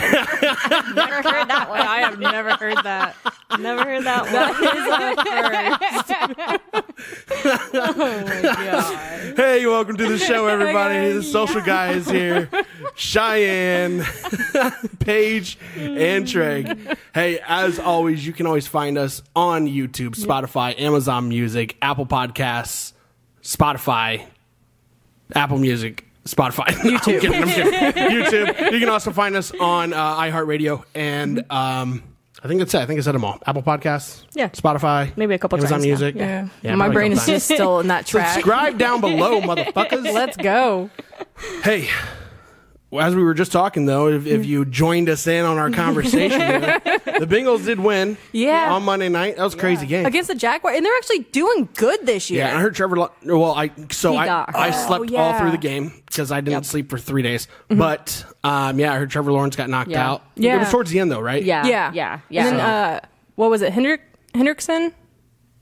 never heard that one. I have never heard that. Never heard that one. oh my god. Hey, welcome to the show, everybody. the social guy is here. Cheyenne, Paige, and Treg. Hey, as always, you can always find us on YouTube, Spotify, Amazon Music, Apple Podcasts, Spotify, Apple Music, Spotify, YouTube. YouTube. You can also find us on uh, iHeartRadio and um, I think that's it. I think I said them all. Apple Podcasts, Yeah. Spotify, Maybe a couple Amazon times now. Music. Yeah. probably My a brain couple is times. just still in that track. Subscribe down below, motherfuckers. Let's go. hey, well, as we were just talking though, if, if you joined us in on our conversation, here, the Bengals did win. Yeah. on Monday night, that was a crazy game. Against the Jaguars. And they're actually doing good this year. yeah, and I heard Trevor. Lo- well, I so He I, got hurt. I slept Oh, all yeah. through Mm-hmm. the game because I didn't sleep for three days. But um, yeah, I heard Trevor Lawrence got knocked Yeah. out. Yeah. it was towards the end though, right? Yeah. Yeah. Yeah. Yeah. And then, uh, what was it? Hendrick Hendrickson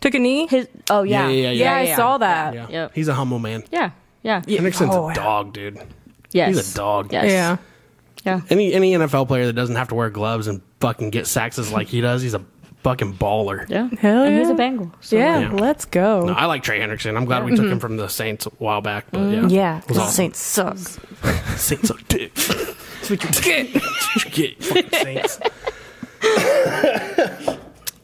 took a knee? His, oh yeah. Yeah, yeah, yeah, yeah, I saw that. yeah. Yep. He's a humble man. Yeah. Yeah. Yeah. Henderson's Oh, a yeah. dog, dude. Yes. He's a dog. Yes. Yeah. Yeah. Any any NFL player that doesn't have to wear gloves and fucking get sacks like he does, he's a fucking baller. Yeah. Hell and he's yeah. a Bengal. So. Yeah, Yeah. let's go. No, I like Trey Hendrickson. I'm glad we took him from the Saints a while back. But Mm-hmm. Mm, yeah, yeah, It was because awesome. Saints sucks. Saints are dick. That's what you get. That's what you get, fucking Saints.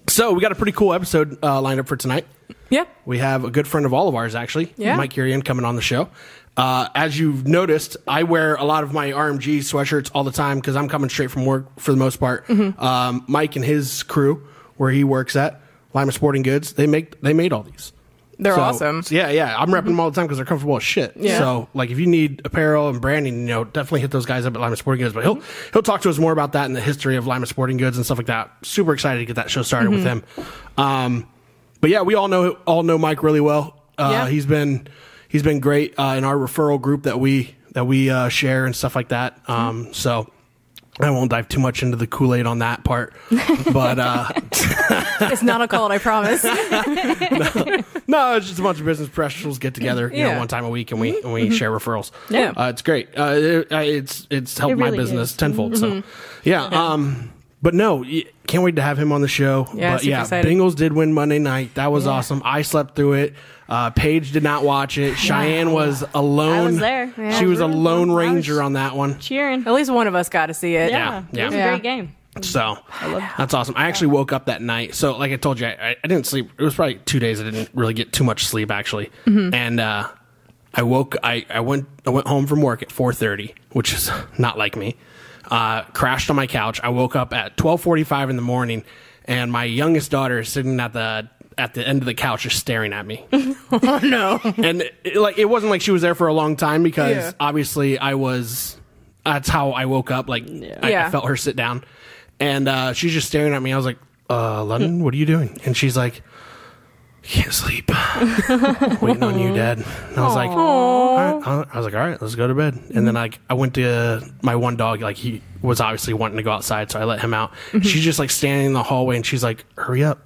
so we got a pretty cool episode uh, lined up for tonight. Yep. We have a good friend of all of ours, actually, Yeah. Mike Urian, coming on the show. Uh, as you've noticed, I wear a lot of my RMG sweatshirts all the time because I'm coming straight from work for the most part. Um, Mike and his crew, where he works at Lima Sporting Goods, they make they made all these. They're So- awesome. so yeah, yeah. I'm repping them all the time because they're comfortable as shit. Yeah. So like, if you need apparel and branding, you know, definitely hit those guys up at Lima Sporting Goods. But he'll he'll talk to us more about that and the history of Lima Sporting Goods and stuff like that. Super excited to get that show started with him. Mm-hmm. Um, but yeah, we all know all know Mike really well. Uh, Yeah. He's been he's been great uh, in our referral group that we that we uh, share and stuff like that. Mm-hmm. Um, so. I won't dive too much into the Kool Aid on that part, but uh, It's not a cult, I promise. No, it's just a bunch of business professionals get together, you know, Yeah. one time a week, and we Mm-hmm. and we share referrals. Yeah. uh, it's great. Uh, it, uh, it's it's helped It my really business is. Mm-hmm. tenfold. So, yeah. Um, but no, y- can't wait to have him on the show. Yeah, but super yeah, excited. Bengals did win Monday night. That was awesome. I slept through it. Uh, Paige did not watch it. Cheyenne was alone. I was there. Yeah. She was a Rooting lone for him. I ranger was- on that one. Cheering. At least one of us got to see it. Yeah, yeah. It was Yeah. a great game. So that's awesome. I actually woke up that night. So, like I told you, I, I- I didn't sleep. It was probably two days. I didn't really get too much sleep actually. Mm-hmm. And uh, I woke. I, I went. I went home from work at four thirty, which is not like me. Uh, crashed on my couch. I woke up at twelve forty five in the morning, and my youngest daughter is sitting at the at the end of the couch, just staring at me Oh, no. and it, like it wasn't like she was there for a long time because Yeah. obviously I was. That's how I woke up. Like I, I Yeah. felt her sit down, and uh, she's just staring at me. I was like, uh, "London, what are you doing?" And she's like, "Can't sleep, waiting on you, Dad." And I was like, all right. I I was like, "All right, let's go to bed." And then like I went to my one dog. Like he was obviously wanting to go outside, so I let him out. She's just like standing in the hallway, and she's like, "Hurry up."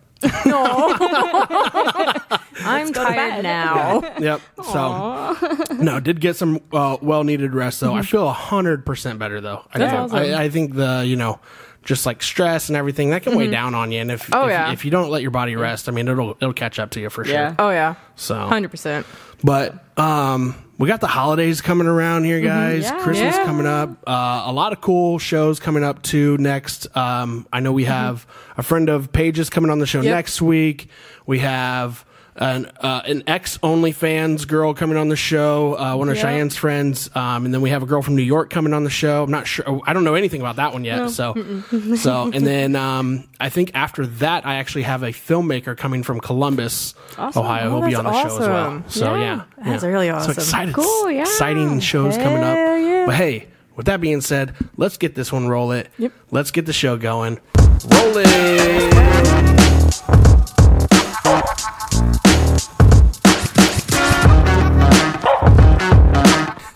I'm tired now. Yep. So, no, did get some uh, well needed rest though. I feel hundred percent better though. I, Mm-hmm. That's do. awesome. I, I think the you know just like stress and everything that can weigh down on you, and if Mm-hmm. Oh, if, yeah. if you don't let your body rest, I mean it'll it'll catch up to you for sure. Yeah. Oh, yeah. So, 100%. but um, we got the holidays coming around here, guys. Yeah. Christmas Mm-hmm. Yeah. coming up. Uh, a lot of cool shows coming up too. Next, um, I know we have a friend of Paige's coming on the show Mm-hmm. Yep. next week. We have an uh, an ex OnlyFans girl coming on the show. Uh, one of Yep. Cheyenne's friends, um, and then we have a girl from New York coming on the show. I'm not sure. I don't know anything about that one yet. So, so and then um, I think after that, I actually have a filmmaker coming from Columbus, Ohio, Oh, who'll be that's on the show as well. awesome. So yeah, Yeah. That's really So awesome. excited, Cool, yeah. exciting shows coming up. Hell yeah. But hey, with that being said, let's get this one roll it. Yep. Let's get the show going. Roll it.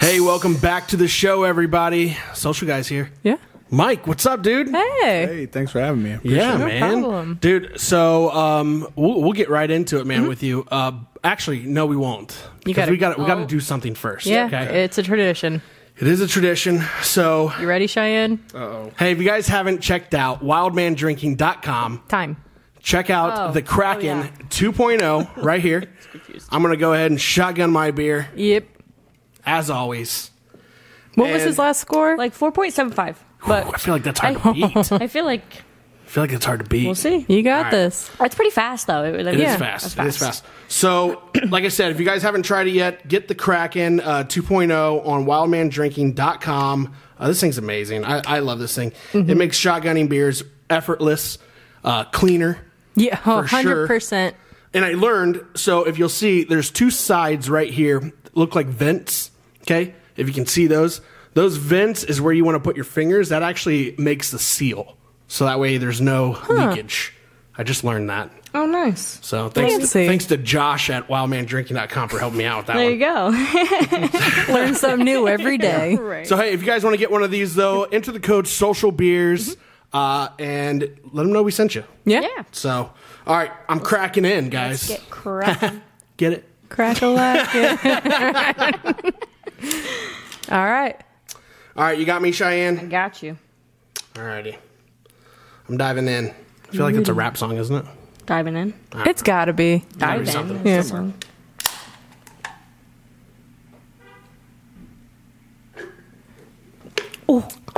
Hey, welcome back to the show, everybody. Social guys here. Yeah. Mike, what's up, dude? Hey. Hey, thanks for having me. Yeah, No man, problem. Mm-hmm. dude. So um, we'll, we'll get right into it, man, with you. Uh, actually, no, we won't. Because gotta- we got we got to do something first. Yeah. okay? It's a tradition. It is a tradition. So, You ready, Cheyenne? Uh, hey, if you guys haven't checked out wildmandrinking.com, Time. check out Oh. the Kraken Oh, yeah. 2.0 right here. I'm going to go ahead and shotgun my beer, Yep. as always. What was And- his last score? Like 4.75, Ooh, but I feel like that's hard to beat. I I feel like feel like it's hard to beat. we'll see. you got right. this. That's pretty fast, though. It, like, It is Yeah, fast. that's It is fast. So, like I said, if you guys haven't tried it yet, get the Kraken uh, 2.0 on wildmandrinking.com. Uh, this thing's amazing. I, I love this thing. It makes shotgunning beers effortless, uh, cleaner. Yeah, For sure. hundred percent. And I learned, so if you'll see, there's two sides right here that look like vents. Okay. If you can see those, those vents is where you want to put your fingers. That actually makes the seal. So that way there's no leakage. I just learned that. Oh, nice. So thanks to, Fancy. thanks to Josh at wildmandrinking.com for helping me out with that There you one. go. Learn something new every day. right. So hey, if you guys want to get one of these though, enter the code social beers uh, and let them know we sent you. Yeah. yeah. So all right, I'm cracking in, guys. Get, Get cracking. it? Crack a lack. All right. All right, you got me, Cheyenne. Got you. All righty, I'm diving in. I feel like that's a rap song, isn't it? Diving in. It's got to be. Gotta be Diving. something. Yeah.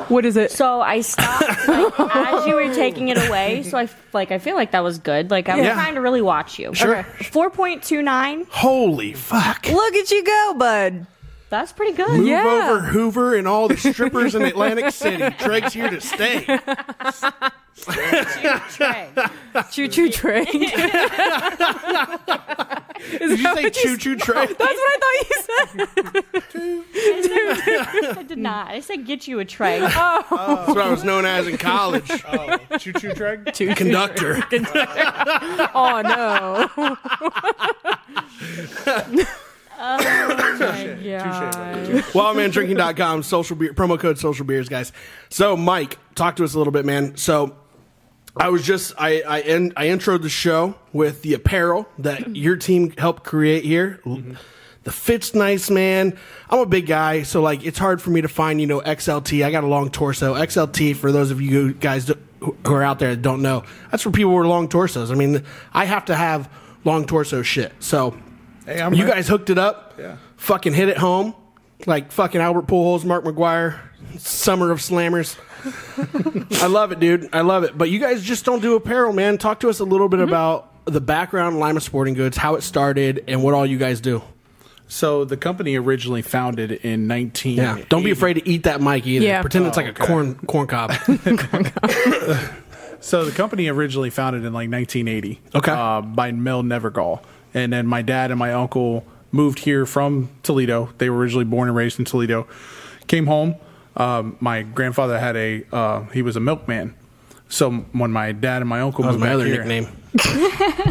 What is it? So I stopped like, as you were taking it away. So I f- like I feel like that was good. Like I was Yeah. trying to really watch you. Sure. Four point two nine. Holy fuck! Look at you go, bud. That's pretty good. Move Yeah. over Hoover and all the strippers in Atlantic City. Drake's here to stay. Trey. Choo choo train. Did you say choo choo Drake? That's what I thought you said. I did not. I said get you a tray. That's what I was known as in college. Choo choo drag? Conductor. Oh no. Oh, wildmandrinking.com social beer promo code social beers guys so mike talk to us a little bit man so i was just i i in, i introed the show with the apparel that your team helped create here Mm-hmm. the fit's nice man i'm a big guy so like it's hard for me to find you know xlt i got a long torso xlt for those of you guys that- who who are out there that don't know that's for people with long torsos i mean i have to have long torso shit so Hey, I'm you right. guys hooked it up Yeah. fucking hit it home like fucking Albert Pujols, Mark McGuire, Summer of Slammers. I love it, dude. I love it. But you guys just don't do apparel, man. Talk to us a little bit about the background of Lima Sporting Goods, how it started, and what all you guys do. So the company originally founded in 19. Yeah, don't be afraid to eat that mic either. Yeah. Pretend it's Oh, like a okay. corn corn cob. So the company originally founded in like 1980. Okay. Uh, by Mel Nevergall, and then my dad and my uncle moved here from Toledo. They were originally born and raised in Toledo. Came home. Um, my grandfather had a. Uh, he was a milkman. So when my dad and my uncle That was moved my back other here, nickname.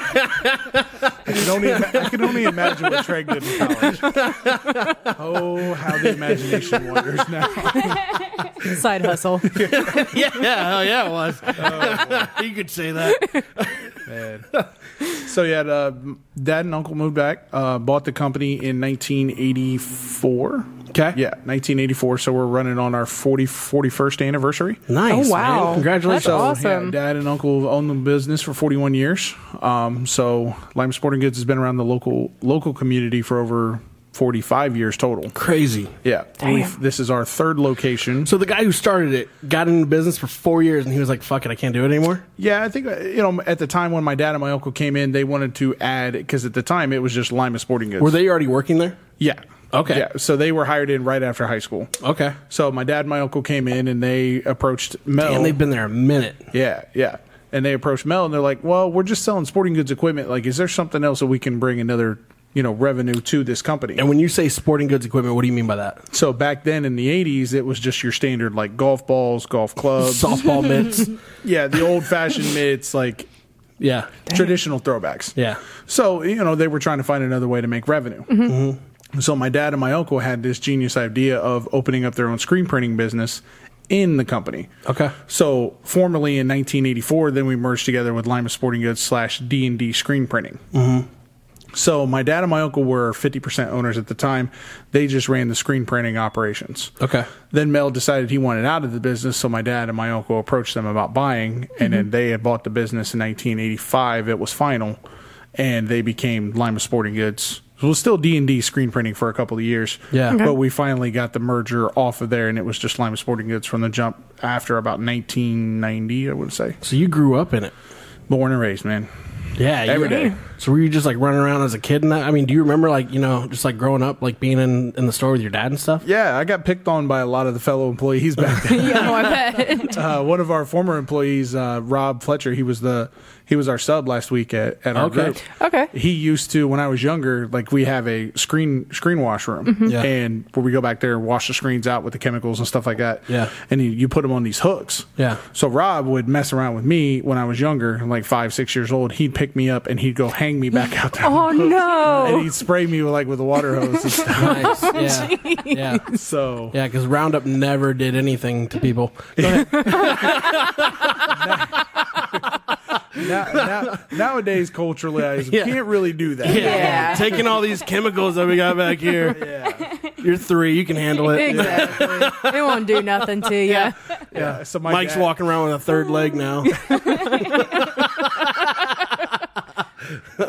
I can only, I can only imagine what Treg did in college. Oh, how the imagination wanders now. Side hustle. yeah, hell yeah, it was. you Oh, could say that. Man. so yeah, uh, dad and uncle moved back, uh, bought the company in 1984. Okay. Yeah, 1984. So we're running on our 40, 41st anniversary. Nice. Oh, wow. man. Congratulations. That's So, yeah, awesome. dad and uncle have owned the business for 41 years. Um, so Lime Sporting Goods has been around the local local community for over 45 years total. Crazy. Yeah, We've- this is our third location. So the guy who started it got into business for four years, and he was like, "Fuck it, I can't do it anymore." Yeah, I think uh, you know at the time when my dad and my uncle came in, they wanted to add because at the time it was just Lima Sporting Goods. Were they already working there? Yeah. Okay. Yeah. So they were hired in right after high school. Okay. So my dad and my uncle came in and they approached Mel. And they've been there a minute. yeah, yeah. And they approached Mel and they're like, "Well, we're just selling sporting goods equipment. Like, is there something else that we can bring another, you know, revenue to this company?" And when you say sporting goods equipment, what do you mean by that? so back then in the '80s, it was just your standard like golf balls, golf clubs. Softball mitts. yeah, the old-fashioned mitts, like Yeah. traditional throwbacks. Yeah. So, you know, they were trying to find another way to make revenue. Mm-hmm. So, my dad and my uncle had this genius idea of opening up their own screen printing business in the company. Okay. So, formally in 1984, then we merged together with Lima Sporting Goods slash D&D Screen Printing. So my dad and my uncle were 50% owners at the time. They just ran the screen printing operations. Okay. Then Mel decided he wanted out of the business, so my dad and my uncle approached them about buying, Mm-hmm. and then they had bought the business in 1985. It was final, and they became Lima Sporting Goods. It was still D and D screen printing for a couple of years. Yeah. Okay. But we finally got the merger off of there, and it was just Lima Sporting Goods from the jump after about 1990, I would say. So you grew up in it. Born and raised, man. Yeah, you- Every day. So were you just like running around as a kid and that? I mean, do you remember like you know just like growing up, like being in in the store with your dad and stuff? Yeah, I got picked on by a lot of the fellow employees back then. yeah, no, I bet. uh, one of our former employees, uh, Rob Fletcher, he was the he was our sub last week at, at our Okay. group. Okay. He used to when I was younger, like we have a screen screen wash room, Mm-hmm. Yeah. and where we go back there and wash the screens out with the chemicals and stuff like that. Yeah. and you, you put them on these hooks. Yeah. So Rob would mess around with me when I was younger, like five six years old. He'd pick me up and he'd go hang me back out there. Oh And no. he'd spray me like with a water hose and Nice. stuff. Yeah. Yeah. So Yeah, because Roundup never did anything to people. Go ahead. now, now, nowadays, culturally, I Yeah. can't really do that. Yeah. Taking all these chemicals that we got back here. You're three. You can handle it. Exactly. it won't do nothing to you. Yeah. So my Mike's dad- walking around with a third leg now.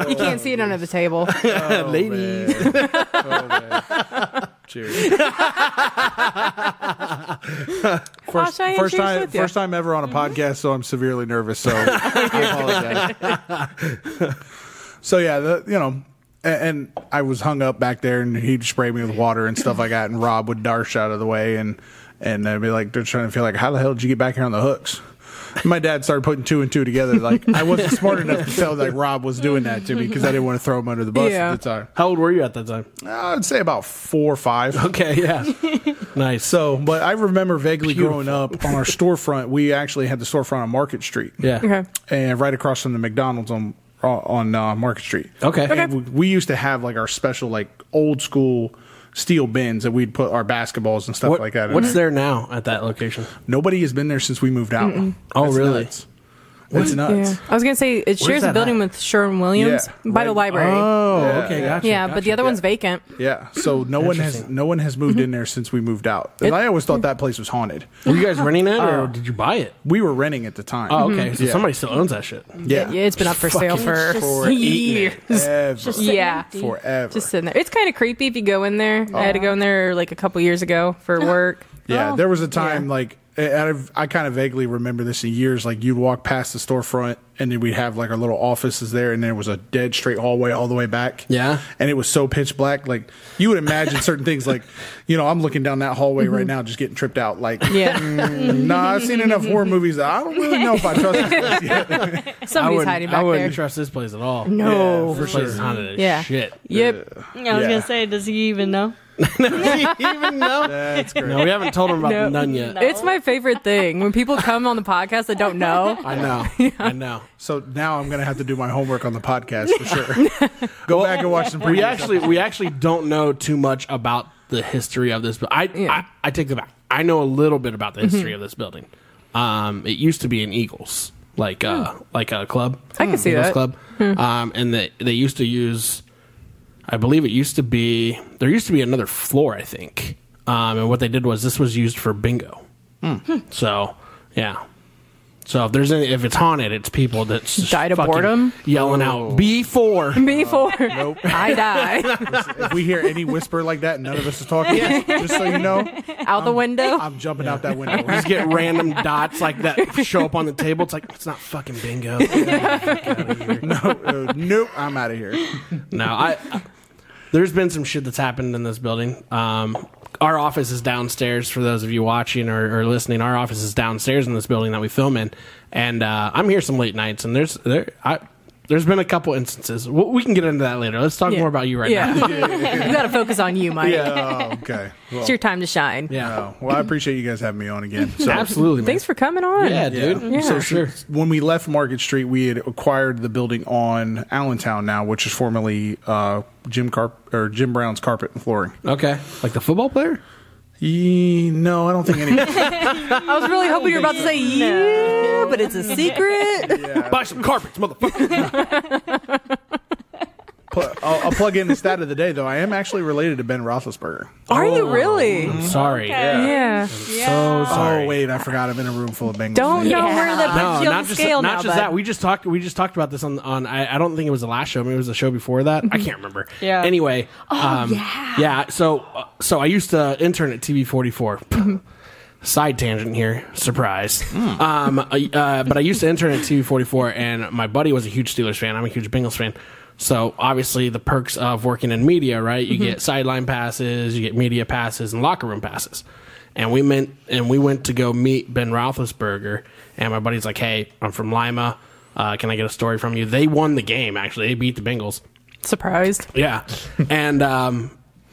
You can't see it under the table. Oh, Ladies. Cheers. first, Cheyenne, first cheers time, with ya. first time ever on a podcast, so I'm severely nervous. So I apologize. so yeah, the, you know, a- and, I was hung up back there, and he'd spray me with water and stuff like that, and Rob would dash out of the way, and and I'd be like, they're trying to feel like, how the hell did you get back here on the hooks? And My dad started putting two and two together. Like I wasn't smart enough to tell that Rob was doing that to me because I didn't want to throw him under the bus Yeah. at the time. How old were you at that time? I'd say about four or five. Okay, yeah. nice. So, So, but I remember vaguely growing up on our storefront. We actually had the storefront on Market Street. yeah. Okay. And right across from the McDonald's on on uh, Market Street. Okay. Okay. And we, we used to have like our special like old school steel bins that we'd put our basketballs and stuff What- like that. in. what's there now at that location? Nobody has been there since we moved out. Oh, really? Nuts. That's nuts. Yeah. I was gonna say it shares a that building at? with Sherwin Williams Yeah. by the Right- library. Oh, Yeah. okay, Yeah. gotcha. yeah, but gotcha. the other one's vacant. Yeah. So no one has Interesting. no one has moved in there since we moved out. And I always thought that place was haunted. Were you guys renting it or Oh, did you buy it? We were renting at the time. Oh, okay. So Yeah. somebody still owns that shit. Yeah. Yeah, it's been up for sale for for years. Ever. sitting Yeah. empty. forever. Just sitting there. It's kind of creepy if you go in there. I had to go in there like a couple years ago for work. Yeah, Oh. there was a time Yeah. like I, I kind of vaguely remember this in years. Like you'd walk past the storefront, and then we'd have like our little offices there, and there was a dead straight hallway all the way back. Yeah. and it was so pitch black. Like you would imagine certain things. Like you know, I'm looking down that hallway right now, just getting tripped out. Like Yeah, mm, nah, I've seen enough horror movies. That I don't really know if I trust this place yet. somebody's wouldn't- hiding back I wouldn't there. trust this place at all. No, This place is haunted as yeah. shit. Yep. I was Yeah. gonna say, does he even know? Even though. That's great. No, we haven't told him about No. none yet. No. It's my favorite thing when people come on the podcast that don't know. I know. I know. So now I'm gonna have to do my homework on the podcast for sure. Go back and watch some. We previous actually we actually don't know too much about the history of this. But I, I I take that back. I know a little bit about the Mm-hmm. history of this building. Um, it used to be an Eagles like uh like a club. Hmm. I can see Eagles that. Hmm. club. Um, and they they used to use. I believe it used to be there used to be another floor. I think. Um, and what they did was this was used for bingo. Hmm. So yeah. So if there's any, if it's haunted, it's people that's just Died of fucking boredom? Oh. yelling out B four. Before Uh, I die, if we hear any whisper like that, none of us is talking. Just so you know, out the window. I'm jumping out that window. Just get random dots like that show up on the table. It's like it's not fucking bingo. Get the fuck out of here. no, uh, nope, I'm out of here. No, I, I- There's been some shit that's happened in this building. Um, our office is downstairs. For those of you watching or, or listening, our office is downstairs in this building that we film in, and uh, I'm here some late nights. And there's there I. There's been a couple instances. We we can get into that later. Let's talk Yeah. more about you right Yeah, now. you got to focus on you, Mike. Oh, okay. Well, It's your time to shine. Yeah, oh, well, I appreciate you guys having me on again. So, absolutely. man. Thanks for coming on. Yeah, dude. Yeah. So sure. When we left Market Street, we had acquired the building on Allentown now, which is formerly uh, Jim Carp or Jim Brown's Carpet and Flooring. Okay. Like the football player. Ye- no, I don't think any. I was really hoping you were about to say yeah, but it's a secret. Buy some carpets, motherfucker. pl- I'll, I'll plug in the stat of the day, though. I am actually related to Ben Roethlisberger. Are Oh. you really? Sorry. Okay. Yeah. So sorry. Oh wait, I forgot. I'm in a room full of Bengals. Don't fans. know Yeah. where that No, puts you on not the just scale not now, just bud. that. We just talked. We just talked about this on on. I, I don't think it was the last show. Maybe it was the show before that. I can't remember. Mm-hmm. Yeah. Oh, Anyway. um, yeah. So uh, so I used to intern at TV forty four. Side tangent here, surprise. Um, I- uh, but I used to intern at TV forty four, and my buddy was a huge Steelers fan. I'm a huge Bengals fan. So obviously the perks of working in media, right? You get sideline passes, you get media passes, and locker room passes and we meant and we went to go meet Ben Roethlisberger. And my buddy's like, "Hey, I'm from Lima. Uh, can I get a story from you?" They won the game. Actually, they beat the Bengals. Surprised. Yeah, and um,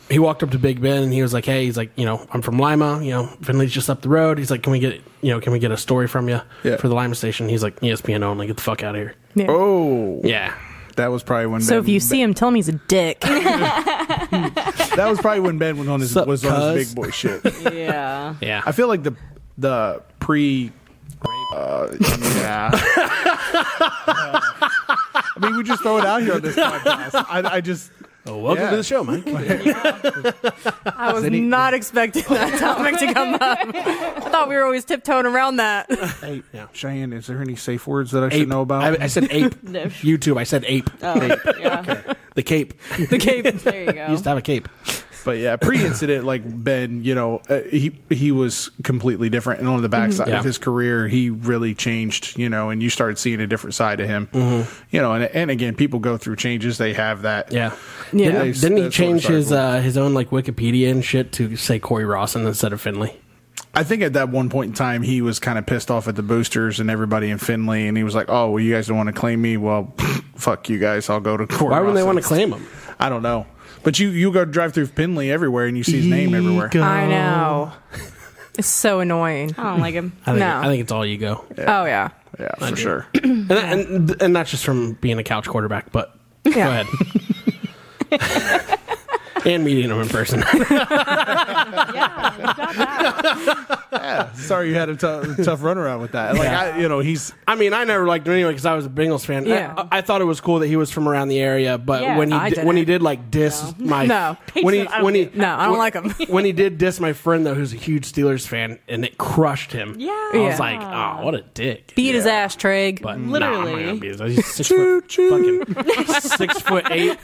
he walked up to Big Ben and he was like, "Hey, he's like, you know, I'm from Lima. You know, Finley's just up the road. He's like, can we get you know, can we get a story from you Yeah. for the Lima station?" He's like, "E "ESPN only. Get the fuck out of here." Yeah. Oh, Yeah. that was probably when. So ben, if you see him, tell him he's a dick. that was probably when Ben was on his Sup, was cuz? on his big boy shit. yeah. Yeah. I feel like the the pre. Uh, yeah. I mean, we just throw it out here on this podcast. I, I just. Oh, welcome Yeah. to the show, Mike. I was not expecting that topic to come up. I thought we were always tiptoeing around that. Ape. Yeah. Cheyenne, is there any safe words that I Ape. should know about? I, I said ape. YouTube. I said ape. The cape. Oh, The cape. There you go. Used to have a cape. But yeah, pre-incident, like Ben, you know, uh, he he was completely different, and on the backside Mm-hmm. Yeah. of his career, he really changed, you know, and you started seeing a different side of him, you know, and and again, people go through changes, they have that, Mm-hmm. Yeah. Yeah. Didn't, That's- didn't he that's what change I'm his sorry uh, his own like Wikipedia and shit to say Corey Rawson instead of Finley? I think at that one point in time, he was kind of pissed off at the boosters and everybody in Finley, and he was like, "Oh, well, you guys don't want to claim me? Well, fuck you guys, I'll go to court." Why would they want to to claim him? I don't know, but you you go drive through Finley everywhere, and you see his name everywhere. I know. It's so annoying. I don't like him. I think, No. I think it's all ego, Oh yeah. Yeah, for sure. and, and and that's just from being a couch quarterback. But go Yeah. ahead. and meeting him in person. Yeah, we've got that. Sorry, you had a tou- tough runaround with that. Like, I, you know, he's I mean, I never liked him anyway because I was a Bengals fan. I- Yeah. I, I thought it was cool that he was from around the area, but Yeah, when he I di- didn't. when he did like diss my No. when he He said, "I don't when he No, I don't when- like him. when he did diss my friend though, who's a huge Steelers fan, and it crushed him. Yeah. I Yeah. was like, oh, what a dick. Beat his ass, Trig. But Literally. nah, I'm not gonna be as- he's six foot, fucking six foot eight.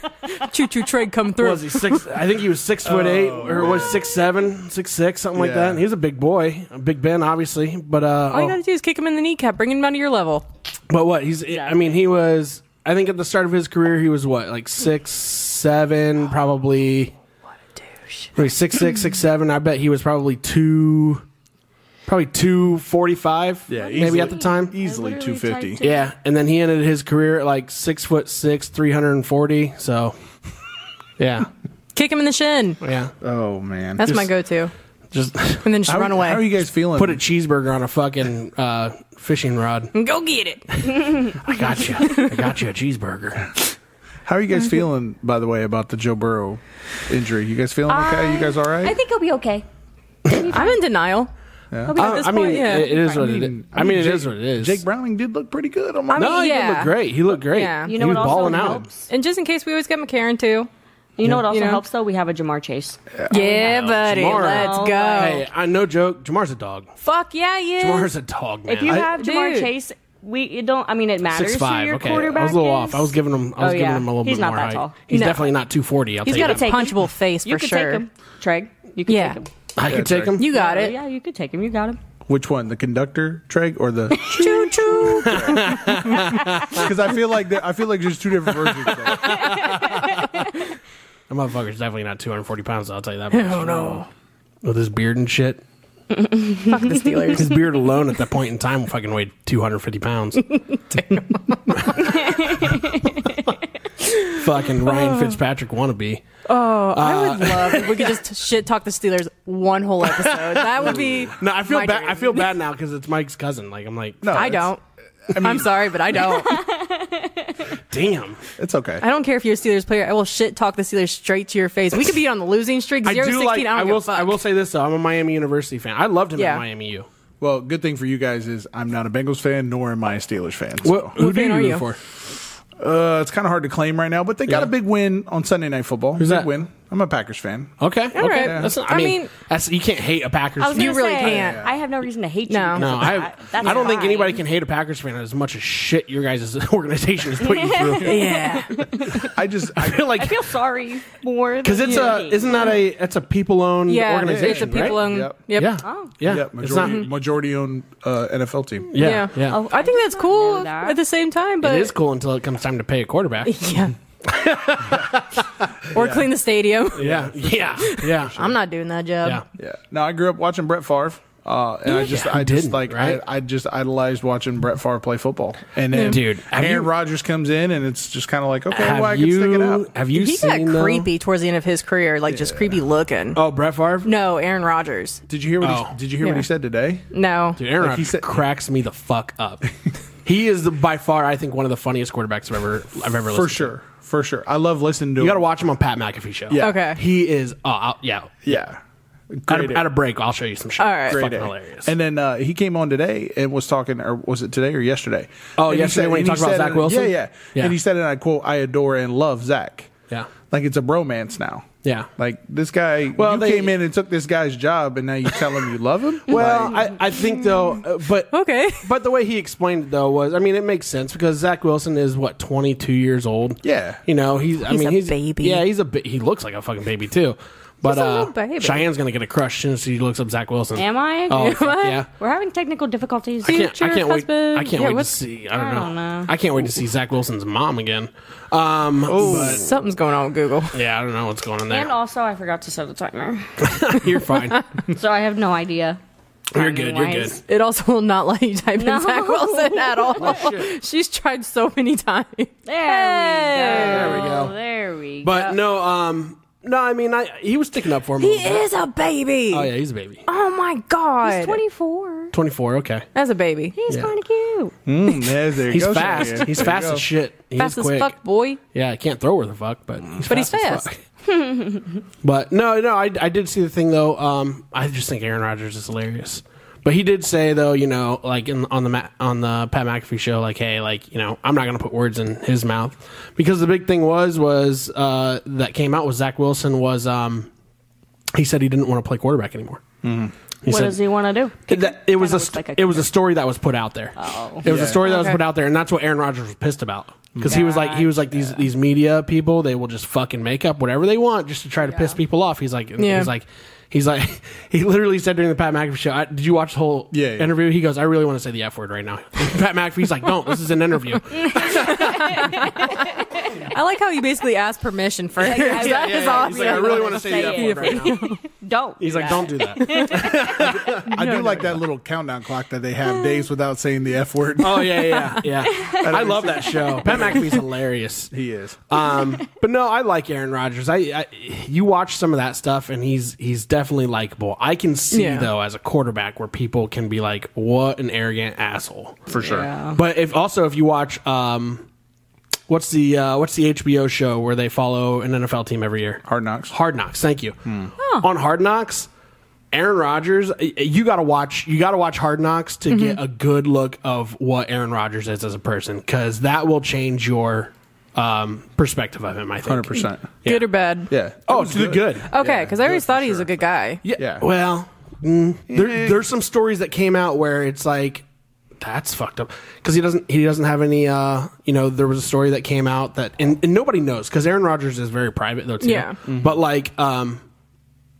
Choo choo Trig come through. Was he six? I think he was six foot eight, or was six seven, six six, something like Oh, Yeah. that. He was a big boy, a big Ben, obviously. But uh, All you oh, gotta do is kick him in the kneecap, bring him down to your level. but what he's? I mean, he was. I think at the start of his career, he was what like six seven, probably. Probably six six six seven. I bet he was probably two, probably two forty five. Yeah, maybe easily. at the time. easily I literally 250. typed it. Yeah, and then he ended his career at like six foot six, three hundred and forty. So, yeah, Kick him in the shin. yeah, Oh man, That's my Just- go to. just And then just how, run away. How are you guys feeling? put a cheeseburger on a fucking uh, fishing rod. Go get it. I got you. I got you a cheeseburger. How are you guys feeling? By the way, about the Joe Burrow injury, you guys feeling okay? you guys all right? I think he'll be okay. I'm in denial. I'll be at I, this I mean, point, yeah. it, it is what it is. I mean, it Jake- is what it is. Jake Browning did look pretty good. on my. mean- no, he Yeah. looked great. He looked great. Yeah. You know he what was also balling helps? and just in case we always get McCarran too. You know what also You know? helps though? We have a Jamar Chase. Yeah, buddy. Jamar. Let's go. out. Hey, I no joke. Jamar's a dog. Fuck yeah, yeah. Jamar's a dog, man. If you I- have Jamar Dude. Chase, we it don't. I mean, it matters Six who five. your Okay, I quarterback. was a little is. off. I was giving him. I was Oh, giving yeah. him a little He's bit not more that height. tall. He's No. definitely not two forty. I'll He's tell got a you that. take him. punchable face You for could sure. take him, Treg. You could Yeah. take him. I could take him. You got it. Yeah, you could take him. You got him. Which one, the conductor, Treg, or the? Choo choo. Because I feel like there, I feel like there's two different versions. of it. That motherfucker's definitely not 240 pounds. I'll tell you that. Oh no, with his beard and shit. Fuck the Steelers. His beard alone at that point in time fucking weighed 250 pounds. fucking Uh. Ryan Fitzpatrick wannabe. I Uh, would love if we could just shit talk the Steelers one whole episode. That would be. No, I feel my bad. dream. I feel bad now because it's Mike's cousin. Like I'm like, No, I it's- don't. I am sorry, but I don't. damn. It's okay. I don't care if you're a Steelers player. I will shit talk the Steelers straight to your face. We could be on the losing streak, I 0 do 16. like. I don't I will. give a fuck. I will say this though. I'm a Miami University fan. I loved him Yeah. at Miami U. Well, good thing for you guys is I'm not a Bengals fan, nor am I a Steelers fan. So. who do fan you are root you? for? Uh, it's kind of hard to claim right now, but they got Yeah. a big win on Sunday Night Football. Who's big that? win. I'm a Packers fan. Okay. okay. right. That's not, I, I mean, mean- that's you can't hate a Packers. I was fan. gonna You really say, can't. I have no reason to hate you. No. because No, of I, that. That's I don't think fine. anybody can hate a Packers fan as much as shit your guys' organization is putting you through. Yeah. I just I feel I like feel sorry for because it's a isn't that a it's a people owned yeah. It's a organization right? people owned. Yep. Yep. yeah Oh. yeah yeah, it's not, majority majority owned uh, NFL team. yeah yeah, Oh, I think that's cool know that. at the same time, but it is cool until it comes time to pay a quarterback yeah. or clean the stadium. yeah yeah yeah I'm not doing that job. yeah Yeah. No, I grew up watching Brett Favre. Uh, and I just, Yeah, I who just didn't, like, right? I, I just idolized watching Brett Favre play football. And then, Dude, have Aaron you- Rodgers comes in, and it's just kind of like, okay, have well, I can you stick it out. have you he got seen though- creepy towards the end of his career, like just creepy looking. oh Brett Favre No, Aaron Rodgers. Did you hear what? Oh. He, did you hear what Yeah. he said today? No. Dude, Aaron Like he Rodgers said- cracks me the fuck up. he is the, by far, I think, one of the funniest quarterbacks I've ever I've ever listened For to. sure, for sure. I love listening to. You got to him. watch him on Pat McAfee show. Yeah. Okay. he is. Oh, I'll, yeah. Yeah, At Great a, A. at a break, I'll show you some shit. All right. It's Great fucking A. hilarious. And then uh, he came on today and was talking, or was it today or yesterday? Oh, And yesterday when he and talked about said Zach it- Wilson? Yeah, yeah, Yeah. And he said, and I quote, "I adore and love Zach." Yeah. like it's a bromance now. Yeah. like this guy. Well, you they- came in and took this guy's job, and now you tell him you love him. well, Like, I, I think though, uh, but Okay. But the way he explained it though was, I mean, it makes sense because Zach Wilson is what twenty two years old. Yeah. you know, he's. I He's mean, a he's baby. Yeah, he's a. Bi- he looks like a fucking baby too. But He's a uh, little baby. Cheyenne's gonna get a crush as soon as she looks up Zach Wilson. Am I? Oh, Am fuck I? yeah. We're having technical difficulties. I can't, I Future can't wait. husband. I can't Yeah, wait to what's- see. I don't, I don't know. know. I can't wait to see Zach Wilson's mom again. Um, Something's going on with Google. but, yeah, I don't know what's going on And there. also, I forgot to set the timer, You're fine. so I have no idea. You're good. You're good. Timing-wise. It also will not let you type No. in Zach Wilson at all. Oh, She's tried so many times. There There we we go. go. There we go. But no, um, no. I mean, I he was sticking up for him. a He little bit. is a baby. Oh yeah, he's a baby. Oh my god. he's 24. Twenty four. Okay. As a baby. He's kind of cute. Mm, there- there you He's go, fast. Cheyenne. He's There fast you go. as shit. He's Fast quick. as fuck, boy. Yeah, I can't throw her the fuck, but he's But he's as fuck. but no, no, I, I did see the thing though. Um, I just think Aaron Rodgers is hilarious. But he did say though, you know, like in, on the Ma- on the Pat McAfee show, like, hey, like you know, I'm not gonna put words in his mouth because the big thing was was uh, that came out was Zach Wilson was um, he said he didn't want to play quarterback anymore. He What said- does he want to do? that, it was a looks st- like a it was a story that was put out there. Oh. It was a Yeah. story that was Okay. put out there, and that's what Aaron Rodgers was pissed about because he was like he was like these these media people they will just fucking make up whatever they want just to try to piss people off. He's like Yeah. he's like he's like he literally said during the Pat McAfee show. I, did you watch the whole Yeah, yeah. interview? He goes, I really want to say the f word right now. Pat McAfee's like, don't. This is an interview. I like how you basically asked permission for it. yeah, That yeah, is yeah. He's awesome. like, I really want to Say say the it. f word right now. Don't. He's like, don't do that. I do like that little countdown clock that they have days without saying the f word. Oh yeah, yeah, yeah. I love that show. Pat McAfee's hilarious. He is. Um, but no, I like Aaron Rodgers. I, I you watch some of that stuff, and he's he's definitely likable. I can see Yeah. though as a quarterback where people can be like, "What an arrogant asshole." For sure. But if also if you watch, um, what's the uh, what's the HBO show where they follow an NFL team every year? Hard Knocks. Hmm. Hard Knocks. Thank you. On Hard Knocks, Aaron Rodgers. y- You got to watch. You got to watch Hard Knocks Mm-hmm. to get a good look of what Aaron Rodgers is as a person, because that will change your um, perspective of him. I think. Hundred percent. Good or bad? Yeah. Oh, to the good. Okay, because I always thought he was a good guy. Yeah. Yeah. Well, mm, there, there's some stories that came out where it's like that's fucked up because he doesn't he doesn't have any uh you know there was a story that came out that and, and nobody knows because Aaron Rodgers is very private though too. Yeah. But like um,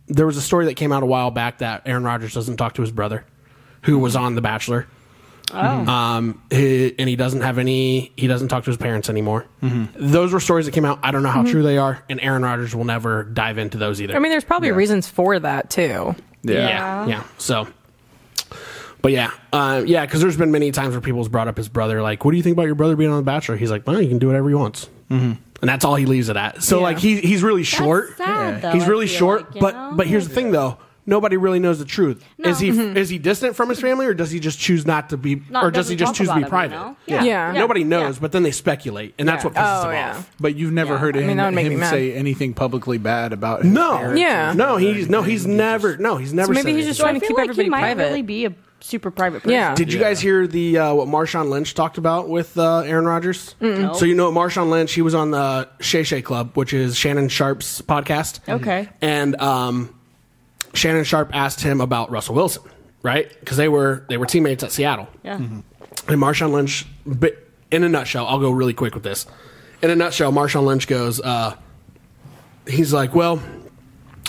there was a story that came out a while back that Aaron Rodgers doesn't talk to his brother, who was on The Bachelor. Um, he, and he doesn't have any. He doesn't talk to his parents anymore. Those were stories that came out. I don't know how true they are, and Aaron Rodgers will never dive into those either. I mean, there's probably reasons for that too. Yeah. Yeah. So, but yeah, uh, yeah, because there's been many times where people's brought up his brother, like, "What do you think about your brother being on The Bachelor?" He's like, "Well, you can do whatever he wants," mm-hmm. and that's all he leaves it at. So Yeah. like he he's really short. sad, though, he's I really feel short, like, you but know? but here's the thing though. Nobody really knows the truth. Is he is he distant from his family, or does he just choose not to be, Mm-hmm. Not- or does he doesn't just talk choose to be about him, you private? know? Yeah. Yeah. Yeah. nobody knows, Yeah. but then they speculate, and that's what pisses Oh, them yeah. off. But you've never heard I mean, him, that would make me him mad. say anything publicly bad about his No, parents or Yeah. no, he's no, he's never, no, he's never. maybe said he's anything. just So I Trying to feel keep like everybody he might private. really be a super private person. Yeah. Did you guys hear the uh, what Marshawn Lynch talked about with uh, Aaron Rodgers? So you know Marshawn Lynch, he was on the Shay Shay Club, which is Shannon Sharp's podcast. Okay. And um, Shannon Sharp asked him about Russell Wilson, right? Because they were they were teammates at Seattle. Yeah. And Marshawn Lynch, but in a nutshell, I'll go really quick with this. In a nutshell, Marshawn Lynch goes, uh, he's like, well,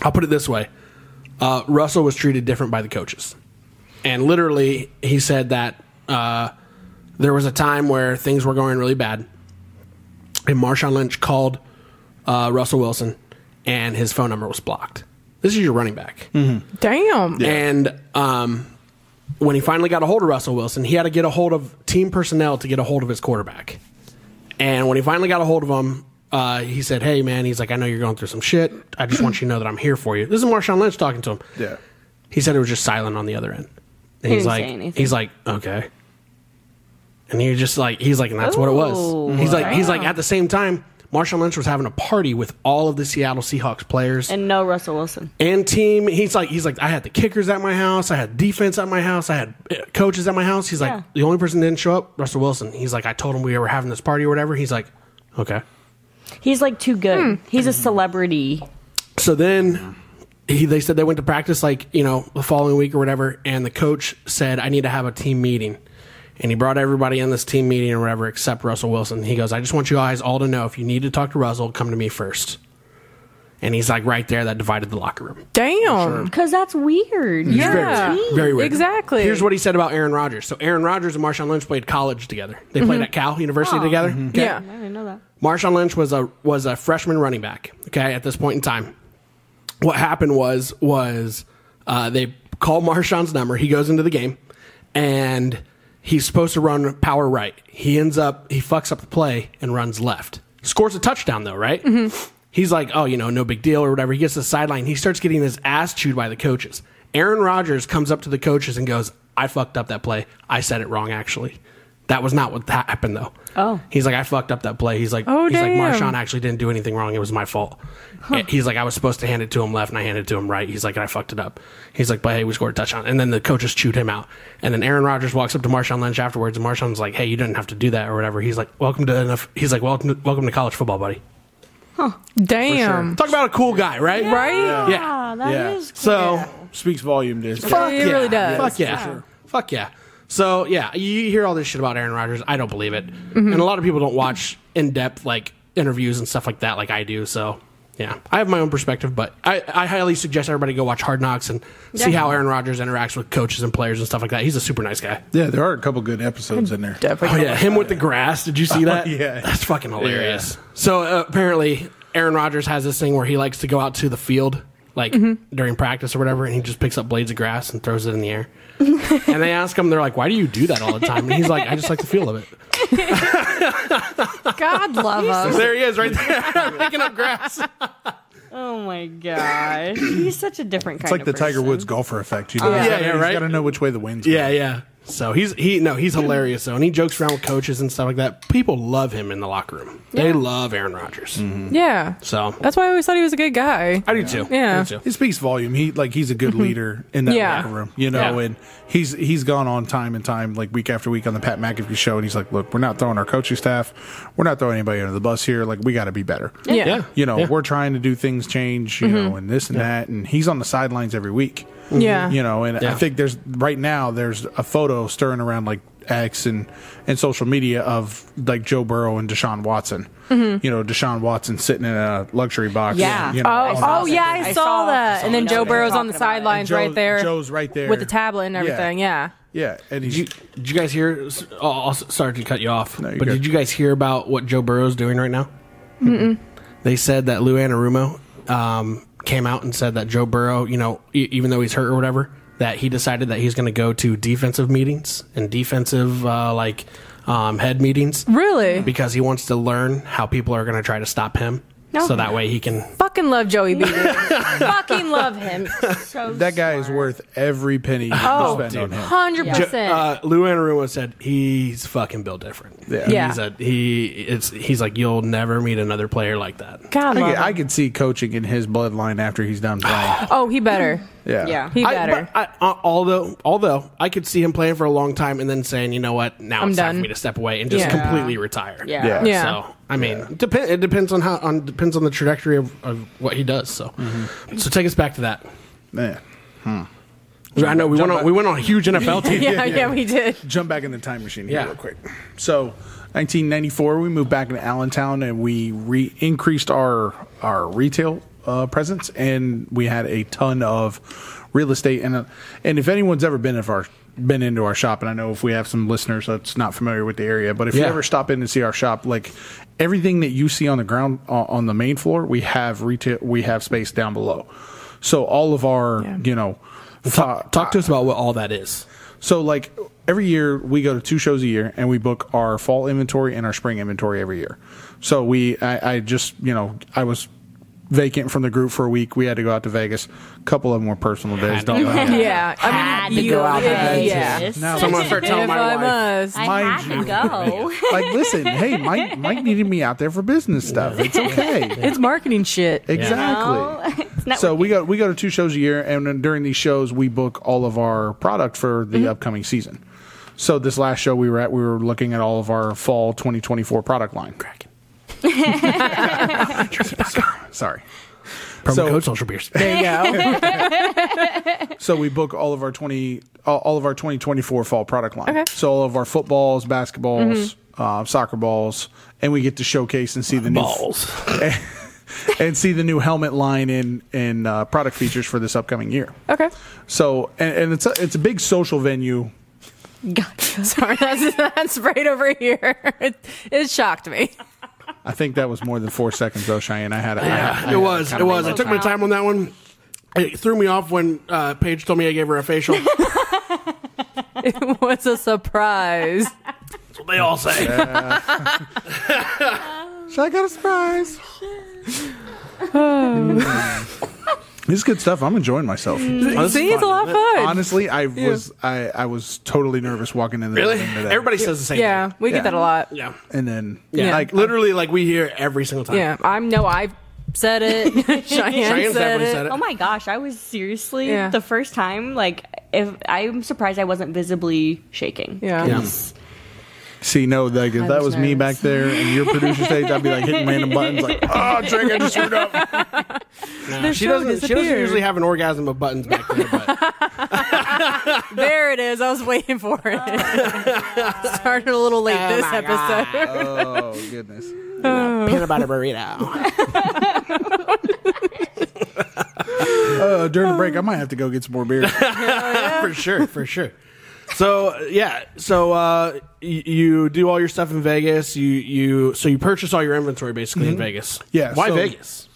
I'll put it this way. Uh, Russell was treated different by the coaches. And literally, he said that uh, there was a time where things were going really bad. And Marshawn Lynch called uh, Russell Wilson, and his phone number was blocked. This is your running back. Damn. And um, when he finally got a hold of Russell Wilson, he had to get a hold of team personnel to get a hold of his quarterback. And when he finally got a hold of him, uh, he said, "Hey, man," he's like, "I know you're going through some shit. I just want you to know that I'm here for you." This is Marshawn Lynch talking to him. Yeah. He said it was just silent on the other end. And He he's didn't like, say anything. he's like, okay. And he just like, he's like, and that's what it Ooh, was. He's like, he's like, Oh, wow. at the same time, Marshawn Lynch was having a party with all of the Seattle Seahawks players And no Russell Wilson. and team. He's like, he's like, I had the kickers at my house, I had defense at my house, I had uh, coaches at my house. He's like, Yeah. the only person that didn't show up, Russell Wilson. He's like, I told him we were having this party or whatever. He's like, okay. He's like too good. Hmm. He's a celebrity. So then he, they said they went to practice like, you know, the following week or whatever. And the coach said, I need to have a team meeting. And he brought everybody in this team meeting or whatever except Russell Wilson. He goes, I just want you guys all to know if you need to talk to Russell, come to me first. And he's like right there, that divided the locker room. Damn. Because that's weird. You're very a weird. team. Very weird. Exactly. Here's what he said about Aaron Rodgers. So Aaron Rodgers and Marshawn Lynch played college together. They played at Cal University together. Okay. Mm-hmm. Ah. Yeah. I didn't know that. Marshawn Lynch was a was a freshman running back. Okay, at this point in time, what happened was was uh, they call Marshawn's number. He goes into the game, and he's supposed to run power right. He ends up he fucks up the play and runs left. Scores a touchdown though, right? He's like, oh, you know, no big deal or whatever. He gets to the sideline. He starts getting his ass chewed by the coaches. Aaron Rodgers comes up to the coaches and goes, "I fucked up that play. I said it wrong. Actually, that was not what that happened though." Oh. He's like, I fucked up that play. He's like, Oh, he's like, damn. Marshawn actually didn't do anything wrong. It was my fault. And He's like, I was supposed to hand it to him left and I handed it to him right. He's like, I fucked it up. He's like, but hey, we scored a touchdown. And then the coaches chewed him out. And then Aaron Rodgers walks up to Marshawn Lynch afterwards and Marshawn's like, hey, you didn't have to do that or whatever. He's like, welcome to enough. He's like, welcome to, welcome to college football, buddy. Damn. Talk about a cool guy, right? Right? Yeah. Ah, that is Yeah. cool. So Speaks volume to his. Fuck It yeah. really does. Fuck yeah. Fuck yeah. So yeah, you hear all this shit about Aaron Rodgers. I don't believe it, Mm-hmm. and a lot of people don't watch in depth like interviews and stuff like that, like I do. So yeah, I have my own perspective, but I, I highly suggest everybody go watch Hard Knocks and see how Aaron Rodgers interacts with coaches and players and stuff like that. He's a super nice guy. Yeah, there are a couple good episodes in there. Oh Definitely. yeah, him with the grass. Did you see that? yeah. that's fucking hilarious. So uh, apparently, Aaron Rodgers has this thing where he likes to go out to the field, like Mm-hmm. during practice or whatever, and he just picks up blades of grass and throws it in the air. and they ask him, they're like, "Why do you do that all the time?" And he's like, "I just like the feel of it." God love us. There he is, right there, picking up grass. Oh my gosh. He's such a different kind It's like of the person. Tiger Woods golfer effect. You know? Oh, yeah, yeah, right? got to know which way the wind's Yeah, yeah. So he's he no, he's hilarious though, and he jokes around with coaches and stuff like that. People love him in the locker room. They love Aaron Rodgers. Yeah. So That's why I always thought he was a good guy. I do too. Yeah. I do too. He speaks volume. He like he's a good leader in that Mm-hmm. Yeah. locker room, you know. Yeah. And he's he's gone on time and time, like week after week on the Pat McAfee show, and he's like, "Look, we're not throwing our coaching staff, we're not throwing anybody under the bus here. Like we got to be better. Yeah. Mm-hmm. Yeah. You know, Yeah. we're trying to do things change, you know, and this and that. And he's on the sidelines every week. Yeah. You know, and I Yeah. think there's right now there's a photo stirring around like X and and social media of like Joe Burrow and Deshaun Watson. You know, Deshaun Watson sitting in a luxury box. Yeah. You know, I Mm-hmm. Oh, on- saw oh yeah, something. I I saw saw- that. saw and then another Joe guy Burrow's on talking the about it. sidelines Joe- right there. Joe's right there with the tablet and everything. Yeah. Yeah, and he's Did you, did you guys hear? s- Oh, I'll s- sorry to cut you off, you're but good. did you guys hear about what Joe Burrow's doing right now? They said that Lou Anarumo um, came out and said that Joe Burrow, you know, e- even though he's hurt or whatever, that he decided that he's going to go to defensive meetings and defensive uh, like um, head meetings Really? because he wants to learn how people are going to try to stop him, No. so that way he can. Fucking love Joey Beaver. Fucking love him. So that guy is worth every penny you Oh, spend on him. Hundred Jo- percent. uh, Lou Anarumo said he's fucking built different. Yeah. Yeah. he's a, he. It's he's like you'll never meet another player like that. God I love could, I him. could see coaching in his bloodline after he's done playing. Oh, he better. Yeah. Yeah, he I- better. but I- uh, although, although I could see him playing for a long time and then saying, you know what, now I'm it's time done. for me to step away and just Yeah. completely retire. Yeah. Yeah. Yeah. So I mean, depend. It depends on how on depends on the trajectory of, of what he does. So, so take us back to that. Yeah. I know we went on, we went on a huge NFL team. yeah, yeah, we did. jump back in the time machine here Yeah. real quick. So, 1994, we moved back into Allentown and we re- increased our our retail uh, presence, and we had a ton of real estate. and uh, And if anyone's ever been of our been into our shop, and I know if we have some listeners that's not familiar with the area, but if you Yeah. ever stop in and see our shop, like everything that you see on the ground uh, on the main floor, we have retail, we have space down below. So all of our, you know, Talk, talk to us about what all that is. so like every year we go to two shows a year and we book our fall inventory and our spring inventory every year. So we I, I just you know I was vacant from the group for a week. We had to go out to Vegas. A couple of them were personal days. Don't lie. Yeah, I mean, Had to you- go out there. Yeah, Yes. No. Someone start telling if my I wife. must. I Mind had you. to go. like listen, hey, Mike Mike needed me out there for business stuff. It's okay. It's marketing shit. Exactly. it's not so we go we go to two shows a year, and then during these shows, we book all of our product for the upcoming season. So this last show we were at, we were looking at all of our fall 2024 product line. Sorry. Promo So- code social beers. There you go. So we book all of our 20 all- all of our 2024 fall product line. So all of our footballs, basketballs, uh, soccer balls, and we get to showcase and see the new Balls. and see the new helmet line and and uh, product features for this upcoming year. okay. So and, and it's a, it's a big social venue Sorry, that's, that's right over here. It, it shocked me. I think that was more than four seconds though, Cheyenne. I had, I had- I had it was. kind It of- was. I took my time on that one. It threw me off when uh, Paige told me I gave her a facial. That's It was a surprise. what they all say. So I got a surprise. this is good stuff. I'm enjoying myself. See, it's a lot of fun. Honestly, I was I, I was totally nervous walking in the Really? building today. Everybody says the same. yeah, we Yeah. get that a lot. Thing. Yeah. and then Yeah. Yeah. Like literally, like we hear every single time. Yeah, I'm no, I said it. Cheyenne, Cheyenne said, definitely it. said it. Oh my gosh, I was seriously Yeah. the first time like if I'm surprised I wasn't visibly shaking. Yeah. Yeah. see no like if that was was me back nervous. there and your producer stage, I'd be like hitting random buttons like oh Drake, I just screwed up. No, she doesn't. She doesn't disappeared. usually have an orgasm of buttons back there. But There it is. I was waiting for it. Started a little late this Oh my episode. Oh goodness. peanut butter burrito. Uh, during the break, I might have to go get some more beer. for sure. For sure. So yeah. So uh, y- you do all your stuff in Vegas. You you so you purchase all your inventory basically in Vegas. Yeah, Why so- Vegas?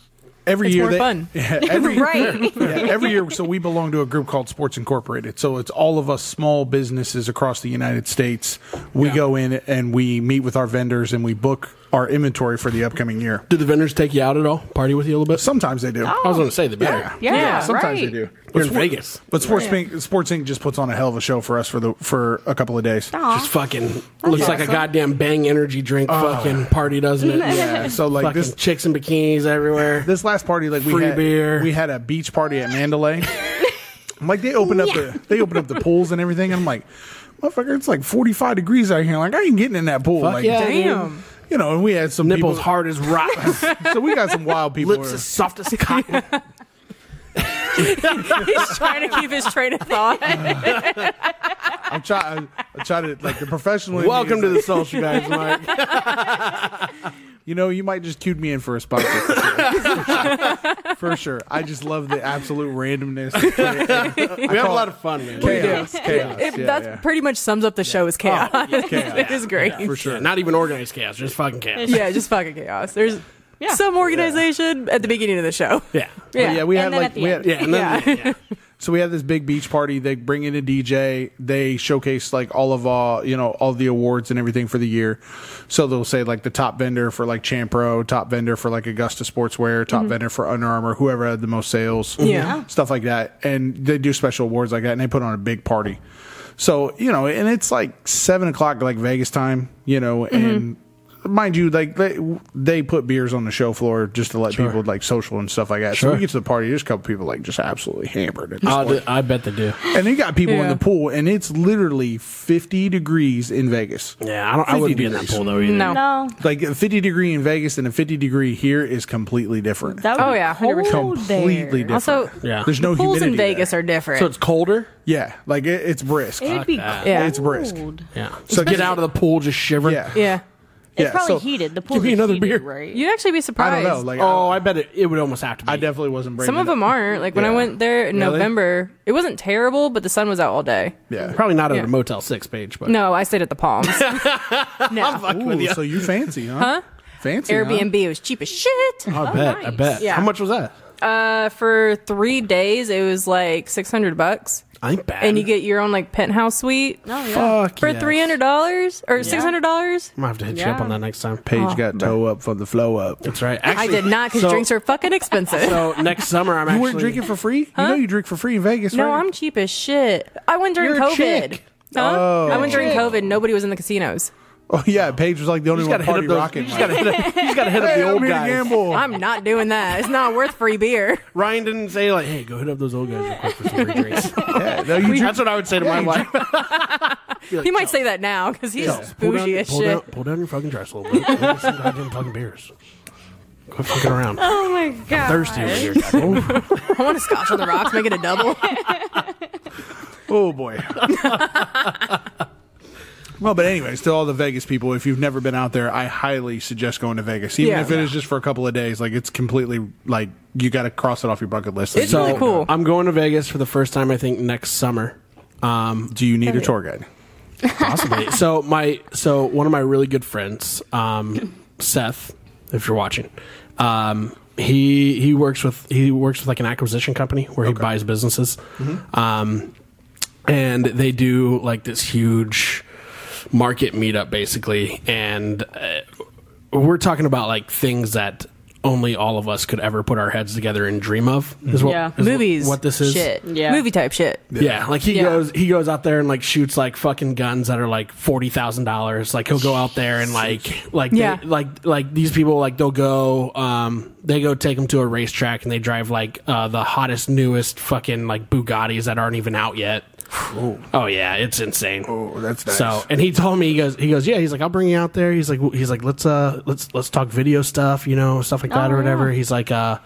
every It's year more they, fun. Yeah, every, Right. yeah, every year so we belong to a group called sports incorporated so it's all of us small businesses across the united states we Yeah. go in and we meet with our vendors and we book our inventory for the upcoming year Do the vendors take you out at all? Party with you a little bit? sometimes they do I was going to say the better. yeah. Yeah, sometimes right. they do You're in Vegas. but sports Inc- sports inc just puts on a hell of a show for us for the for a couple of days Aw. Just fucking looks like a awesome. goddamn bang energy drink fucking party, doesn't it? yeah so like fucking this chicks in bikinis everywhere. this last party like we Free had, beer. we had a beach party at Mandalay. I'm like they opened up the they opened up the pools and everything. And I'm like, motherfucker, it's like 45 degrees out here. Like I ain't getting in that pool. Fuck like yeah, dude. Damn. you know, and we had some Nipples people, hard as rocks. So we got some wild people. Lips who- as soft as cotton. He's trying to keep his train of thought. I'm trying. I'm trying to like the professional. in me is Welcome to like, the social guys, Mike. You know, you might just cue me in for a sponsor. For sure. For sure. I just love the absolute randomness. We have a lot of fun, man. chaos. Chaos. It, yeah, that's yeah. pretty much sums up the show is chaos. chaos. it is great. Yeah, for sure. Not even organized chaos, just fucking chaos. just fucking chaos. There's Yeah. some organization at the beginning of the show. Yeah. But yeah, we And had then like at the we end. had, Yeah. And then, yeah. So we had this big beach party. They bring in a DJ. They showcase like all of uh you know all the awards and everything for the year. So they'll say like the top vendor for like Champro, top vendor for like Augusta Sportswear, top vendor for Under Armour, whoever had the most sales, Yeah. stuff like that. And they do special awards like that, and they put on a big party. Mm-hmm. So you know, and it's like seven o'clock like Vegas time, you know, and mind you, like they, they put beers on the show floor just to let Sure. people like social and stuff like that. So Sure. we get to the party, there's a couple people like just absolutely hammered. At this I'll point. do- I bet they do. and they got people in Yeah. the pool, and it's literally 50 degrees in Vegas. Yeah, I, don't, I wouldn't be in that 50 pool though either. No. No. Like a 50 degree in Vegas and a 50 degree here is completely different. That would Oh, be yeah, cold 100%. there. completely different. Also, Yeah. there's no pools humidity in Vegas there. are different. So it's colder. yeah, like it, it's brisk. It'd be that. cold. Yeah. It's brisk. Yeah. So So get get out of the pool, just shivering. yeah, yeah, It's Yeah, probably so- heated. The pool Give me is another heated, beer. right? you'd actually be surprised. I don't know. Like Oh, I, I bet it, it would almost have to be. I definitely wasn't. Bringing Some of it them aren't. Like when I Yeah. went there in Really? November, it wasn't terrible, but the sun was out all day. Yeah. Probably not at Yeah. a Motel Six page, but No, I stayed at the Palms. no, Ooh, so you fancy, huh? Fancy. huh? Airbnb it was cheap as shit. I bet. I nice. bet. Yeah. How much was that? Uh, for three days, it was like six hundred bucks, I ain't bad. and you get your own like penthouse suite No, yeah. Fuck for yes. three hundred dollars or six hundred dollars. I'm gonna have to hit you up Yeah. on that next time. Oh. Paige got toe up from the flow up. That's right. I Actually, did not because so- drinks are fucking expensive. So next summer, I'm You actually weren't drinking for free? You know you drink for free in Vegas, no, right? I'm cheap as shit. I went during You're a COVID. chick. Huh? Oh. I went during Chick. COVID. Nobody was in the casinos. Oh yeah, Paige was like the only You one just gotta party hit up those. rocking. You just gotta hit up, you just gotta hit up Hey, the I'm old here to guys. gamble. I'm not doing that. It's not worth free beer. Ryan didn't say like, "Hey, go hit up those old guys real quick for some free drinks." Yeah, no, you drink, That's what I would say to my wife. He might say that now because he's Pull bougie down, as pull, shit. down, pull down your fucking dress a little bit. Go get some goddamn fucking beers. Quit fucking around. I'm Oh my god. thirsty over here. goddamn. I want a scotch on the rocks. Make it a double. oh boy. well, but anyways, to all the Vegas people, if you've never been out there, I highly suggest going to Vegas, even Yeah. if it is just for a couple of days. Like it's completely like you got to cross it off your bucket list. It's So, really cool. I'm going to Vegas for the first time. I think next summer. Um, do you need a tour guide? possibly. so my so one of my really good friends, um, Seth, if you're watching, um, he he works with he works with like an acquisition company where he buys businesses, um, and they do like this huge market meetup basically, and uh, we're talking about like things that. Only all of us could ever put our heads together and dream of. Is what, Yeah. is Movies. What this is? Shit. Yeah. Movie type shit. Yeah, like he Yeah. goes he goes out there and like shoots like fucking guns that are like forty thousand dollars. Like he'll go out there and like like Yeah. they, like like these people like they'll go um they go take them to a racetrack and they drive like uh the hottest newest fucking like Bugattis that aren't even out yet. Oh yeah, it's insane. Oh, that's nice. So and he told me he goes he goes yeah he's like I'll bring you out there he's like w- he's like let's uh let's let's talk video stuff you know stuff like that Oh, or whatever yeah. he's like uh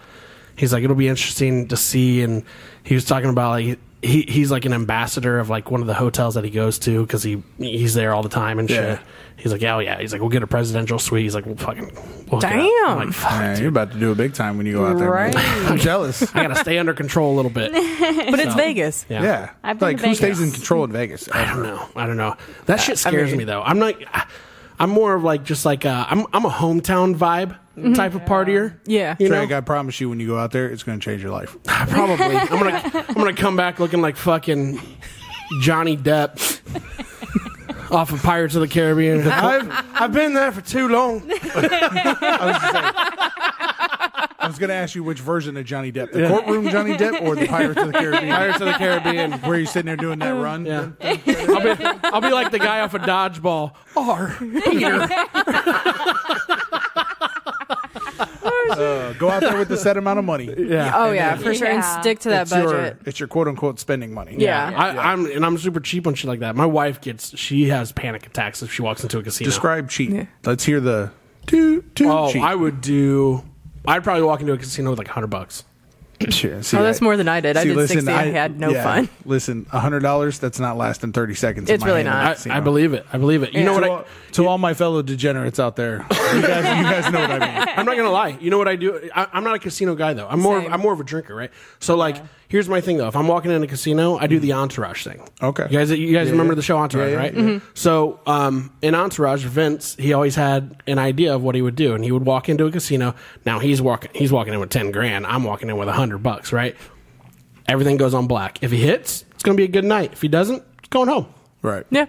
he's like it'll be interesting to see and he was talking about like he he's like an ambassador of like one of the hotels that he goes to because he he's there all the time and Yeah. shit he's like oh yeah he's like we'll get a presidential suite he's like we'll fucking we'll hook it up." Damn. I'm like, fuck, Yeah, you're about to do a big time when you go out there. man. I'm jealous. I gotta stay under control a little bit But it's Vegas. yeah. Yeah, I've been like to who stays Vegas. in control in Vegas? I don't know. I don't know. That shit scares mean- me though. I'm not. I'm more of like just like a, I'm I'm a hometown vibe type of partier. Mm-hmm. Yeah. you know. Frank, I promise you, when you go out there, it's going to change your life. Probably. I'm gonna I'm gonna come back looking like fucking Johnny Depp off of Pirates of the Caribbean. I've I've been there for too long. I was going to ask you which version of Johnny Depp, the courtroom Johnny Depp or the Pirates of the Caribbean? Pirates of the Caribbean. where you're sitting there doing that run. Yeah. I'll be I'll be like the guy off of Dodgeball. R Peter. Uh, go out there with a set amount of money. Yeah. Oh yeah, for sure. And Yeah. stick to that It's your, budget. it's your quote unquote spending money. Yeah. I, I'm and I'm super cheap on shit like that. My wife gets she has panic attacks if she walks into a casino. Describe cheap. Let's hear the toot toot Oh, cheap. I would do. I'd probably walk into a casino with like hundred bucks. Shit, see, Oh, that's I- more than I did. I see, did listen, 60. I, had no yeah, fun. Listen, hundred dollars. That's not lasting thirty seconds. in It's my really hand in not. the I, casino. I believe it. I believe it. You know To what? I, all, to all my fellow degenerates out there, you guys, you guys know what I mean. I'm not gonna lie. You know what I do? I, I'm not a casino guy though. I'm more. Of, Same. I'm more of a drinker, right? So like, here's my thing though. If I'm walking in a casino, I do Mm-hmm. the entourage thing. Okay. You guys, you guys remember yeah. the show Entourage, Yeah, yeah, right? yeah. Mm-hmm. So um, in Entourage, Vince he always had an idea of what he would do, and he would walk into a casino. Now he's walking. He's walking in with ten grand. I'm walking in with hundred bucks, right? Everything goes on black. If he hits, it's gonna be a good night. If he doesn't, it's going home. Right. Yeah,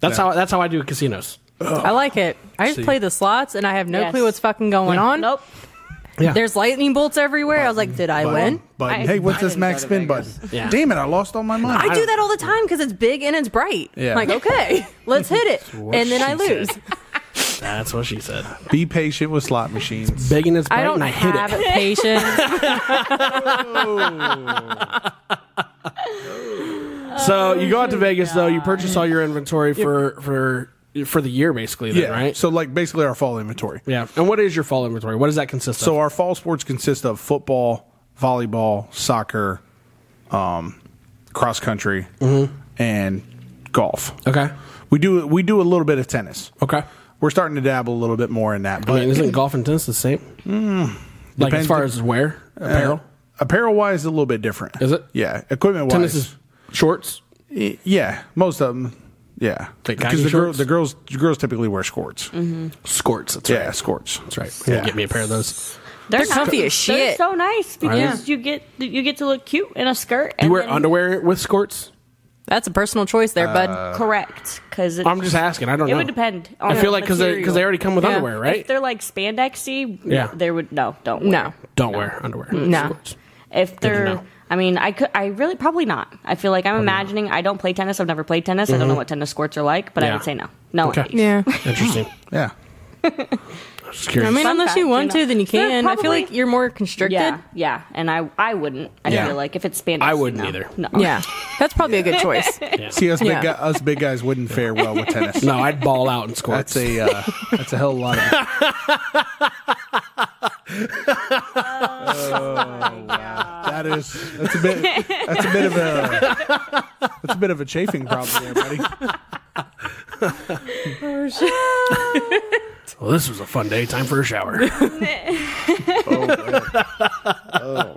That's how that's how I do casinos. I like it. I just play the slots, and I have no Yes. clue what's fucking going on. Nope. Yeah. There's lightning bolts everywhere. I was like, did I win? But I- hey, what's I this didn't max go to spin button? Vegas. Yeah. Damn it! I lost all my money. I do that all the time because it's big and it's bright. Yeah. Like, okay, let's hit it, and then I she lose. That's what she said. Be patient with slot machines. Begging is I bright don't and I hit have it. patience. So you go out to Oh, Vegas though, you purchase all your inventory for for for the year basically then, Yeah. right? So like basically our fall inventory. yeah. And what is your fall inventory? What does that consist So of? our fall sports consist of football, volleyball, soccer, um, cross country, and golf. Mm-hmm. Okay. We do we do a little bit of tennis. Okay. We're starting to dabble a little bit more in that, but Hmm. I mean, isn't golf and tennis the same? like as Depends- Uh, far as wear apparel, apparel wise, a little bit different. Is it? Yeah, equipment wise. tennis is shorts. Y- Yeah, most of them. Yeah, Like because the, khaki girl, shorts? the girls the girls typically wear skorts. Skorts, that's Yeah, right. skorts. That's right. Yeah. Get me a pair of those. They're nice. comfy as They're shit. so nice because Right. you get you get to look cute in a skirt. You and wear then- underwear with skorts? That's a personal choice there, bud. Uh, Correct, because I'm just asking. I don't It know. would depend on I feel like because they material. because they already come with Yeah. underwear, If right? they're like spandexy, Yeah. yeah, they would no, don't wear. No. Don't wear underwear. No. Skorts. If they're, know. I mean, I could, I really probably not. I feel like I'm imagining. I don't play tennis. I've never played tennis. I don't know what tennis courts are like, but I Mm-hmm. Yeah. would say no, no. Okay. ladies. Yeah. Interesting. Yeah, Just curious. I mean, Fun unless fact, you want you know. to, then you They're can. I feel probably- like you're more constricted. Yeah, yeah, and I, I wouldn't. I Yeah. feel like if it's spandex, I wouldn't no. either. No, Yeah. That's probably a good choice. see us big Yeah. guy, us big guys wouldn't fare well with tennis. no, I'd ball out in skorts. That's a uh, that's a hell of a lot of That is that's a bit that's a bit of a that's a bit of a chafing problem there, buddy. Oh, Well, this was a fun day. Time for a shower. Oh,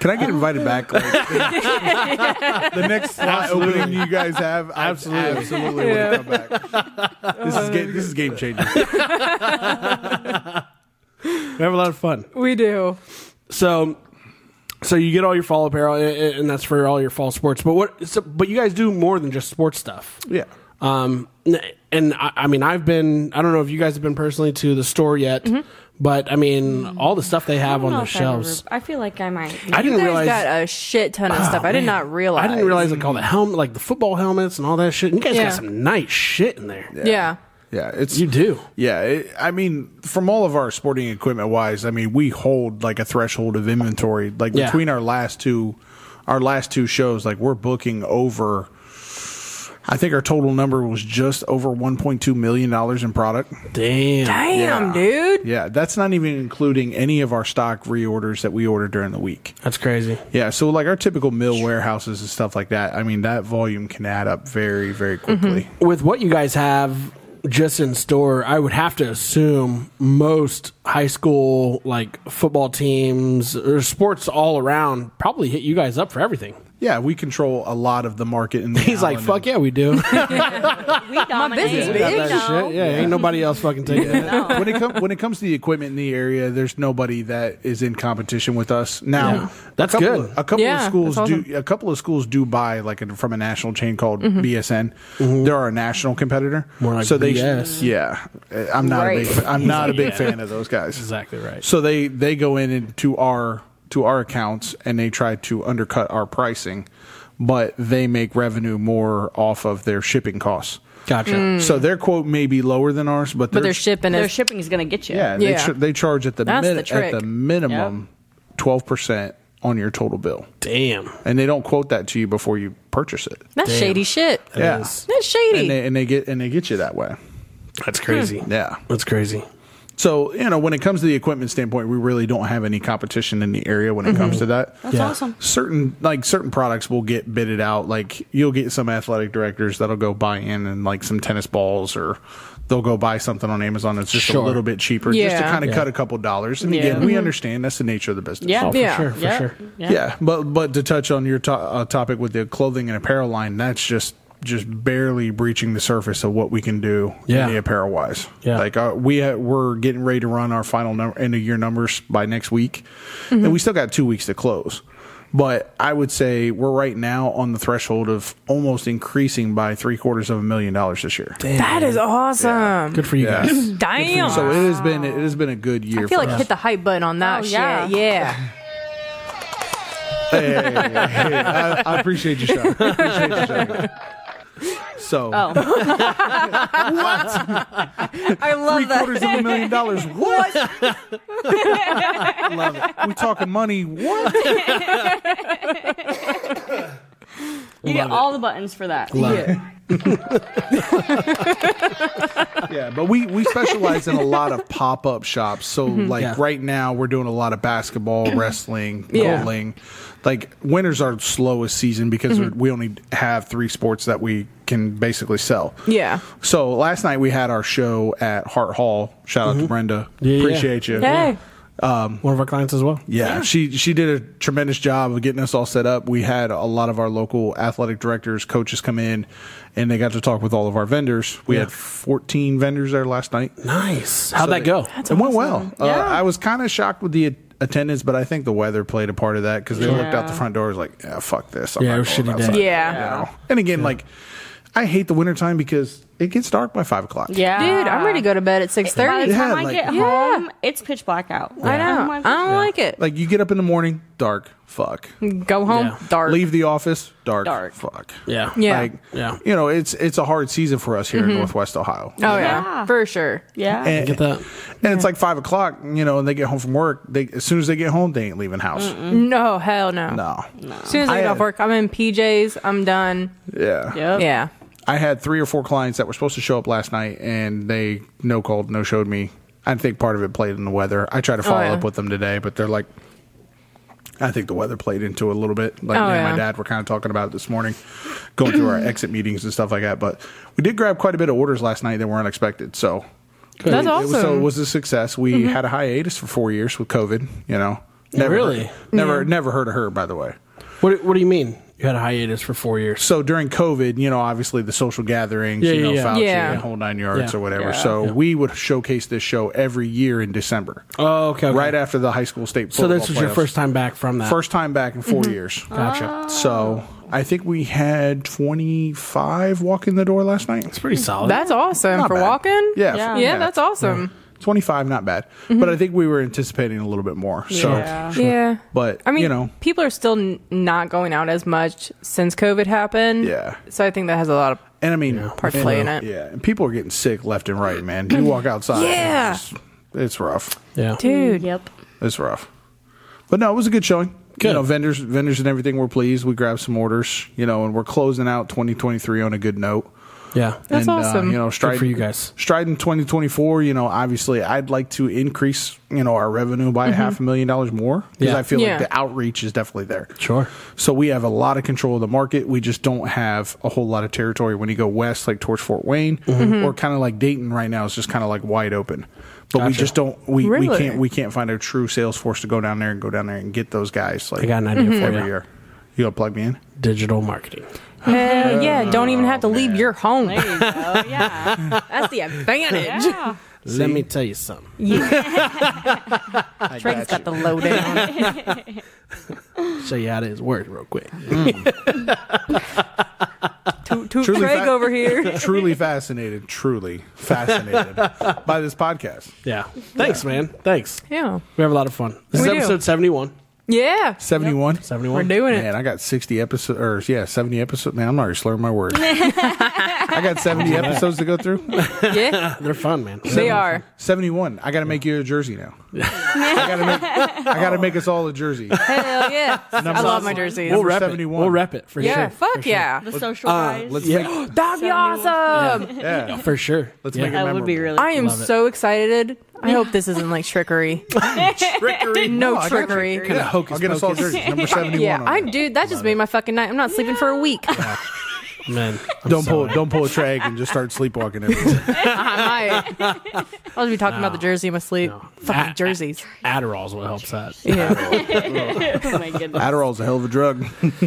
Can I get invited back? Like, the next slot opening you guys have, I absolutely, absolutely want to come back. This is game, this is game changing. we have a lot of fun. we do. So, so you get all your fall apparel, a- a- and that's for all your fall sports. But what? So, but you guys do more than just sports stuff. Yeah, Um, n- and I, I mean, I've been. I don't know if you guys have been personally to the store yet, but I mean, all the stuff they have on the I don't know if shelves. I, ever- I feel like I might. I didn't You guys realize. got a shit ton of stuff. I did not realize. Oh, I didn't realize like all the helmet, like the football helmets and all that shit. And you guys Yeah. got some nice shit in there. Yeah. yeah, it's You do. Yeah, it, I mean, from all of our sporting equipment wise, I mean, we hold like a threshold of inventory. Like Yeah. between our last two, our last two shows, like we're booking over. I think our total number was just over one point two million dollars in product. Damn. Damn, dude. Yeah, that's not even including any of our stock reorders that we order during the week. That's crazy. Yeah, so like our typical mill warehouses and stuff like that. I mean, that volume can add up very, very quickly. with what you guys have just in store, I would have to assume most high school like football teams or sports all around probably hit you guys up for everything. Yeah, we control a lot of the market. In the He's like, island. "Fuck yeah, we do." We dominate. business, you bitch. Got know? that shit. Yeah, ain't nobody else fucking taking that. when it comes when it comes to the equipment in the area, there's nobody that is in competition with us now. Yeah. That's a couple good. Of, a couple Yeah, of schools that's awesome. Mm-hmm. do a couple of schools do buy like a, from a national chain called BSN. They're our national competitor. Mm-hmm. More like so they BS. yeah. Uh, I'm not a big Right. I'm not a big Yeah. fan of those guys. Exactly right. So they they go in into our to our accounts and they try to undercut our pricing, but they make revenue more off of their shipping costs. Gotcha. So their quote may be lower than ours, but, Hmm. But their they're shipping Their it. shipping is gonna get you. yeah, They, Yeah. char- they charge at the, That's min- the at trick. the minimum twelve percent on your total bill, Damn. and they don't quote that to you before you purchase it. That's shady shit. yeah, is. That's shady. and they, and they get and they get you that way. That's crazy. Yeah. That's crazy. So you know, when it comes to the equipment standpoint, we really don't have any competition in the area when it Mm-hmm. comes to that. That's awesome. Certain like certain products will get bidded out. Like you'll get some athletic directors that'll go buy in and like some tennis balls, or they'll go buy something on Amazon that's just Sure. a little bit cheaper, just to Yeah. Mm-hmm. kind of cut a couple dollars. And again, we understand that's the nature of the business. Yeah. Oh, for Yeah. sure. For Yeah. sure. Yeah. but but to touch on your to- uh, topic with the clothing and apparel line, that's just just barely breaching the surface of what we can do Yeah. in the apparel wise. Yeah. like uh, we ha- we're getting ready to run our final number end of year numbers by next week, and we still got two weeks to close. But I would say we're right now on the threshold of almost increasing by three quarters of a million dollars this year. that is awesome. Good for you Yeah. guys. Damn. So it has been it has been a good year. I feel for like us. hit the hype button on that Oh, shit. yeah. Yeah. Hey, hey, hey, I, I appreciate you, Sean. I appreciate you, Sean. So Oh, I three love that. quarters of a million dollars. What? Love it. We talking money? What? you get all the buttons for that. Yeah, but we we specialize in a lot of pop up shops. So like Yeah. right now we're doing a lot of basketball, wrestling, Yeah. bowling. Like winter's our slowest season because we only have three sports that we can basically sell. Yeah. So last night we had our show at Hart Hall. Shout out to Brenda. Yeah, yeah. Appreciate you. Hey. One of our clients as well. Yeah, she she did a tremendous job of getting us all set up. We had a lot of our local athletic directors, coaches come in, and they got to talk with all of our vendors. We had 14 vendors there last night. Nice. How'd that go? it went well. Uh, Yeah. I was kind of shocked with the at- attendance, but I think the weather played a part of that because they looked out the Yeah. front door, was like, yeah, fuck this. I'm Yeah, not it was going shitty day. outside." Yeah. You know? And again, like I hate the wintertime because it gets dark by five o'clock. Yeah, Dude, I'm ready to go to bed at By 6:30. the Yeah, time I like- get Yeah. home, it's pitch black out. I know. I don't like it. Like you get up in the morning, dark, fuck. go home, Yeah. dark. Leave the office, dark, Dark. fuck. Yeah. Yeah. Like, Yeah. you know, it's it's a hard season for us here in Northwest Ohio. oh yeah. Yeah. for sure. Yeah. And, Get that? and it's like five o'clock, you know, and they get home from work. They as soon as they get home, they ain't leaving house. No, hell no. No, As soon as I, I uh, get had- off work, I'm in PJs. I'm done. yeah. Yep. Yeah. I had three or four clients that were supposed to show up last night, and they no called, no showed me. I think part of it played in the weather. I tried to follow Oh, yeah. up with them today, but they're like, I think the weather played into it a little bit. Like Oh, me and yeah. my dad were kind of talking about it this morning, going through our exit meetings and stuff like that. But we did grab quite a bit of orders last night that were unexpected. So That's it was, so it awesome. Mm-hmm. was a success. We had a hiatus for four years with COVID. You know, never Really? heard- never never heard of her by the way. What, what do you mean? You had a hiatus for four years. So during COVID, you know, obviously the social gatherings, Yeah, you know, yeah, yeah. Fauci Yeah. and whole nine yards Yeah. or whatever. Yeah. So we would showcase this show every year in December, Oh, okay. okay. right after the high school state. So this football was your playoffs. first time back from that. first time back in Mm-hmm. 4 years. Oh. Gotcha. So I think we had twenty five walk in the door last night. It's pretty solid. That's awesome Not for bad. walking. Yeah, Yeah. Yeah, Yeah. that's awesome. 25 not bad but i think we were anticipating a little bit more so Yeah. Yeah. but I mean, you know people are still n- not going out as much since COVID happened. Yeah. So I think that has a lot of and i mean part and- play in it. yeah and people are getting sick left and right man you walk outside Yeah. it's, it's rough yeah. Dude. Yep. It's rough. But no, it was a good showing. You Good. know, vendors, vendors, and everything were pleased. We grabbed some orders, you know, and we're closing out 2023 on a good note. Yeah. That's and, uh, awesome. you know, Good striding for you guys. Striding 2024, you know, obviously, I'd like to increase, you know, our revenue by half a million dollars more because Yeah. I feel Mm-hmm. Yeah. like the outreach is definitely there. Sure. So we have a lot of control of the market. We just don't have a whole lot of territory when you go west, like towards Fort Wayne, or kind of like Dayton right now is just kind of like wide open. But we Gotcha. just don't. We, we Really? can't. We can't find a true sales force to go down there and go down there and get those guys. Like I got an idea for every you. year. You gonna plug me in? Digital marketing. Hell yeah. Don't even have to leave your home. There you go. Yeah. That's the advantage. yeah. Let me tell you something. Trey's got the low down. Show you how this works real quick. toot, toot Truly Trey fa- over here. truly fascinated. Truly fascinated by this podcast. Yeah. Thanks, man. Thanks. Yeah. We have a lot of fun. This We is do. episode 71. Yeah. Seventy one. 71. We're doing it. Man, I got sixty episodes. Or yeah, seventy episodes. Man, I'm already slurring my words. I got seventy episodes to go through. Yeah. They're fun, man. They are. 71. I got to make you a jersey now. I got to make I got to make us all a jersey. Hell yeah. I love my jerseys. We'll rep it. 71. We'll rep it for yeah. sure. Fuck yeah. The social guys. Uh, Let's Yeah. make That'd be awesome. yeah. For sure. Let's yeah. make it that would be really. I am Love it. so excited. I hope this isn't like trickery. trickery. No I got you. trickery. Yeah, Kinda hocus I'll get us all pocus. jerseys. Number 71. yeah, on I it. dude, that just made my fucking night. I'm not sleeping for a week. Man, I'm don't pull sorry. don't pull a trag and just start sleepwalking everywhere. I might. I'll just be talking about the jersey in my sleep. Fucking Ah, jerseys. Adderall's what helps that. Yeah. oh my goodness. Adderall's a hell of a drug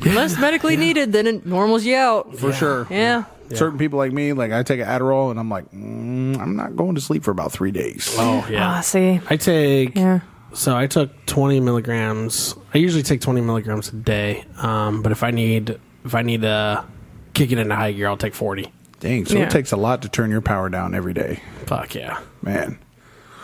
Less medically needed than it normals you out. for sure. Yeah. Certain people like me, like I take an Adderall and I'm like, mm, I'm not going to sleep for about three days. Oh, Ah, yeah. see. I take. Yeah. So I took 20 milligrams. I usually take 20 milligrams a day. Um, but if I need if I need to kick it into high gear, I'll take 40. Dang, so Yeah. it takes a lot to turn your power down every day, Fuck yeah. man.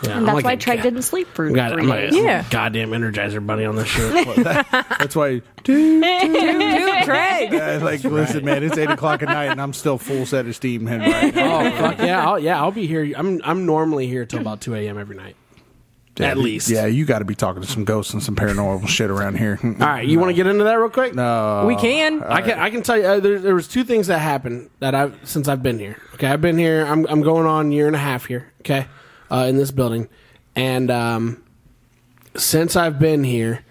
Yeah, And that's why Treg didn't sleep for God, three I'm like days. a Yeah. goddamn Energizer Bunny on this shit. That's why, dude. Dude, Craig. I, like, listen, man, it's eight o'clock at night, and I'm still full set of steam. Head right now. oh fuck yeah, I'll, yeah, I'll be here. I'm I'm normally here till about two a.m. every night. At Yeah, least. yeah. You got to be talking to some ghosts and some paranormal shit around here. All right, you want to get into that real quick? Uh, we can. I can I can tell you uh, there, there was two things that happened that I since I've been here. Okay, I've been here. I'm I'm going on year and a half here. Okay, uh, in this building, and um, since I've been here,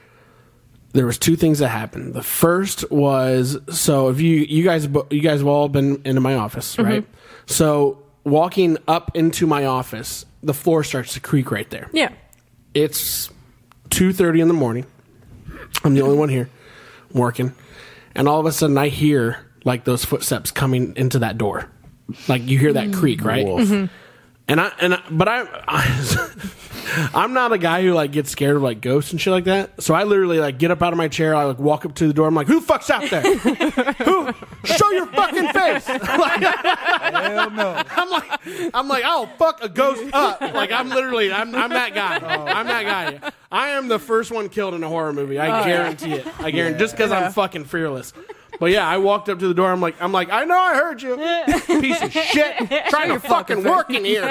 there was two things that happened. The first was so if you you guys bo- you guys have all been into my office, right? So walking up into my office, the floor starts to creak right there. yeah. It's two thirty in the morning. I'm the only one here working, and all of a sudden I hear like those footsteps coming into that door. Like you hear that creak, right? And I and I, but I, I I'm not a guy who like gets scared of like ghosts and shit like that. So I literally like get up out of my chair, I like walk up to the door. I'm like, "Who the fuck's out there? who? Show your fucking face!" Like, Hell no. I'm like, I'm like, I'll fuck a ghost up. Like I'm literally, I'm, I'm that guy. I'm that guy. I am the first one killed in a horror movie. I guarantee it. I guarantee just because I'm fucking fearless. But yeah, I walked up to the door. I'm like, I'm like, I know I heard you, piece of shit. Trying to fucking work in here.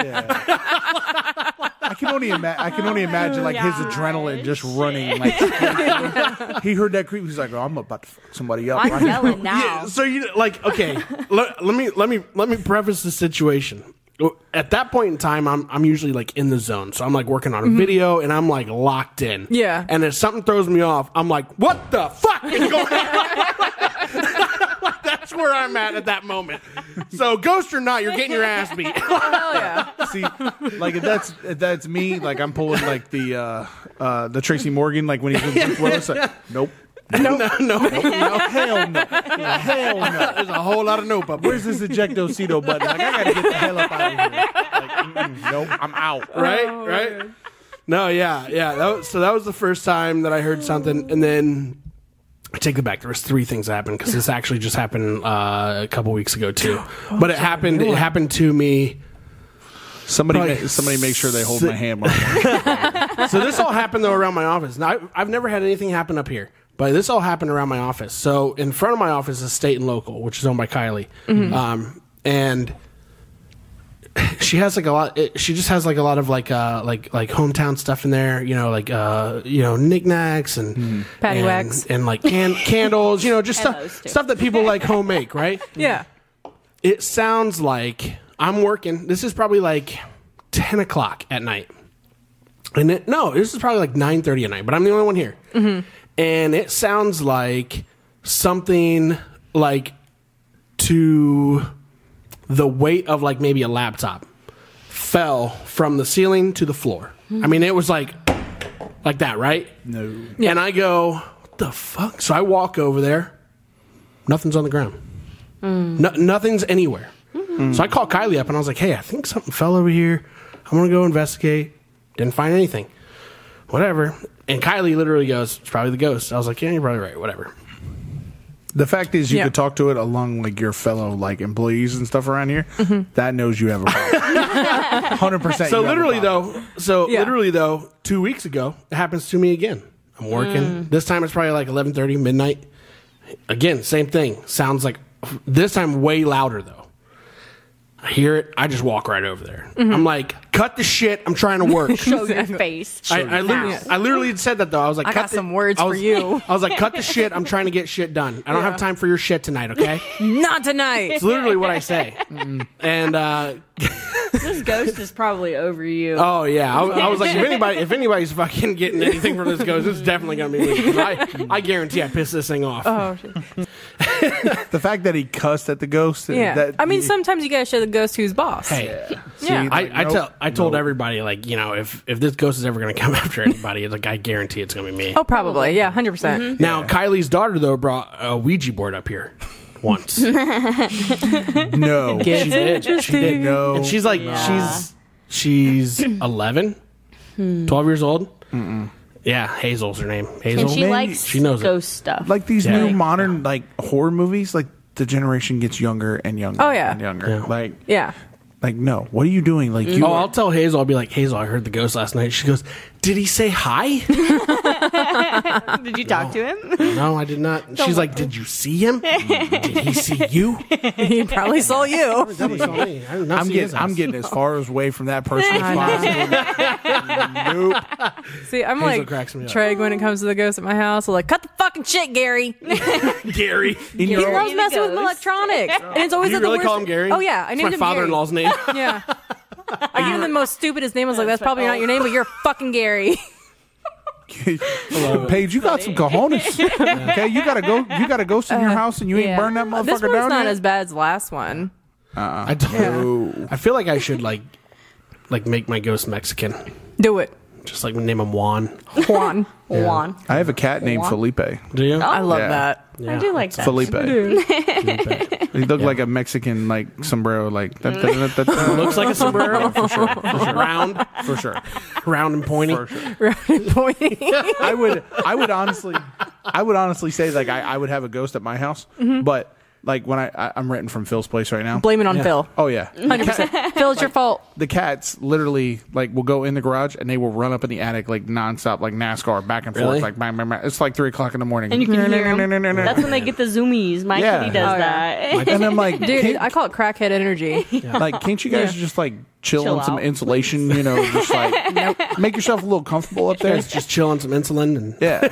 I can only imagine. I can only imagine like his gosh. adrenaline just running. Like he heard that creep. He's like, oh, I'm about to fuck somebody up. I'm right now." yelling now. Yeah, So you like okay let, let me let me let me preface the situation at that point in time i'm i'm usually like in the zone so i'm like working on a video and i'm like locked in Yeah. and if something throws me off i'm like what the fuck is going on that's where i'm at at that moment so ghost or not you're getting your ass beat Hell yeah. See, like if that's if that's me, like I'm pulling like the uh uh the Tracy Morgan, like when he's in Luke Willis, like, nope. no no no No, hell no. Hell no. there's a whole lot of nope up Where's this ejectocito button? Like I gotta get the hell up out of here. Like, mm-mm, nope, I'm out. right Oh, right no yeah yeah that was, so that was the first time that I heard something and then I take it back. There was three things that happened because this actually just happened uh, a couple weeks ago too. But it happened. It happened to me. Somebody, Probably ma- somebody make sure they hold my hand. Mark. so this all happened though around my office. Now I, I've never had anything happen up here, but this all happened around my office. So in front of my office is State and Local, which is owned by Kylie, Mm-hmm. um, and she has like a lot. It, she just has like a lot of like uh like like hometown stuff in there. You know, like uh you know knickknacks and Patty and- wax. and like can- candles. You know, just Mm-hmm. those stuff too. stuff that people like home make, right? Yeah. it sounds like I'm working. This is probably like ten o'clock at night, and it, no, this is probably like nine thirty at night. But I'm the only one here, and it sounds like something like to the weight of like maybe a laptop fell from the ceiling to the floor. I mean, it was like like that, right? No. And I go, what the fuck? So I walk over there. Nothing's on the ground. No, nothing's anywhere. So I called Kylie up and I was like, hey, I think something fell over here. I'm going to go investigate. Didn't find anything. Whatever. And Kylie literally goes, it's probably the ghost. I was like, yeah, you're probably right. Whatever. The fact is, you Yeah. could talk to it along like your fellow like employees and stuff around here. Mm-hmm. That knows you have a problem. Hundred percent. So literally though, so Yeah. literally though, two weeks ago, it happens to me again. I'm working. Mm. This time it's probably like 11:30, midnight. Again, same thing. Sounds like this time way louder though. I hear it. I just walk right over there. Mm-hmm. I'm like, cut the shit. I'm trying to work. Show your face. I, I, literally, I literally had said that though. I was like, I cut got the- some words I for was- you. I was like, cut the shit. I'm trying to get shit done. I don't Yeah. have time for your shit tonight. Okay, Not tonight. it's literally what I say. And uh, This ghost is probably over you. Oh yeah, I, I was like, if anybody, if anybody's fucking getting anything from this ghost, it's definitely gonna be me. 'Cause I, I guarantee I pissed this thing off. Oh, shit. the fact that he cussed at the ghost. uh, yeah. That, I mean, sometimes you gotta show the ghost who's boss. hey, yeah. I, I nope, tell, I told nope. everybody like, you know, if if this ghost is ever gonna come after anybody, it's like I guarantee it's gonna be me. oh, probably. Yeah, 100%. percent Now Kylie's daughter though brought a Ouija board up here once. she no, did, she did. no. And she's like, she's she's 11, 12 years old. Yeah, Hazel's her name. Hazel. and she man, likes she knows it. ghost stuff. like these Yeah. new Like- modern like horror movies like the generation gets younger and younger Oh, yeah. and younger like Yeah. Like, no. What are you doing? Like, you Oh, are- I'll tell Hazel. I'll be like, Hazel, I heard the ghost last night. She goes, Did he say hi? Did you talk to him? no, I did not. She's like, Did you see him? did he see you? He probably saw you. That was on me. I did not I'm see his getting I'm ass. getting as far as away from that person as I know. possible. See, I'm Hazel like cracks me up. Treg when it comes to the ghosts at my house. I'm like, cut the fucking shit, Gary. Gary. In He's your always the messing with my ghost. electronics, and it's always Do you like the really worst. call him Gary? Oh yeah, I It's named my him father-in-law's name. Gary. Yeah, I gave him the most stupidest name. I was like, that's probably not your name, but you're fucking Gary. own Paige, you got some cojones. Okay, you gotta go. You got a ghost in your house, and you ain't burn that motherfucker Uh, This one's down not yet? as bad as the last one. I don't. I feel like I should like, like make my ghost Mexican. Do it, Just like name him Juan. Juan. Juan. I have a cat named What? Felipe. Do you? I love Yeah. that. I do like that. Felipe. he looked like a Mexican like sombrero like that, that, that, that, Looks like a sombrero. for sure. Round, for sure. round and pointy. For sure. Pointing. I would I would honestly I would honestly say like I, I would have a ghost at my house, but like when I, I I'm renting from Phil's place right now. Mm-hmm. Blame it on Phil. Oh yeah. Hundred percent. Phil, it's your fault. the cats literally like will go in the garage and they will run up in the attic like nonstop, like NASCAR back and forth, Really? like bang, bang, bang. it's like three o'clock in the morning. And you can hear him. And That's when they get the zoomies. My Yeah. kitty does Oh, that. I'm like, Dude, can't, I call it crackhead energy. like, can't you guys just like chill, Chill on some out. insulation? You know, just like make yourself a little comfortable up there. It's just chill on some insulin and Yeah,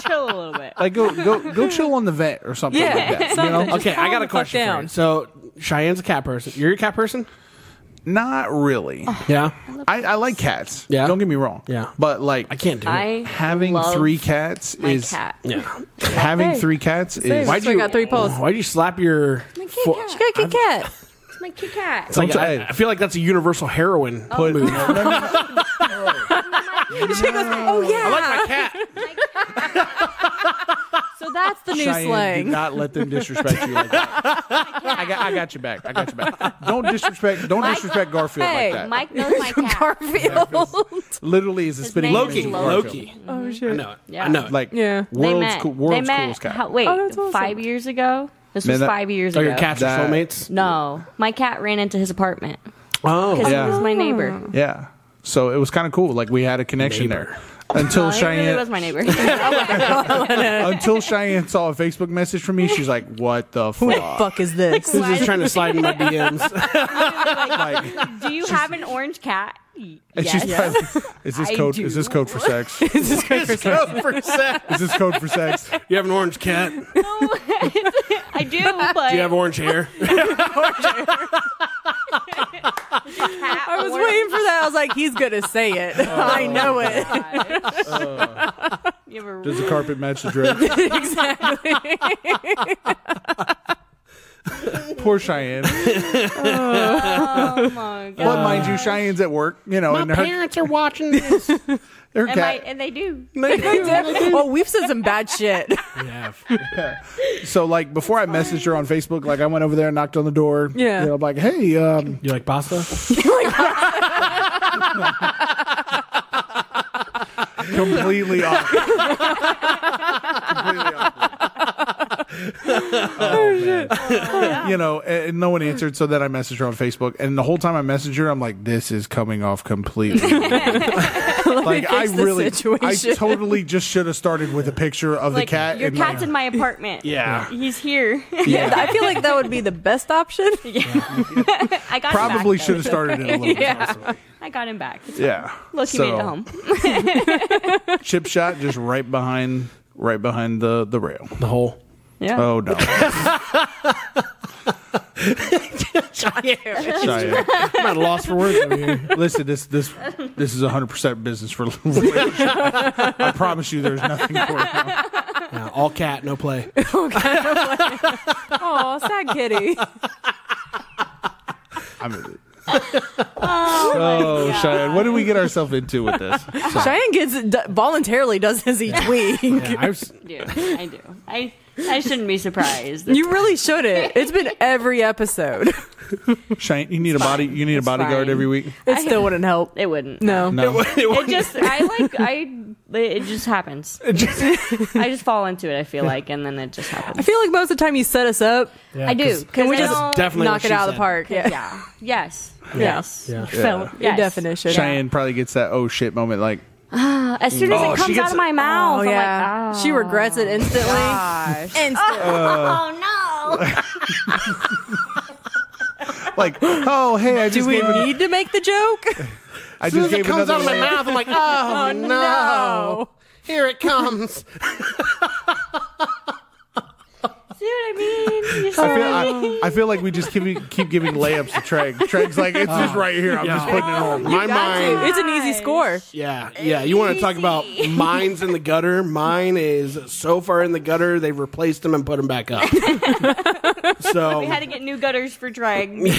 Chill a little bit. like go go go chill on the vet or something Yeah, like that. You something. know, Just okay, calm I got the a fuck question. For down. you. So Cheyenne's a cat person. You're a cat person? not really. Oh. Yeah. I, I like cats. Yeah. don't get me wrong. Yeah. but like I can't do it. I having love three cats my is cat. yeah. having Hey. three cats is Why'd you, I got three poles. Why'd you slap your? fo- She got a Kit Kat. It's my kitty cat. It's like, Sometimes- I, I feel like that's a universal heroin Oh, move. She goes, oh yeah. So that's the new Cheyenne, slang. Do not let them disrespect you like that. I got, I got your back. I got your back. Don't disrespect. Don't disrespect Garfield Hey, like that. Mike Oh knows my cat. Garfield. Literally, is a spitting name image is of Garfield. Loki. oh shit. No, Yeah. I know. Like Like Yeah. They They world's met. coo- world's they met coolest cat. how- wait, Oh, that's awesome. five years ago. This was Man, that- five years oh, ago. your cats That- are soulmates. No, my cat ran into his apartment Oh, because Yeah. Oh. he was my neighbor. Yeah. So it was kind of cool. Like we had a connection Neighbor. there. Until Well, he Cheyenne, really was my neighbor. I went there. until Cheyenne saw a Facebook message from me, she's like, "What the Who the fuck?" fuck is this? this is trying to slide in my DMs. Do you have an orange cat? Y- And she's probably, "Is this I code? do. Is this code for sex? Is this code for sex?" You have an orange cat. Do I do, but you have orange hair? I was waiting for that. I was like, he's gonna say it. Oh, I know it. you have a Does the carpet match the dress? exactly. Poor Cheyenne. Oh my god! But mind you, Cheyenne's at work, you know, and her, are watching this. her And, my, cat. and they do. well, we've said some bad shit. so like before I messaged her on Facebook, like I went over there and knocked on the door. Yeah. You know, I'm like, hey, um, You like pasta? completely off. completely off. Oh, Oh, Oh, you know, and and no one answered, so then I messaged her on Facebook, and the whole time I messaged her, I'm like, "This is coming off completely." like I fix this really, I situation. totally just should have started with a picture of Like the cat. your and cat's like- in my apartment. Yeah. he's here. yeah. I feel like that would be the best option. I got Probably him back, should have though. started it a little bit. I got him back. Yeah. Look, he made it home. Chip shot just right behind right behind the the rail. The whole. Yeah. Oh no. Cheyenne. I'm at a loss for words over here. Listen, this this this is 100% business rel- relationship. I promise you there's nothing for it. Yeah, all cat, no play. Oh, sad kitty. I'm Oh, Cheyenne, what did we get ourselves into with this? Cheyenne gets d- voluntarily does his each week. Yeah, I've s- do. I do. I I shouldn't be surprised. You really shouldn't. It's been every episode. Shane, you need a body. You need a bodyguard fine. every week. It still wouldn't help. It wouldn't. No. No, It just I like I it just happens. I just fall into it. I feel like, and then it just I happens. feel like most of the time you set us up. I do. Can we just Definitely knock what it she out of said. the park. Yeah. Yeah. Yes. Yes. Yeah. Phil, Your yes. definition. Cheyenne probably gets that oh shit moment. Like, As soon as Oh, it she comes gets out of my mouth, Oh I'm yeah. like, oh. She regrets it instantly. oh no. like oh hey, I Do just we gave, an, need to make the joke? I just As it gave comes another. out of my mouth, I'm like, oh, no. Here it comes. "Ah, See what I mean? You I said- feel, I, I feel like we just keep, keep giving layups to Treg. Treg's like, it's just right here. I'm just putting it on. My mind. It's an easy score. Yeah, yeah. You want to talk about mine's in the gutter? Mine is so far in the gutter, they've replaced them and put them back up. so, we had to get new gutters for drag because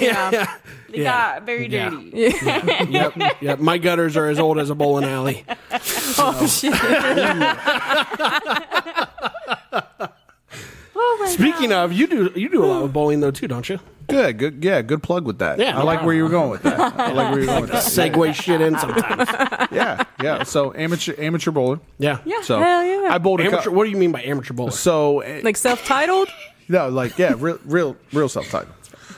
yeah, they got very Yeah. dirty. yep, yep. My gutters are as old as a bowling alley. Oh shit. Oh my Speaking of, you do you do a lot of bowling though too, don't you? Good, good, yeah, good plug with that. Yeah. I like where you were going with that. I like where you were going with that. Segway shit in sometimes. Yeah, yeah. So amateur amateur bowler. Yeah, So hell yeah. I bowled a Amateur. couple. What do you mean by amateur bowler? So eh, Like self-titled? no, like yeah, real real real self titled.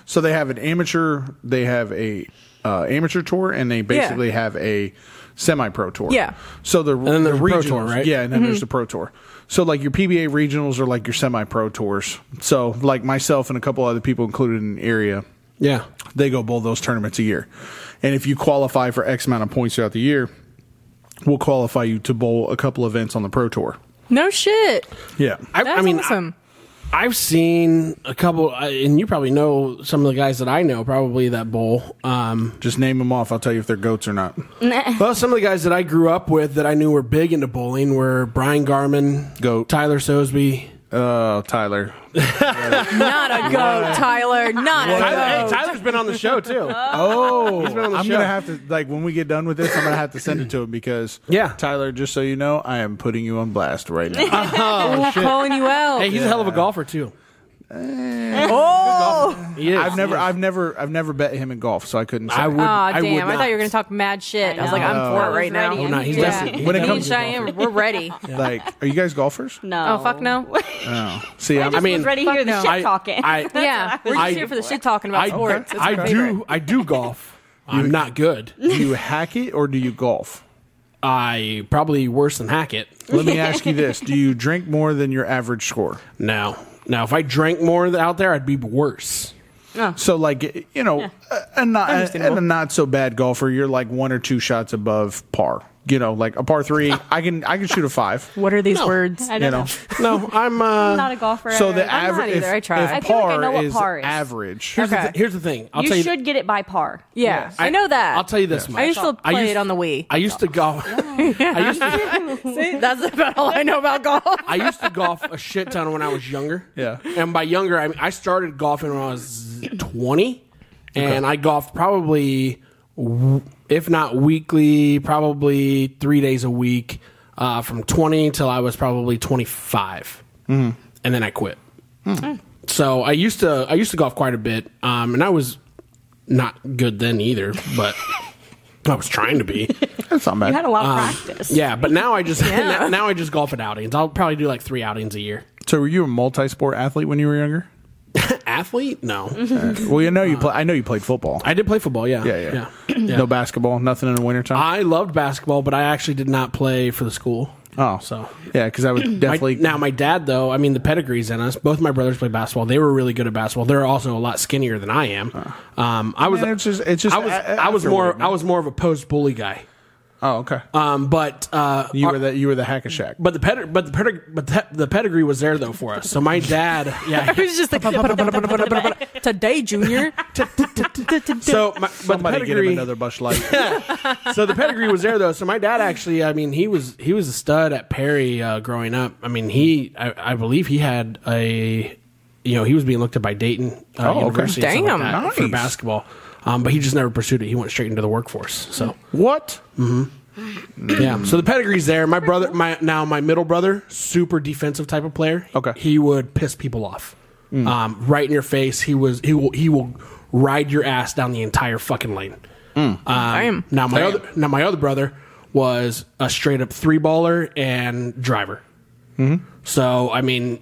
So they have an amateur. They have a uh, amateur tour, and they basically have a semi pro tour. Yeah. Mm-hmm. So the and then there's pro tour, right? Yeah, and then there's the pro tour. So like your PBA regionals are like your semi pro tours. So like myself and a couple other people included in the area. yeah, they go bowl those tournaments a year. And if you qualify for X amount of points throughout the year, we'll qualify you to bowl a couple events on the Pro Tour. No shit. Yeah. I, That's I mean, awesome. I've seen a couple, uh, and you probably know some of the guys that I know probably that bowl. Um, Just name them off. I'll tell you if they're goats or not. well, some of the guys that I grew up with that I knew were big into bowling were Brian Garman, Goat. Tyler Sosby. Oh, Tyler. not a goat, Tyler. Not a goat. Tyler's been on the show too. Oh, been on the I'm show. gonna have to like when we get done with this, I'm gonna have to send it to him because Yeah. Tyler. Just so you know, I am putting you on blast right now. We're calling you out. hey, he's a hell of a golfer too. Eh. oh, He is. I've never, I've never, I've never bet him in golf, so I couldn't. Say. I would. Aw, I would damn! I not. thought you were gonna talk mad shit. I, was like, I'm I for it was right now. ready. Oh, no, he's Yeah. definitely- When it Me he and comes- Cheyenne, we're ready. Oh. like, are you guys golfers? No. Oh fuck no. Oh, see, I'm, I mean, was ready to hear fuck the no. shit I- talking. I, yeah, we're just I- here for the shit talking about I, sports. It's I our do. I do golf. I'm not good. do you hack it or do you golf? I probably worse than Hackett. Let me ask you this: Do you drink more than your average score? No, no. If I drank more th- out there, I'd be worse. So, like, you know, a, a not a, and a not so bad golfer, you're like one or two shots above par. You know, like a par three, I can I can shoot a five. What are these words? I You don't know. know, No, I'm. Uh, I'm not a golfer. so the I- not average if, either. I tried. if I feel like I par know what is par is. average. here's, the Okay. th- here's the thing. I'll tell you you. should get it by par. Yeah, I know that. I'll tell you this much. I used to play used- it on the Wii. I used to golf. I used to. See, that's about all I know about golf. I used to golf a shit ton when I was younger. Yeah. And by younger, I mean I started golfing when I was twenty, and I golfed probably, w- if not weekly, probably three days a week, uh, from twenty till I was probably twenty and then I quit. So I used to I used to golf quite a bit, um, and I was not good then either, but I was trying to be. That's not bad. You had a lot of practice. Yeah, but now I just now, now I just golf at outings. I'll probably do like three outings a year. so, were you a multi-sport athlete when you were younger? Athlete? No, Uh, Well, you know, you play. I know you played football. I did play football. Yeah, yeah, yeah. No basketball, nothing in the wintertime. I loved basketball, but I actually did not play for the school. oh, So. yeah, because I would My- definitely now my dad though, I mean the pedigree's in us. Both my brothers play basketball. They were really good at basketball. They're also a lot skinnier than I am. Um, I was Man, it's just- it's just I was a- a- I was more afterward, man. I was more of a post bully guy. Oh, okay. Um, but uh, you were the you were the hack a shack. but the pedi- but the pedig- but the, the pedigree was there though for us. So my dad, yeah, It was just like today, Junior. So my, but the Somebody get pedigree, him another bush light. so the pedigree was there though. So my dad actually, I mean, he was he was a stud at Perry uh, growing up. I mean, he I, I believe he had a you know he was being looked at by Dayton uh, Oh, okay. University and stuff Damn, like that for nice. basketball, um, but he just never pursued it. He went straight into the workforce. So What? Mm-hmm. Yeah. So the pedigree's there. My brother, my now my middle brother, super defensive type of player. Okay. He would piss people off, um, right in your face. He was he will he will ride your ass down the entire fucking lane. Um, now my other now my other brother was a straight up three baller and driver. So I mean,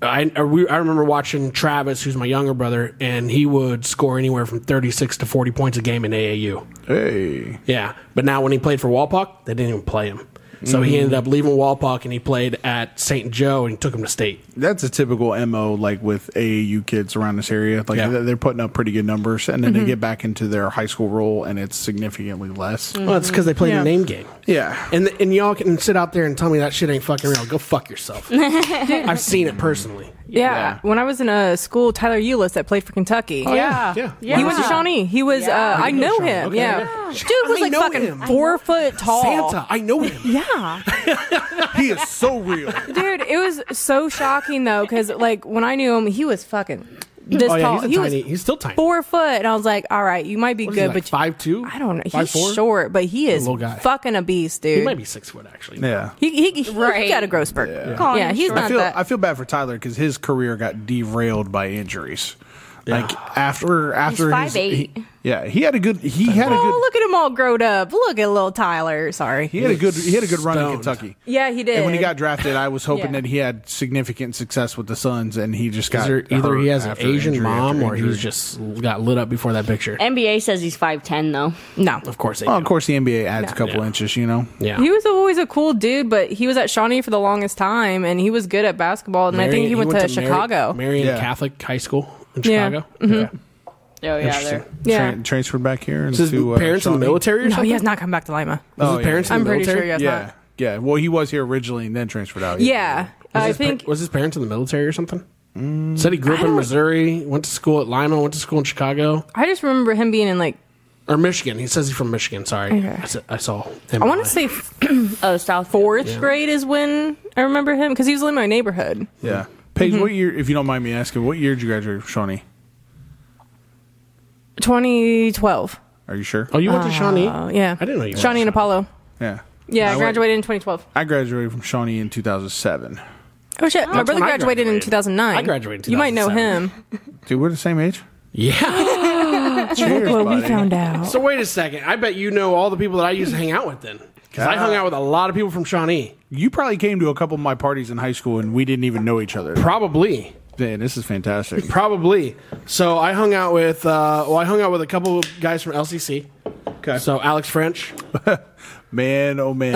I I, we, I remember watching Travis, who's my younger brother, and he would score anywhere from thirty six to forty points a game in AAU. Hey. Yeah, but now when he played for Walpock, they didn't even play him. So he Mm-hmm. ended up leaving Walpock and he played at St. Joe and took him to state. That's a typical MO, like with AAU kids around this area. Like Yeah. they're they're putting up pretty good numbers, and Mm-hmm. then they get back into their high school role, and it's significantly less. Mm. Well, it's because they played a name game. Mm-hmm. Yeah. And, and y'all can sit out there and tell me that shit ain't fucking real. Go fuck yourself. I've seen it personally. Yeah. Yeah. When I was in a school, Tyler Eulis that played for Kentucky. yeah. Oh, Yeah. He was a Yeah. Shawnee. He was. Uh, I know him. Okay, Yeah. yeah. Dude was I like know fucking him. four foot tall. Santa, I know him. Yeah. he is so real. Dude, it was so shocking though, because like when I knew him, he was fucking this Oh, yeah, tall. he's a he tiny- was he's still tiny. Four foot, and I was like, all right, you might be What is he, good, like, but you- 5'2"? I don't know. He's 5'4"? short, but he is little guy. fucking a beast, dude. He might be six foot, actually. Yeah. He, he, he, Right. has got a growth spurt. Yeah. Yeah, Calling him he's short. not I feel that. I feel bad for Tyler because his career got derailed by injuries. Like after after his- 5'8". he- yeah, he had a good he had a oh, good look at him all grown up. Look at little Tyler. Sorry. he had a good he had a good run in Stoned. Kentucky. yeah, he did. And when he got drafted, I was hoping Yeah. that he had significant success with the Suns, and he just got Either, either he hurt has an after Asian injury mom after or injury. he's just got lit up before that picture. NBA says he's 5'10 though. no. Of course they Well, do. Oh, of course, the NBA adds a couple Yeah. inches, you know. Yeah. He was always a cool dude, but he was at Shawnee for the longest time, and he was good at basketball. And I think Marion- he, went, to, Mary- Chicago. Marion Yeah. Catholic High School in Yeah. Mm-hmm. Chicago. Yeah. Oh yeah, there. yeah. Tran- transferred back here and So his to, uh, parents in the Shawnee. military or no, something? he has not come back to Lima. Was Oh, his yeah. parents in I'm the pretty military? sure he has Yeah, not. yeah. Well, he was here originally and then transferred out. Yeah. Was I his par- think was his parents in the military or something? Said he grew up in Missouri, went to school at Lima, went to school in Chicago I just remember him being in like or Michigan. He says he's from Michigan. Sorry, Okay. I, said, I saw him. I want online. to say Oh, South fourth grade is when I remember him because he was in my neighborhood. yeah. Mm-hmm. Paige, what year? If you don't mind me asking, what year did you graduate from Shawnee? 2012. Are you sure? Oh, you went to Shawnee? Uh, yeah. I didn't know you went Shawnee to and Apollo. Yeah. Yeah, I went- graduated in 2012. I graduated from Shawnee in 2007. Oh shit, my brother when I graduated, in graduated. 2009. I graduated in You might know 2007. him. Dude, we're the same age. Yeah. Cheers, buddy. out. so wait a second. I bet you know all the people that I used to hang out with then, because I hung out with a lot of people from Shawnee. You probably came to a couple of my parties in high school and we didn't even know each other. Probably. Man, this is fantastic. Probably. So I hung out with. Uh, well, I hung out with a couple of guys from LCC. Okay. So Alex French. Man, oh man.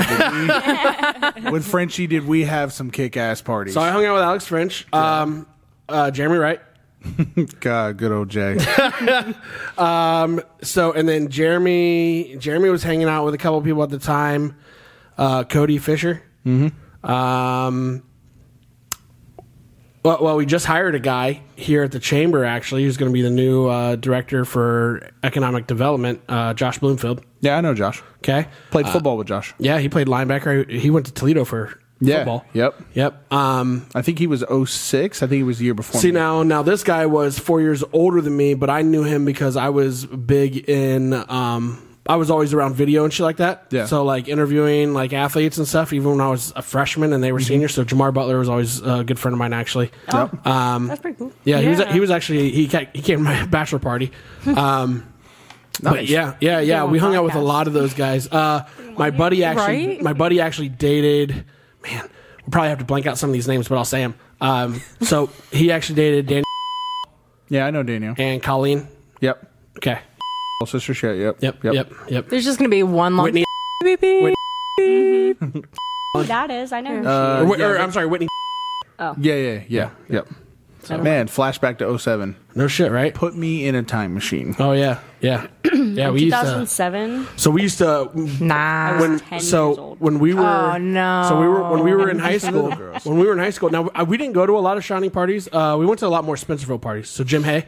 Did we, with Frenchie, did we have some kick ass parties? So I hung out with Alex French. Um, uh, Jeremy Wright. God, good old Jay. So and then Jeremy Jeremy was hanging out with a couple people at the time. Uh, Cody Fisher. Mm-hmm. Um, well, well, we just hired a guy here at the chamber actually, who's going to be the new uh, director for economic development, uh, Josh Bloomfield. yeah, I know Josh. Okay, Played football with Josh. yeah, he played linebacker. He went to Toledo for Yeah. football. Yep. Yep. Um, I think he was 06. I think he was the year before. see me. now, now this guy was four years older than me, but I knew him because I was big in. Um, I was always around video and shit like that. Yeah. So like interviewing like athletes and stuff, even when I was a freshman and they were seniors. So Jamar Butler was always a good friend of mine, actually. Mm-hmm. Yep. Um, That's pretty cool. yeah, he was Yeah. he was actually he ca- he came to my bachelor party. Um, but yeah, yeah, yeah. on We hung out with a podcast. lot of those guys. Uh, my buddy actually, Right? my buddy actually dated. Man, we'll probably have to blank out some of these names, but I'll say them. Um, so he actually dated Danny yeah, I know Daniel. and Colleen. Yep. Okay. Sister shit. Yep. Yep. Yep. Yep. There's just gonna be one long. Whitney. Beep, beep. Whitney. Who that is? I know. Uh, Or, Whit- yeah, or, but- I'm sorry, Whitney. yeah, yeah, yeah, yep. Man, flashback to 07. No shit, right? Put me in a time machine. Oh yeah, yeah, yeah. We used to. 2007. So we used to Nah. when 10 years so old. when we were Oh, no. so we were when we were in high school when we were in high school now uh, we didn't go to a lot of Shawnee parties uh, we went to a lot more Spencerville parties so Jim Hay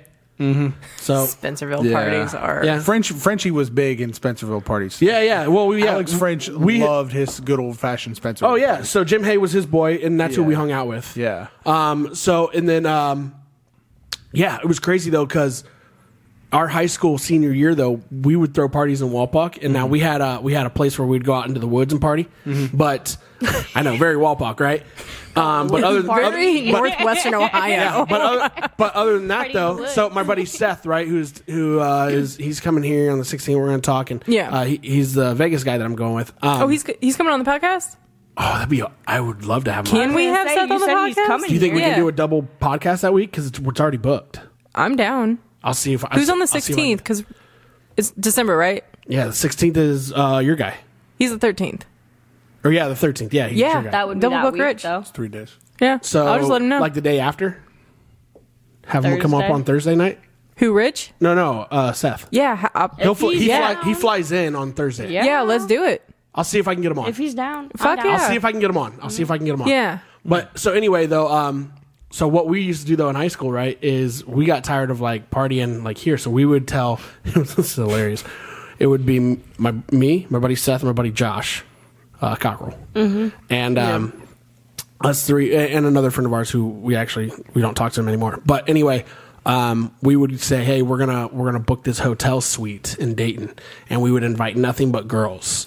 so Spencerville Yeah. parties are. Yeah. French Frenchie was big in Spencerville parties. yeah yeah well we yeah, Alex French we loved his good old fashioned Spencer. oh yeah Uh, so Jim Hay was his boy and that's who we Yeah. hung out with yeah. um so and then um yeah it was crazy though because our high school senior year though we would throw parties in Walpock, and Mm-hmm. now we had a we had a place where we'd go out into the woods and party. But I know very Walpock, right? Um, but other Party. other- Very northwestern Ohio. but other, but other than that Party though, would. so my buddy Seth, right, who's who uh, is he's coming here on the 16th. We're going to talk, and Yeah. uh, he, he's the Vegas guy that I'm going with. Um, Oh, he's he's coming on the podcast. oh, that'd be I would love to have him. Can on. we gonna have say, Seth you on the said podcast? he's coming. Do you think we Yeah. can do a double podcast that week? Because it's, it's already booked. I'm down. I'll see if I- Who's on the I'll see if I- 16th? Because it's December, right? Yeah, the 16th is uh, your guy, He's the 13th. or yeah, the 13th. Yeah, he's Yeah, your guy. That would be Double that book week, Rich. though. Three days. Yeah. So I'll just let him know. Like the day after. Have him come up Thursday? on Thursday night. Who, Rich? No, no, uh, Seth. Yeah. ha- I'll- He'll fl- he, yeah. fly- he flies in on Thursday. Yeah. yeah, let's do it. I'll see if I can get him on. If he's down, I'm Fuck down. yeah. I'll see if I can get him on. I'll see if I can get him on. Yeah. But so anyway, though, um, so what we used to do though in high school, right, is we got tired of like partying like here, so we would tell. this is hilarious. It would be m- my me, my buddy Seth, and my buddy Josh, uh, Cockrell, mm-hmm. and um, us three a- and another friend of ours who we actually we don't talk to him anymore. But anyway, um, we would say, hey, we're gonna we're gonna book this hotel suite in Dayton, and we would invite nothing but girls.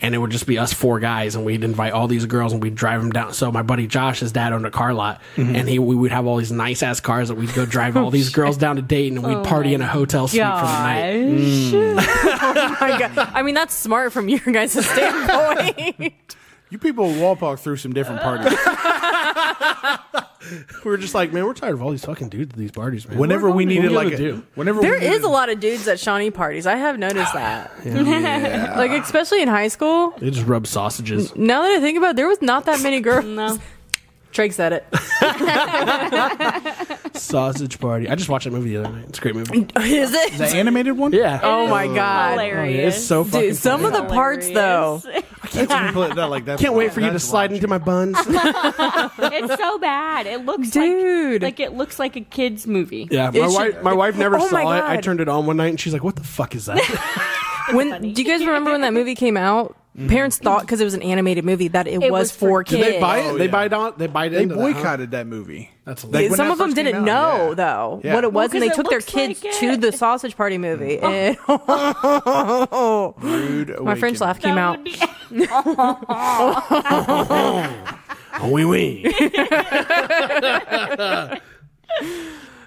And it would just be us four guys, and we'd invite all these girls, and we'd drive them down. So my buddy Josh, his dad owned a car lot, and he we would have all these nice ass cars that we'd go drive all these girls down to Dayton, and we'd party in a hotel suite for the night. My God. I mean, that's smart from your guys' standpoint. You people at Walpock threw some different parties. We were just like, man, we're tired of all these fucking dudes at these parties, man. Whenever we needed What are we like gonna do? a, whenever there we needed, is a lot of dudes at Shawnee parties. I have noticed that. Like, especially in high school. they just rub sausages. Now that I think about it, there was not that many girls. No. Drake said it. Sausage party. I just watched that movie the other night. It's a great movie. Is it? the animated one. Yeah. Oh my God. Hilarious. It's so fucking Dude, some of the parts, though. That's what we put- that, like, that's Can't wait for you to that's slide into my buns. it's so bad. It looks Dude. like like it looks like a kids movie. yeah, It my should- wife. My wife never Oh my saw it. I God. turned it on one night and she's like, "What the fuck is that?" When do you guys remember when that movie came out? Mm-hmm. Parents thought because it was an animated movie that it, It was, was for for kids. they buy it. Oh, they yeah. buy it. On, they buy it. They into that, huh? boycotted that movie. That's Like, hilarious. when Some that of them first came didn't out, know yeah. though Yeah. Mm-hmm. what it was, and 'cause they it took their looks like kids to it. the sausage party movie. And Oh. Rude my French laugh came out. Oui, oui.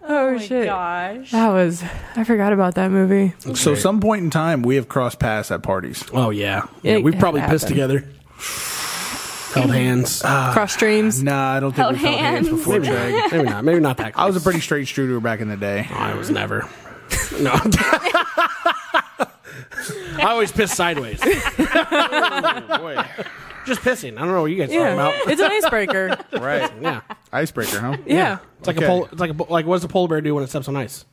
Oh, shit! Gosh. That was I forgot about that movie. So some point in time, we have crossed paths at parties. oh yeah. Yeah. It We probably happened. pissed together. Held hands. Ah, Cross streams. Nah, I don't think Held we've held hands hands. before, Greg. maybe not. Maybe not that. Close. I was a pretty straight shooter back in the day. I was never. No. I always piss sideways. Oh, Boy, Just pissing. I don't know what you guys are Yeah, talking it's an icebreaker. right? about. Yeah. Icebreaker, huh? Yeah, It's like Okay. a pol- it's like a pol- like what does a polar bear do when it steps on ice?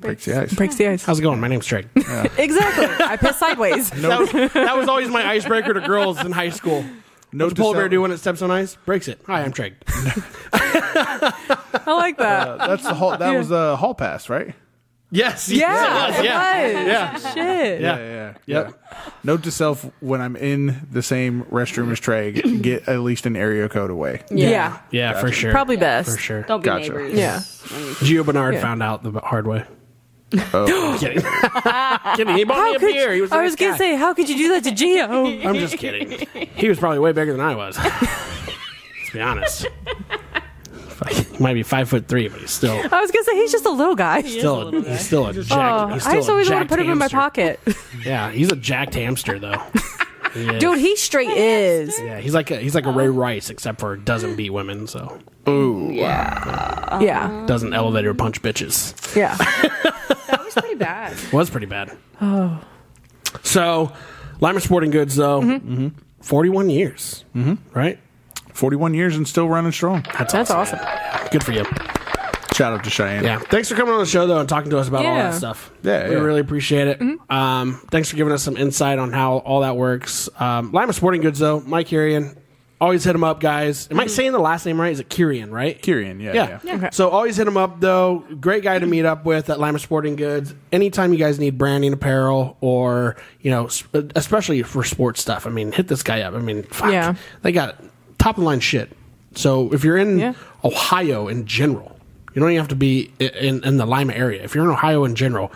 Breaks the ice. breaks the ice. How's it going? My name's Trey. Exactly. I piss sideways. That, was, that was always my icebreaker to girls in high school. No to polar bear self- do when it steps on ice? Breaks it. Hi, I'm Trey. I like that. Uh, that's the hall. That was the hall pass, right? Yes. yeah, yes, it yeah. was. Shit. Yeah. yeah, yeah. Yep. yeah. Note to self: when I'm in the same restroom as Trey, g- get at least an area code away. Yeah. Yeah, for sure. Probably best. For sure. Don't be Gotcha. neighbors. Yeah. Gio Bernard Yeah. found out the hard way. Oh. Kidding. kidding. He bought me How a could beer. He was a I nice was gonna guy. say, how could you do that to Geo? I'm just kidding. He was probably way bigger than I was. Let's be honest. He might be five foot three, but he's still I was gonna say he's just a little guy. still a, he's still a jack. Oh, he's still I just always a want to jacked put him in my hamster. pocket. Yeah, he's a jacked hamster though. He is. Dude, he straight is. Yeah, he's like a, he's like a Ray Rice, except for doesn't beat women, so Yeah. doesn't elevator punch bitches. Yeah. That was pretty bad. Was pretty bad. Oh, so Lima Sporting Goods though, forty-one years, mm-hmm. right? 41 years and still running strong. That's awesome. Good for you. Shout out to Cheyenne. Yeah, thanks for coming on the show though and talking to us about all Yeah. Mm-hmm. that stuff. Yeah, we yeah. really appreciate it. Um, thanks for giving us some insight on how all that works. Um, Lima Sporting Goods though, Mike Kurian, always hit him up, guys. Am I Mm-hmm. saying the last name right? Is it Kurian, right? Kyrian, yeah, Yeah. yeah. So always hit him up though. Great guy to meet up with at Lima Sporting Goods. Anytime you guys need branding apparel or you know, s- especially for sports stuff. I mean, hit this guy up. I mean, fuck, Yeah. they got top of the line shit. So if you're in Yeah. Ohio in general, You don't even have to be i- in, in the Lima area. If you're in Ohio in general,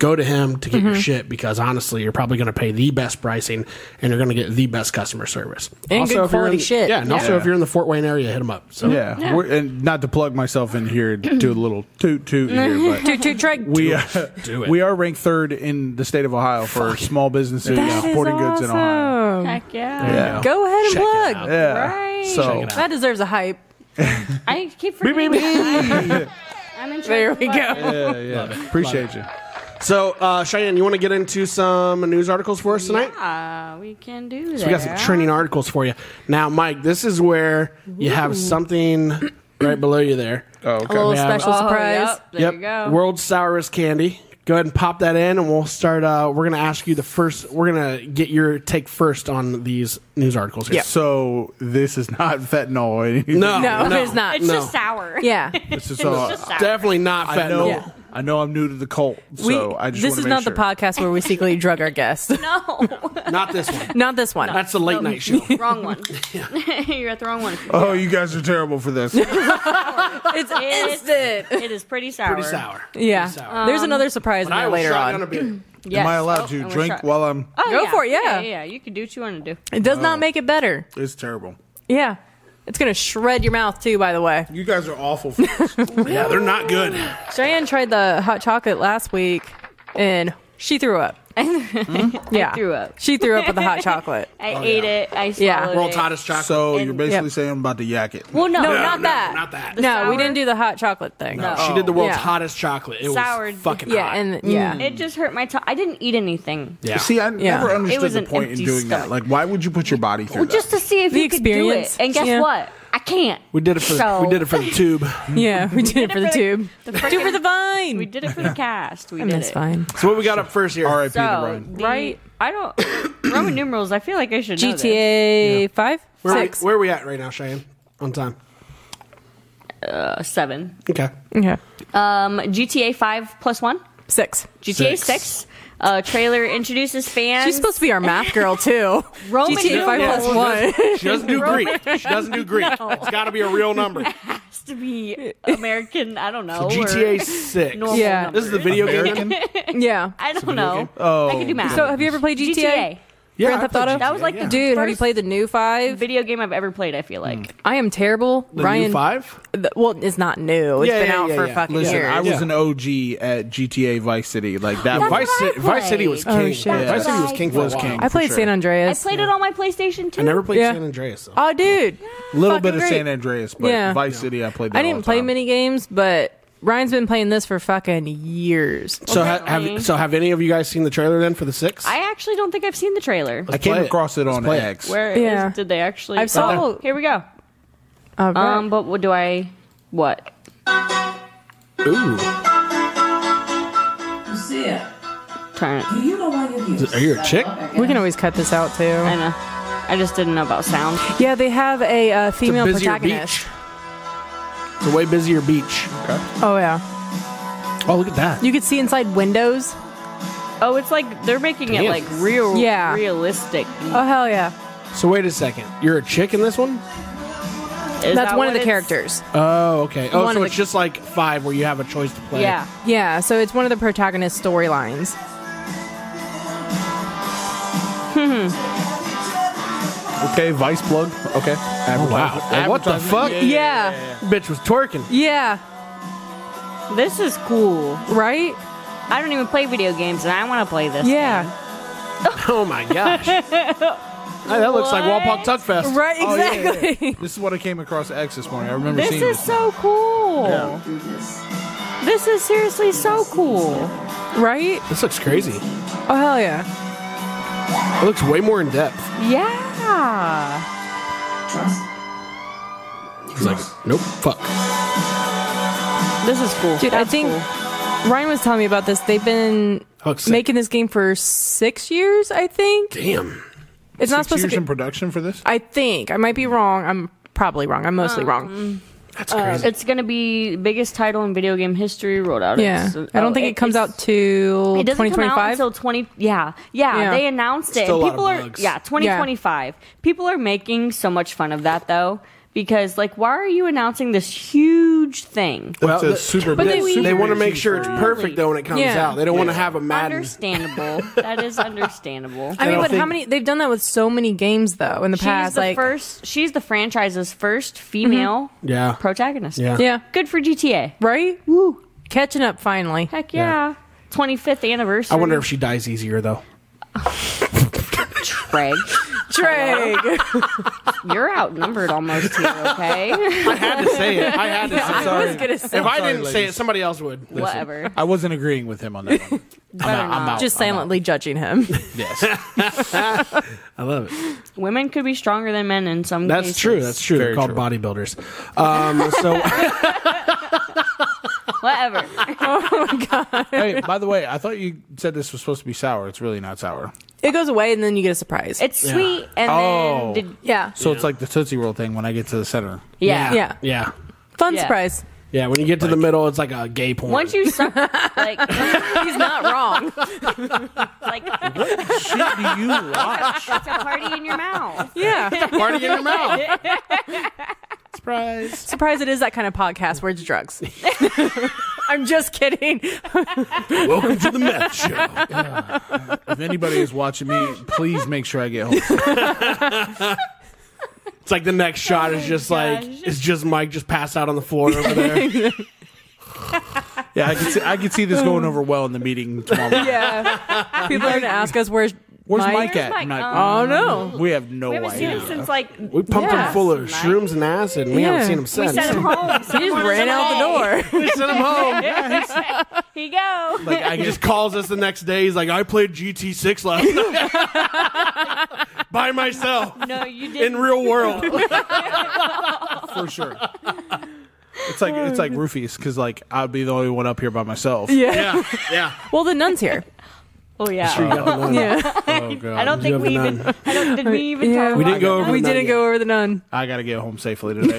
go to him to get your Mm-hmm. shit because honestly, you're probably going to pay the best pricing and you're going to get the best customer service. And good if you're quality in, shit. Yeah, and also Yeah. if you're in the Fort Wayne area, hit him up. Oh. So Yeah, We're, and not to plug myself in here, do a little toot toot here, but Toot toot Treg. we uh, Do it. we are ranked third in the state of Ohio for small businesses, That is sporting goods in Ohio. awesome. Heck yeah. Yeah. Go ahead and Check it plug. out. Yeah. Right. So it out. That deserves a hype. I keep forgetting. I'm in There we go. yeah, yeah. appreciate you. So, uh, Cheyenne, you want to get into some news articles for us tonight? Yeah, we can do that. We got some trending articles for you. Now, Mike, this is where you have something right below you there. Oh, A little okay. Yeah. special Oh, surprise. Yep, there you go. World's sourest candy. Go ahead and pop that in, and we'll start. Uh, we're gonna ask you the first. We're gonna get your take first on these news articles. Here. So this is not fentanyl. Or anything. No, No, it's not. it's no. just sour. Yeah. This is all. Just sour. definitely not I know. fentanyl. Yeah. I know. I'm new to the cult, so We, I just this wanna is make not sure. the podcast where we secretly drug our guests. No, Not this one. Not this one. That's the late night show. wrong one. You're at the wrong one. Oh, you guys are terrible for this. it's It's- Um, instant. It is pretty sour. Pretty sour. Yeah. Uh, There's another surprise in I there will later shotgun on. a beer. Yes. Am I Oh, allowed to and we're drink shot- while I'm? Oh, Go for it, yeah. yeah, yeah. You can do what you want to do. It does Oh. not make it better. It's terrible. Yeah. It's going to shred your mouth, too, by the way. You guys are awful. For this. Yeah, they're not good. Cheyenne tried the hot chocolate last week and she threw up. Yeah. Hmm? threw up. She threw up with the hot chocolate. I ate it. I Yeah. swallowed World's it. hottest chocolate. so you're basically Yep. saying I'm about to yak it. Well, no, No, not not that. not that. No, we sour? didn't do the hot chocolate thing. she did the world's Yeah. hottest chocolate. It Sour. was fucking Yeah, hot. and yeah. Mm. It just hurt my tongue. I didn't eat anything. yeah. See, I never It understood was the an point in empty doing that. stomach. Like, why would you put your body through Well, just that? to see if The you experience. could do it. And guess Yeah. what? I can't. we did it for So- we did it for the tube. Yeah, we did it for the tube. The Do it for frickin- the vine. We did it for the cast. We I did miss it. vine. So what we got up first here? R.I.P. So, to Ryan. the- Right? I don't Roman numerals. I feel like I should know this. GTA five, Where, are we, six. where are we at right now, Cheyenne? On time. Uh, seven. Okay. Okay, Um, GTA five plus one. six. GTA Six. six. Uh, trailer introduces fans. She's supposed to be our math girl too. Roman GTA five numerals. plus one. She doesn't do Greek. She doesn't do Greek. It's got to be a real number. has to be American. I don't know. GTA or Six. normal Yeah. numbers. This is the video game. yeah. I don't know. Oh, I can do math. So, have you ever played GTA? GTA. Yeah, Grand I Theft played Auto? That was like the Dude, have you first played the new five? video game I've ever played. I feel like Mm. I am terrible. The new Ryan, Five. th- well, it's not new. It's Yeah, been yeah, out yeah, for yeah. fucking Listen, years. I was Yeah. an OG at GTA Vice City. Like that. That's Vice what Vice, I City, Vice City was played. king. Oh, shit. Vice City was king. For Was a while. king. I played for San sure. I Andreas. played it on my PlayStation too. I never played Yeah. San Andreas. Though. oh, dude. A little bit Fucking of San great. Andreas, but Yeah. Vice City, I played. That I didn't all play time. many games, but Ryan's been playing this for fucking years. So ha- Apparently. have so have any of you guys seen the trailer then for the six? I actually don't think I've seen the trailer. I came play it. across it on play it. X. Where is- Yeah. did they actually? I saw- Oh, here we go. All right. Um, but what do I? What? Ooh, Sia, Turn. it. do you know why you're here? are you a chick? we can always cut this out I too. know. I just didn't know about sound. Yeah, they have a uh, it's a female busier protagonist. beach. It's a way busier beach. Oh yeah, Oh, look at that. you could see inside windows. Oh, it's like they're making it Damn. like real, Yeah. realistic. Oh hell yeah, So wait a second. You're a chick in this one? Is that's that one of what the it's- characters. Oh, okay. Oh, One so of it's the- just like five where you have a choice to play. Yeah. Yeah, so it's one of the protagonist storylines. Okay, Vice plug. Okay. Oh, wow. Advertisement. what the Advertisement. fuck? Yeah, Bitch was twerking. yeah, This is cool. right. I don't even play video games, and I want to play this. Yeah, Oh my gosh. Hey, that looks like What? Walpole Tuckfest. right. Oh, yeah, yeah, yeah. Exactly. This is what I came across at X this morning. I remember This seeing is this. so cool. This is seriously so cool. Right. This looks crazy. Oh hell yeah. It looks way more in depth. Yeah. Trust. He's like, nope, fuck. This is cool. Dude, I That's think- cool. Ryan was telling me about this. They've been Looks sick. making this game for six years, I think. Damn. It's not Six supposed years to. in Be, production for this. I think I might be wrong. I'm probably wrong. I'm mostly Um, wrong. That's Uh, crazy. it's gonna be biggest title in video game history. Rolled out. Yeah, It's- I don't oh, think it comes it's- out till It doesn't come out 2025. until twenty. Yeah, yeah. Yeah. They announced it. Still a lot and of people are bugs. yeah, twenty twenty five. People are making so much fun of that though because like why are you announcing this huge thing? Well, the- it's a super But they- super They want to big make sure it's secret. perfect though when it comes Yeah. out. They don't want to have a Madden. Understandable. that is understandable. I mean, don't but how think- many? They've done that with so many games though in the She's past. the like, first. She's the franchise's first female Yeah. Mm-hmm. protagonist. Yeah. yeah, Good for GTA. right? Woo, catching up finally. Heck yeah. 25th anniversary. I wonder if she dies easier though. Craig, Drake. you're outnumbered almost here. Okay. I had to say it. I had to. say it. I was gonna say. If I Sorry, didn't say ladies. it, somebody else would. Whatever. I wasn't agreeing with him on that one. I'm out, I'm out. Just I'm out. silently judging him. Yes. I love it. Women could be stronger than men in some That's cases. true. That's true. Very They're called true. bodybuilders. Um, so Whatever. hey, by the way, I thought you said this was supposed to be sour. It's really not sour. It goes away and then you get a surprise. It's sweet and Oh. then. The, yeah, So it's like the Tootsie Roll thing when I get to the center. yeah. Yeah. yeah, fun Yeah. surprise. yeah. When you get to the middle, it's like a gay porn. Once you suck, like, He's not wrong. like Shit, do you watch? it's a party in your mouth. yeah, party in your mouth. Surprise. surprise. It is that kind of podcast where it's drugs. I'm just kidding. Welcome to the meth show. If anybody is watching me, please make sure I get home. It's like the next shot is just like Oh gosh. it's just Mike just passed out on the floor over there. Yeah, I can see, I can see this going over well in the meeting tomorrow. Yeah, people are gonna ask us where. Where's Mike, Where's at? Mike? I'm like, Oh, no. Uh, We have no We Oh, haven't seen idea. him since like We pumped Yeah. him full of shrooms and acid, and we Yeah. haven't seen him we since. sent him home. He just ran out the door. we sent him home. He go. Like, I He just just calls us the next day. He's like, "I played GT six last night by myself no, you didn't. in real world." for sure. It's like it's like roofies because like I'd be the only one up here by myself. Yeah. Yeah, yeah. well, the nun's here. oh yeah. Yeah, Oh god. I don't You think have we none. even. I don't. Did we even Yeah. talk We about didn't go over. we the didn't nut go over the nun. I gotta get home safely today.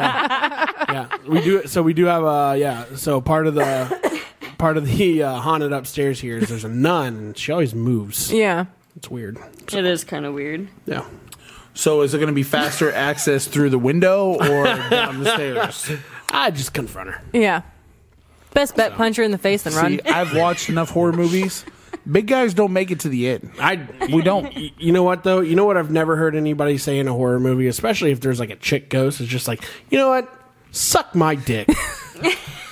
yet. Yeah, we do. So we do have uh, yeah. So part of the part of the uh, haunted upstairs here is there's a nun. and She always moves. Yeah, It's weird. It is kind of weird. Yeah. So is it going to be faster access through the window or down the stairs? I just confront her. yeah. Best bet, punch her in the face and run. See, I've watched enough horror movies. Big guys don't make it to the end. I We don't. Y- You know what though? You know what I've never heard anybody say in a horror movie, especially if there's like a chick ghost. It's just like, you know what? Suck my dick.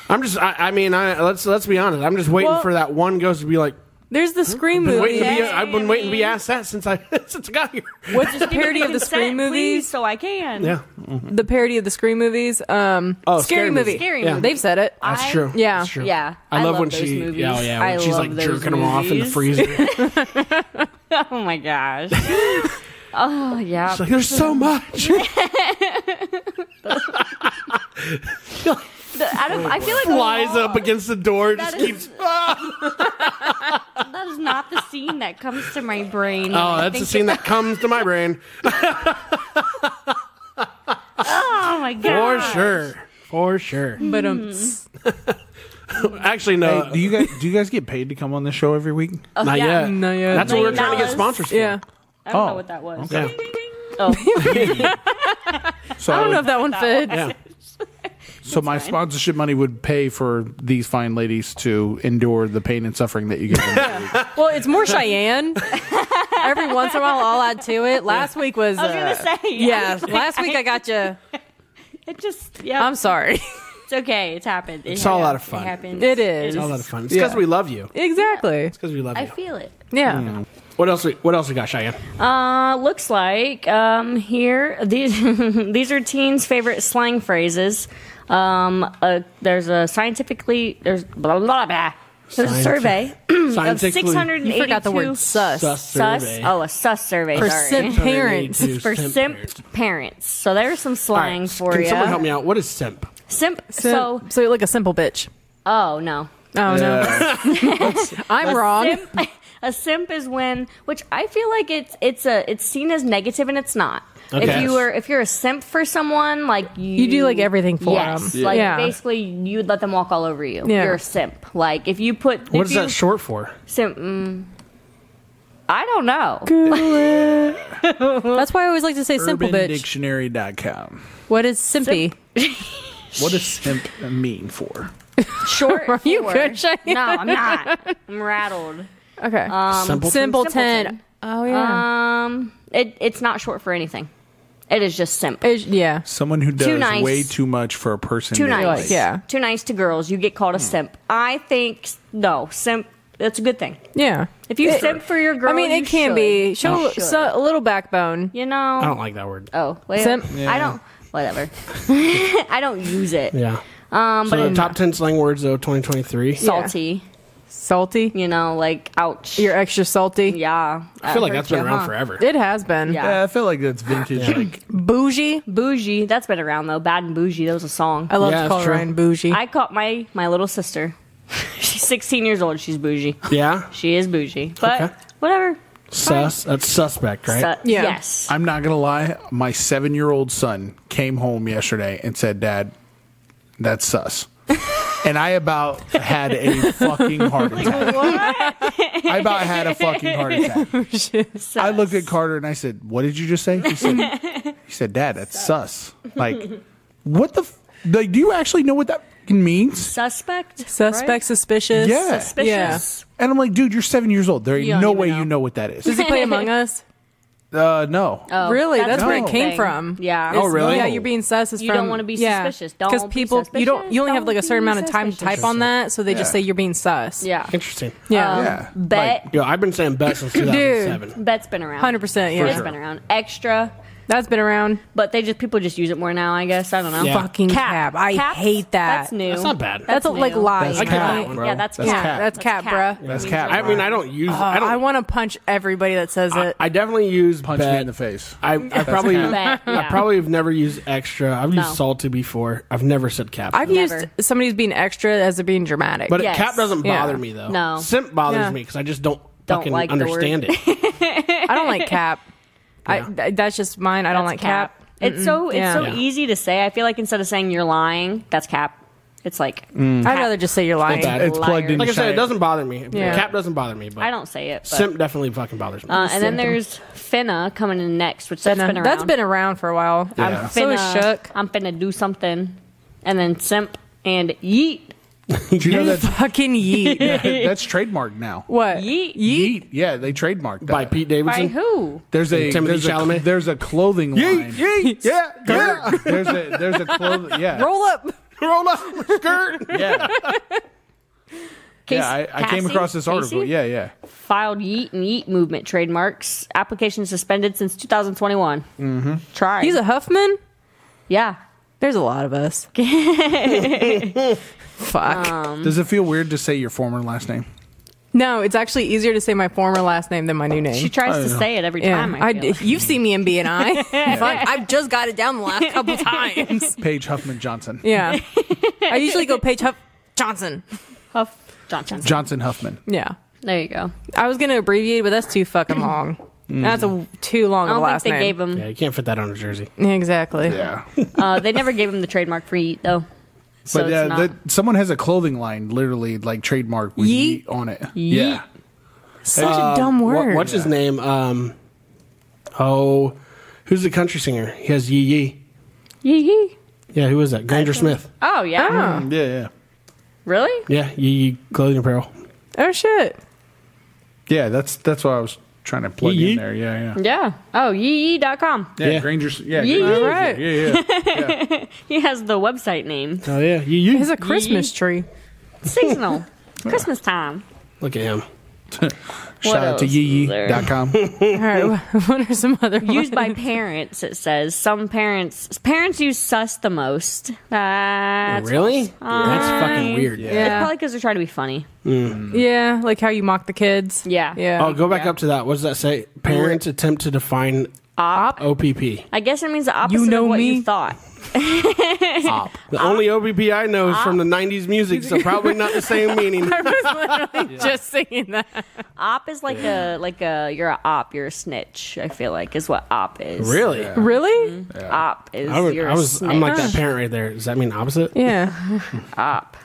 I'm just. I, I mean, I, let's let's be honest. I'm just waiting Well- for that one ghost to be like. There's the Scream Been movie. waiting to be, Yeah, I've been I waiting to be mean- asked that since I since I got here. What's the parody of the Consent, Scream please, movies? so I can. Yeah, The parody of the Scream movies. Um, Oh, scary Scary movie. Movie. Scary Yeah. movie. Um, They've said it. that's I- true. Yeah. that's true. Yeah, I, love, when those she. movies. Yeah, oh, yeah. I When she's love like those jerking them off in the movies. freezer. Oh my gosh. oh yeah. It's like there's so much. The- I, don't, I feel like Flies up against the door. That Just is- keeps. Ah! That is not the scene that comes to my brain. Oh, that's the scene that comes to my brain Oh my for god. sure. For sure. But um, Actually, no. Uh, Hey, do you guys do you guys get paid to come on this show every week? Not Oh, yeah. yet. Not yet. That's what we're Million trying to get dollars. sponsors for. yeah. I don't know Oh, what that was. okay. Oh, So I don't know would- if that one fits. Yeah. so my sponsorship money would pay for these fine ladies to endure the pain and suffering that you give them. every week. Well, it's more Cheyenne. Every once in a while, I'll add to it. Last week was. I was gonna uh, say. Yeah, last week I got you. It just yeah. I'm sorry. It's okay. It's happened. It It's all happened. out of fun. It happens. It is. It It's a lot is. of fun. It's because we love you. Exactly. Because we love I you. feel it. Yeah. what else? We, what else we got, Cheyenne? Uh, looks like um, here these these are teens' favorite slang phrases. Um, uh, there's a scientifically there's blah blah blah. blah. There's a survey Hmm, of Scientifically- 682 You forgot the word sus. Sus sus. survey. Oh, a sus survey. For sorry. simp parents. 682 for simp parents. So there's some All right, slang for Can you. someone help me out? What is simp? Simp. So, So so you're like a simple bitch. oh no. Oh Yeah. no, I'm wrong. Simp, a simp is when, which I feel like it's it's a it's seen as negative and it's not. If Okay. you were if you're a simp for someone, like you, You do, like, everything for yes, them. Like Yeah. basically, you would let them walk all over you. Yeah. You're a simp. Like if you put What is if you, that short for? Simp. Mm, I don't know. That's why I always like to say simple bitch. UrbanDictionary.com. what is simpy? What does simp mean for? Short. Are you for- good, Cheyenne? No, I'm not. I'm rattled. Okay. Simpleton? simpleton. um, Simpleton. Oh yeah. Um, it it's not short for anything. It is just simp. Is- yeah. Someone who does nice. way too much for a person. Too they nice. like. like, yeah. Too nice to girls. You get Hmm. called a simp. I think no simp. That's a good thing. Yeah. If you It- simp for your girl, I mean, you it can should. be show You should. so, a little backbone. You I know. don't like that word. Oh, wait. Simp. I don't. Whatever. I don't use it. Yeah. Um, So but the it's top ten slang words though, 2023. salty. Salty. You know, like ouch. You're extra salty. yeah. I feel like that's been around forever. It has been. Yeah. Yeah, I feel like that's vintage. Like Bougie. Bougie. That's been around though. Bad and bougie. That was a song. I love to Yeah, that's call true. Ryan bougie. I caught my my little sister. She's 16 years old. She's bougie. Yeah. She is bougie, but Okay. whatever. Sus. That's suspect, right? So- Yeah. Yes. I'm not gonna lie. My seven-year-old son came home yesterday and said, "Dad, that's sus." and I about had a fucking heart attack. I about had a fucking heart attack. I looked at Carter and I said, "What did you just say?" He said, "He said, Dad, that's sus." Like, what the? F- like, do you actually know what that fucking means? Suspect. Suspect, right? suspicious. Yeah. Suspicious. And I'm like, dude, you're seven years old. There ain't You don't no even way know. you know what that Does is. he play Among Us? Uh, no. Oh, really? That's, where it the came thing. from. Yeah. It's- Oh, really? Yeah, you're being sus. Is You from, don't wanna be yeah. suspicious. Don't be people, you don't. You only have suspicious. like a certain Don't amount of be time to type on that, so they just say you're being sus. Yeah. Um, Interesting. Yeah. yeah. Bet. Yo, I've been saying bet since 2007. Bet's been around. Hundred percent. It's Yeah. been around. Extra. That's been around. But they just people just use it more now. I guess I don't know. Yeah. Fucking Cap. cab. I Cap? hate that. That's new. That's not bad. That's, a, like new. lying. That's cap. right? one, bro. Yeah, that's, That's cap. cap. That's cap, bruh. That's cap. I mean, I don't use. Uh, I don't. I want to punch everybody that says it. I definitely use Punch bet. me in the face. I, I probably cap. Bet, I yeah. probably have never used extra. I've used No. salty before. I've never said cap. I've used Never. somebody who's being extra as they're being dramatic. but Yes. cap doesn't Yeah. bother me though. No. simp bothers Yeah. me because I just don't, Don't fucking like the word. understand it. I don't like cap. I, th- that's just mine. I don't like That's cap. It's so it's Yeah. so Yeah. easy to say. I feel like instead of saying you're lying, that's cap. It's like I'd rather just say you're lying. bad. It's plugged in. Like I said, it Shit. doesn't bother me. Yeah. Cap doesn't bother me, but I don't say it. But, simp definitely fucking bothers me. uh, and then there's finna coming in next, which that's Finna. been around. That's been around for a while. Yeah. I'm so finna- shook. I'm finna do something, and then simp and yeet. Do you know that Fucking yeet. that's trademarked now? What? Yeet. Yeet. Yeah, they trademarked that. by Pete By Davidson. who? There's a Timothy there's a, Chalamet? there's a clothing line. yeet, yeah, yeah. There's a there's a clothing yeah. Roll up. roll up skirt. yeah. Case- yeah, I, I came Cassie? across this article. Casey? Yeah, yeah. Filed yeet and yeet movement trademarks. Application suspended since 2021. Mm-hmm. Try. He's a Huffman. yeah. There's a lot of us. Fuck. Uh. Um, Does it feel weird to say your former last name? no, it's actually easier to say my former last name than my new name. She tries to know. say it every Mm. yeah, time. I, I feel d- like. you've seen me in B and I. Fuck, I've just got it down the last couple times. Paige Huffman Johnson. Yeah, I usually go Paige Huff Johnson. Huff Oh, Johnson. Johnson Huffman. Yeah, There you go. I was gonna abbreviate, but that's too fucking long. Mm. That's a too long I of a don't think last they name. gave him. Yeah, you can't fit that on a jersey. Exactly. Yeah. Uh, they never gave him the trademark for yeet though. So but it's uh, not. that, someone has a clothing line literally like trademarked with Yeet. yeet, on it. Yeah. Such a dumb uh, What- word. what's his name? Um, oh, who's the country singer? He has Yee Yee. Yee yee. Yeah, who was that? Granger Smith. Oh yeah. Ah. mm. Yeah, yeah. Really? Yeah, Yee Yee clothing apparel. oh shit. Yeah, that's that's what I was trying to plug Yeet. in there. Yeah, yeah. Yeah. Oh, yeeyee.com. Yeah, Yeah. Granger's yeah, Yeet. Granger's, All right. yeah, yeah, yeah. He has the website name. Oh yeah, Yee Yee. He's a Christmas tree. Seasonal. Christmas time. Look at him. What Shout out to else is there? yeeyee.com. All right. What are some other Used ones? by parents, it says. Some parents parents use sus the most. That's really? That's fucking weird. It's Yeah. probably because they're trying to be funny. Yeah, like how you mock the kids. Yeah. Yeah. Oh, go back up to that. What does that say? Parents attempt to define Op. OPP. I guess it means the opposite know of what me. you thought. The only OPP I know is from the '90s music, so probably not the same meaning. I was literally just singing that. Op is like a like a you're a op, you're a snitch. I feel like is what op is. Really? Mm-hmm. Really? Op is I, would, you're I a was. snitch. I'm like that parent right there. Does that mean opposite? Yeah. Oh, op.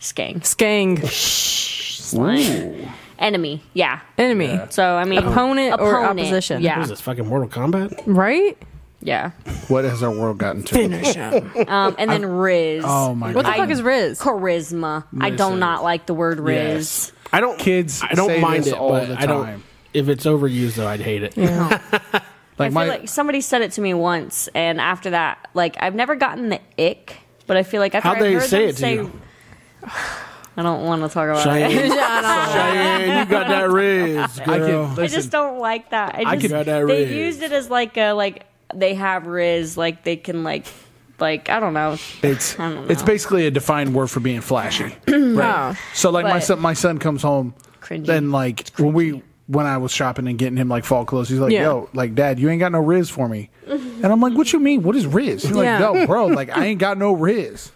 Skank. Skang. slang. Enemy, yeah. Enemy. So I mean, Opponent or opponent, opposition. Yeah, What is this fucking Mortal Kombat? Right? yeah. What has our world gotten to? Um, and then Riz. Oh my What the god! fuck is Riz? charisma. I do Listen. not like the word Yes. Riz. I don't Kids I don't say mind this it, all but the I time. don't. If it's overused, though, I'd hate it. Like I my feel like somebody said it to me once, and after that, like I've never gotten the ick, but I feel like after How'd I've they heard say them it to say, you? I don't want to talk about it. Cheyenne, Yeah, Cheyenne, you got that Riz, girl. I can, I listen, just don't like that. I, I just, could- Got that they Riz. used it as like a like they have Riz, like they can like like I don't know. it's I don't it's know. basically a defined word for being flashy. right. So like my But- son, my son comes home. Cringy. Then like when we when I was shopping and getting him like fall clothes, he's like, Yeah. "Yo, like Dad, you ain't got no Riz for me," and I'm like, "What you mean? What is Riz?" He's Yeah. like, "Yo, bro, like I ain't got no Riz."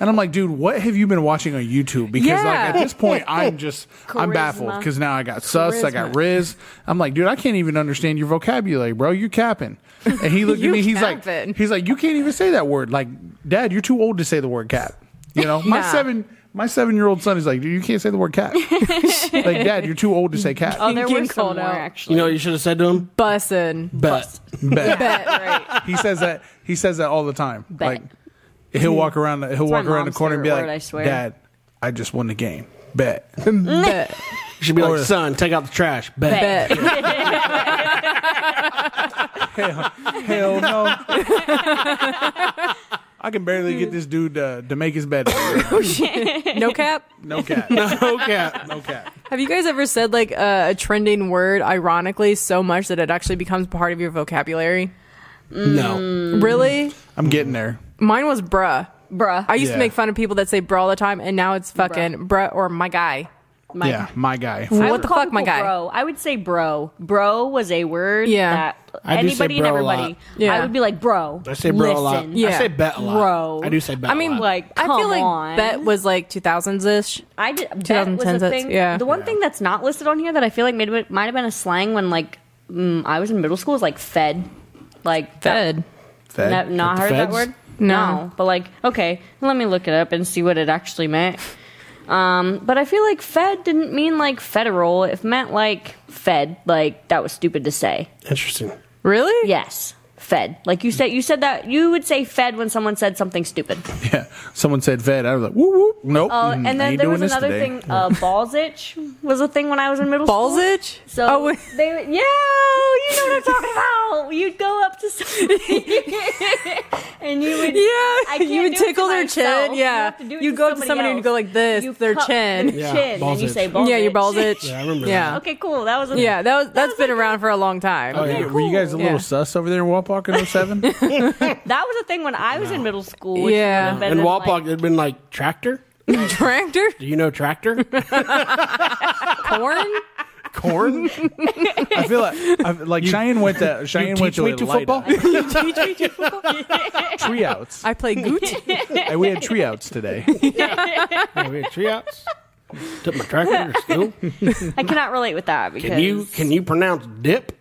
And I'm like, dude, what have you been watching on YouTube? Because like Yeah. at this point, I'm just I'm Charisma. baffled because now I got sus, I got Charisma. Riz. I'm like, dude, I can't even understand your vocabulary, bro. You're capping. And he looked at You me. He's capping. like, he's like, you can't even say that word. Like, Dad, you're too old to say the word cap. You know, my Nah. seven my seven year old son is like, dude, you can't say the word cat. like, Dad, you're too old to say cat. Oh, there Getting were some called more out. actually. You know what you should have said to him? Bussin. But Bet. Bet, right. He says that. He says that all the time. Bet. Like, he'll walk around. the- He'll walk my around the mom's corner and be favorite like, word, I swear. Dad, I just won the game. Bet. Bet. you should be Or- like, son, take out the trash. Bet. Bet. Hell no. I can barely get this dude uh, to make his bed. No cap. No cat. No cap. No cat. Have you guys ever said like a a trending word ironically so much that it actually becomes part of your vocabulary? Mm. No. Really? I'm getting there. Mine was bruh. Bruh. I used Yeah. to make fun of people that say bruh all the time, and now it's fucking bruh, or my guy. My- yeah, my guy. I What would the call fuck, my people guy? Bro, I would say bro. Bro was a word Yeah. that I do say anybody and bro a everybody. lot. Yeah. I would be like bro. I say bro a lot. listen, Yeah. I say bet a lot. Bro. I do say bet I mean, a lot. Like, I feel come like on. bet was like 2000s ish. I did. That was 2010s, a that's- thing. yeah. The one thing that's not listed on here that I feel like maybe might have been a slang when like mm, I was in middle school is like fed, like Fed. Ne- Fed. not The heard that feds? word. No. but like okay, let me look it up and see what it actually meant. Um, but I feel like fed didn't mean like federal. It meant like fed. Like that was stupid to say. Interesting. Really? Yes, fed. Like you said, you said that you would say fed when someone said something stupid. Yeah. Someone said fed. I was like, woo woo. Nope. Oh, Mm-hmm. and Mm, I then ain't there doing was this another today. thing. Uh, balls itch was a thing when I was in middle school. Balls itch? So Oh, wait. they, yeah, you know what I'm talking about. You'd go up to somebody and you would, Yeah, I can't you would do it to tickle their chin, myself. You yeah. have to do it You'd go up to somebody somebody and else. go like this, You their cup chin. their Yeah, chin, and balls you itch. say balls. yeah, your itch. balls itch. Yeah, I remember Yeah. Okay, cool. That was a Yeah, that was that's been around for a long time. Oh, yeah. Were you guys a little Yeah. sus over there in Walpock in 07? that was a thing when I was in middle school. Which Yeah. would have been And in, Walpock, like- it'd been like tractor. Tractor? Do you know tractor? Corn? Corn? I feel like I, feel like Cheyenne went to Cheyenne went to, teach me a to light football? up. tree outs. I play goot. And we had tree outs today. Yeah, we had tree outs. Took my tractor to school. I cannot relate with that because Can you can you pronounce dip?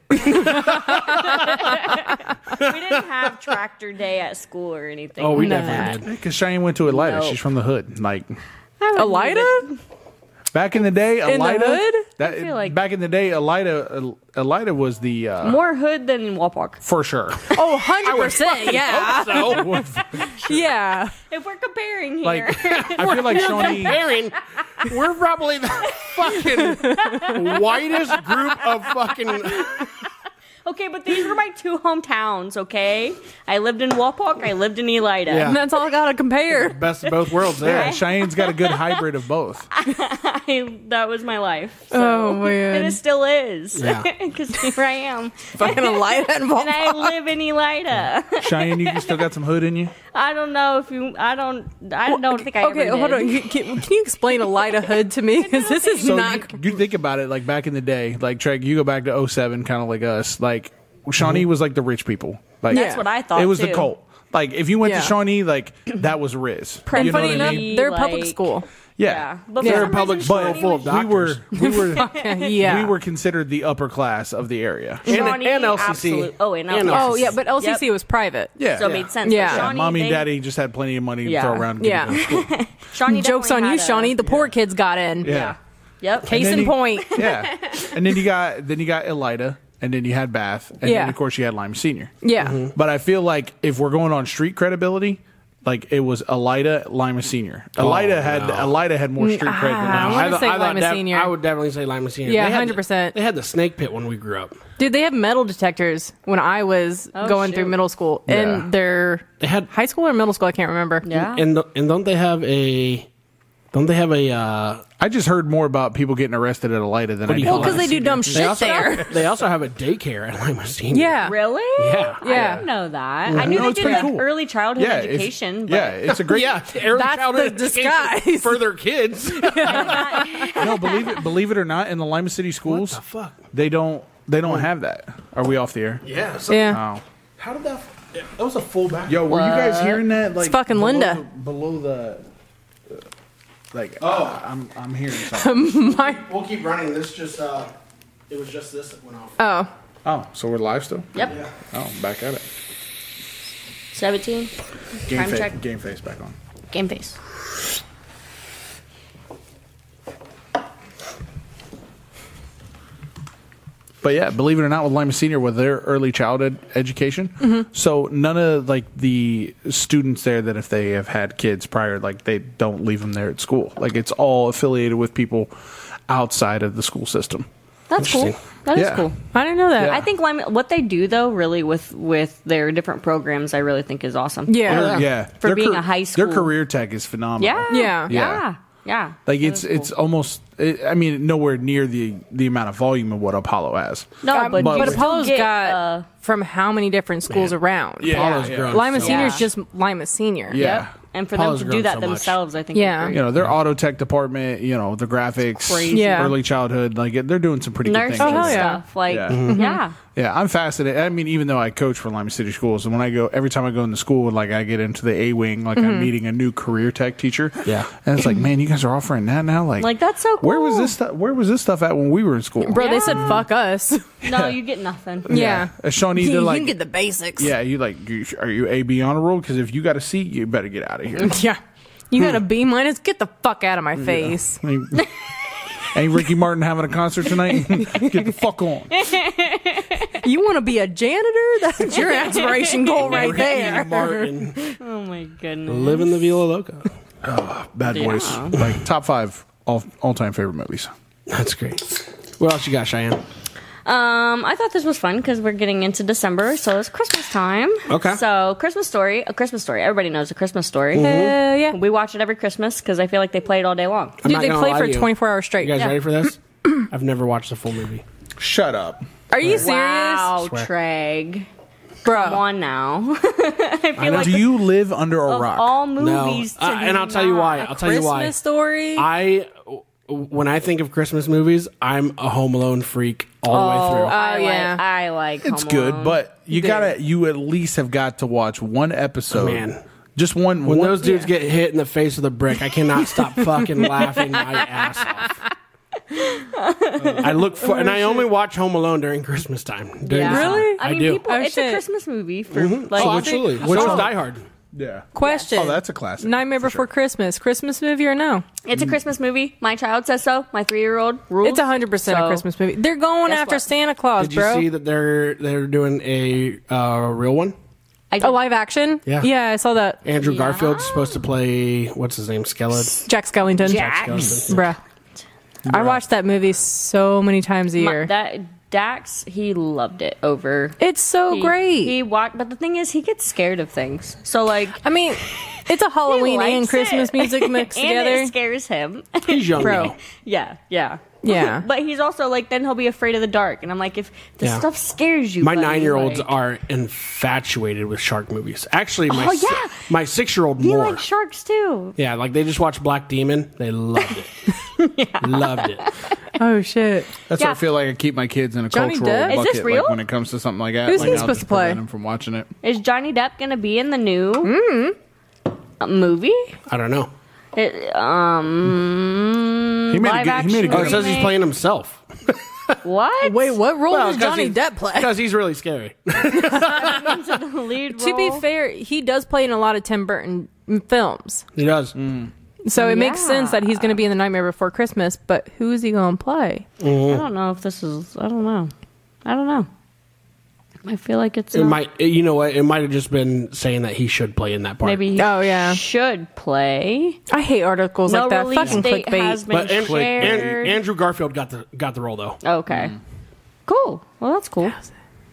we didn't have tractor day at school or anything. Oh, we Nah. definitely did. Because Cheyenne went to Elida. Nope. She's from the hood. Like Elida? back in the day, Elida. In the hood? That, feel like- back in the day, Elida El- Elida was the uh, more hood than Walpock. for sure. Oh, 100%. Yeah. So Yeah. If we're comparing here, Like I feel like Shawnee. Aaron, we're probably the fucking whitest group of fucking Okay, but these were my two hometowns, okay? I lived in Walpock, I lived in Elida. Yeah. That's all I got to compare. best of both worlds there. Yeah, Cheyenne's got a good hybrid of both. I, that was my life. Oh, man. And it still is. Yeah. Because here I am. Fucking Elida and And I live in Elida. Cheyenne, you still got some hood in you. I don't know if you. I don't. I don't think I okay, ever hold did. on. Can, can- can you explain Elida Hood to me? Because this is So not. you, you think about it, like back in the day, like Treg, you go back to 07, kind of like us. Like Shawnee was like the rich people. Like That's what I thought, It was the too. cult. Like if you went Yeah. to Shawnee, like that was Riz. and You know funny what I enough, mean? mean? they're a public Like- school. Yeah. Yeah. But Yeah. for They're a some public reason, school Shawnee full was- of we doctors. were we were Yeah. we were considered the upper class of the area. And- Shawnee, and LCC. absolute- Oh, and And LCC. Oh, yeah, but LCC Yep. was private. Yeah. So it yeah. made sense. Yeah. But Yeah, Shawnee, mommy and they- daddy just had plenty of money to Yeah. throw around. and give Yeah. them to school. Shawnee Joke's definitely on you, had a- Shawnee. The poor kids got in. Yeah. Yep. Case And in then you- point. Yeah. and then you got then you got Elida, and then you had Bath, and Yeah. then of course you had Lime Senior. Yeah. But I feel like if we're going on street credibility, like it was Elida, Lima Senior. Elida had Elida had more street cred than I Lima. wanna thought- say I thought Lima def- Senior. I would definitely say Lima Senior. Yeah, They had- 100%. They had the snake pit when we grew up. Dude, they have metal detectors when I was Oh, going shoot. through middle school Yeah. and their They had high school or middle school, I can't remember. Yeah. and th- and don't they have a don't they have a uh, I just heard more about people getting arrested at Elida than I do did. you Well, call because they do dumb they shit also there. they also have a daycare at Lima Senior. Yeah. Really? Yeah. I Yeah. didn't know that. I knew No, they it's did like pretty cool. early childhood Yeah, if- education, but yeah, it's a great. Yeah, early That's childhood the education disguise. for their kids. No, believe it, believe it or not, in the Lima City schools, the fuck? they don't they don't have that. Are we off the air? yeah, so Yeah. Oh. how did that? That was a fullback. Yo, were you guys hearing that? Like fucking below Linda. the- below the. uh, Like oh, I'm I'm hearing something. My, We'll keep running. This just uh, it was just this that went off. oh. oh, so we're live still? Yep. Oh, back at it. 17. Game Time face, check. game face back on. Game face. But yeah, believe it or not, with Lima Senior, with their early childhood education, Mm-hmm. so none of like the students there that if they have had kids prior, like they don't leave them there at school. Like it's all affiliated with people outside of the school system. That's cool. That is Yeah. cool. I didn't know that. Yeah. I think Lima, what they do though, really with with their different programs, I really think is awesome. Yeah. Their- yeah, Oh, For being a high their school. career tech is phenomenal. Yeah. Yeah. Yeah. Yeah. Yeah. Like That it's is cool. it's almost it, I mean nowhere near the the amount of volume of what Apollo has. no, but, but you with- still Apollo's get, Um, got uh, from how many different schools around? Apollo's yeah. grown Lima so Senior Yeah. is just Lima Senior. Yeah. yep. and for Apollo's them to grown do that so much. themselves, I think is Yeah. great. You know their auto tech department. You know the graphics, crazy. Oh, Yeah. early childhood. Like they're doing some pretty nursing good things. hell yeah. stuff. Like, Oh, Yeah. yeah. Mhm. Yeah, I'm fascinated. I mean, even though I coach for Lima City Schools, and when I go, every time I go into school, like I get into the A wing, like Mm-hmm. I'm meeting a new career tech teacher. Yeah. and it's like, man, you guys are offering that now. Like, Like, that's so Where was cool. this? Stu- where was this stuff at when we were in school? Bro, they said fuck us. Mm-hmm. No, you get nothing. Yeah. Uh, Shawnee, they're like, the basics. yeah, you like, you, are you A B on a roll? Because if you got a C, you better get out of here. Yeah. You got a B minus? Get the fuck out of my face. I mean, Ain't Ricky Martin having a concert tonight? Get the fuck on. You want to be a janitor? That's your aspiration goal right there. Martin Oh my goodness. living the Villa Loca. Ah, Bad Boys. Like, top five all, all-time favorite movies. That's great. What else you got, Cheyenne? Um, I thought this was fun because we're getting into December, so it's Christmas time. Okay. Mm-hmm. So Christmas story, a Christmas story. Everybody knows a Christmas Uh, story. yeah. We watch it every Christmas because I feel like they play it all day long. I'm Dude, not they gonna play lie for to you. 24 hours You straight. guys Yeah. ready for this? I've never watched the full movie. Shut up. Are you serious? Wow, Swear. Treg. Come Bro. on now. I feel like Do you live under a of rock? all No, movies. to Uh, and I'll tell you why. I'll tell you why. Christmas story? I w- when I think of Christmas movies, I'm a Home Alone freak all the way through. I Oh, like, yeah. I like. it's Home good, Alone. but you Dude. gotta you at least have got to watch one episode. Man. Just one when one- those dudes get hit in the face with a brick, I cannot stop fucking laughing my ass off. I look for, and I only watch Home Alone during Christmas time. During Oh, Yeah. Christmas time. Really? I, I mean, do. people. Oh, it's shit. a Christmas movie for like. Oh, I think- absolutely. Which so is Die Hard? Yeah. Question. Oh, that's a classic. Nightmare for sure. Before Christmas. Christmas movie or no? It's a Mm-hmm. Christmas movie. My child says so. My three-year-old rules. It's 100% So- a Christmas movie. They're going Guess after what? Santa Claus, Did you bro. see that they're they're doing a uh, real one? I did. a live action? Yeah. Yeah, I saw that. Andrew Garfield's supposed to play what's his name? Skeleton. Jack Skellington. Jack. Bruh. I watched that movie so many times a year. My- that Dax, he loved it over. it's so He- Oh, great. He walked, but the thing is, he gets scared of things. So like, I mean, it's a Halloween likes and Christmas it. music mixed and together. it scares him. He's young Bro. now. yeah, yeah, Yeah. but he's also like, then he'll be afraid of the dark. And I'm like, if this Yeah. stuff scares you, My buddy, nine year olds like- are infatuated with shark movies. Actually, my Oh, si- yeah. my six year old He more. likes sharks too. yeah, like they just watched Black Demon. They loved it. Loved it. oh shit! That's Yeah. what I feel like I keep my kids in a Johnny cultural Depp? Is bucket this real? Like, when it comes to something like that. Who's like, he I'll supposed just to play? prevent 'em from watching it. Is Johnny Depp gonna be in the new Mm-hmm. uh, movie? I don't know. It, um, He made a live good- he made a action good- Oh, it says he's remake? playing himself what? Wait, what role does because Johnny he's- Depp play? because he's really scary. Lead To be role? fair, he does play in a lot of Tim Burton m- films. Mm. He does. So it makes sense that he's going to be in the Nightmare Before Christmas, but who is he going to play? Hmm. I don't know if this is. I don't know. I don't know. I feel like it's. It not- might, you know what? It might have just been saying that he should play in that part. Maybe he Oh, yeah. should play. I hate articles no like that. release Fucking date clickbait. has been But An- An- shared. Andrew Garfield got the got the role though. okay, Hmm. cool. Well, that's cool.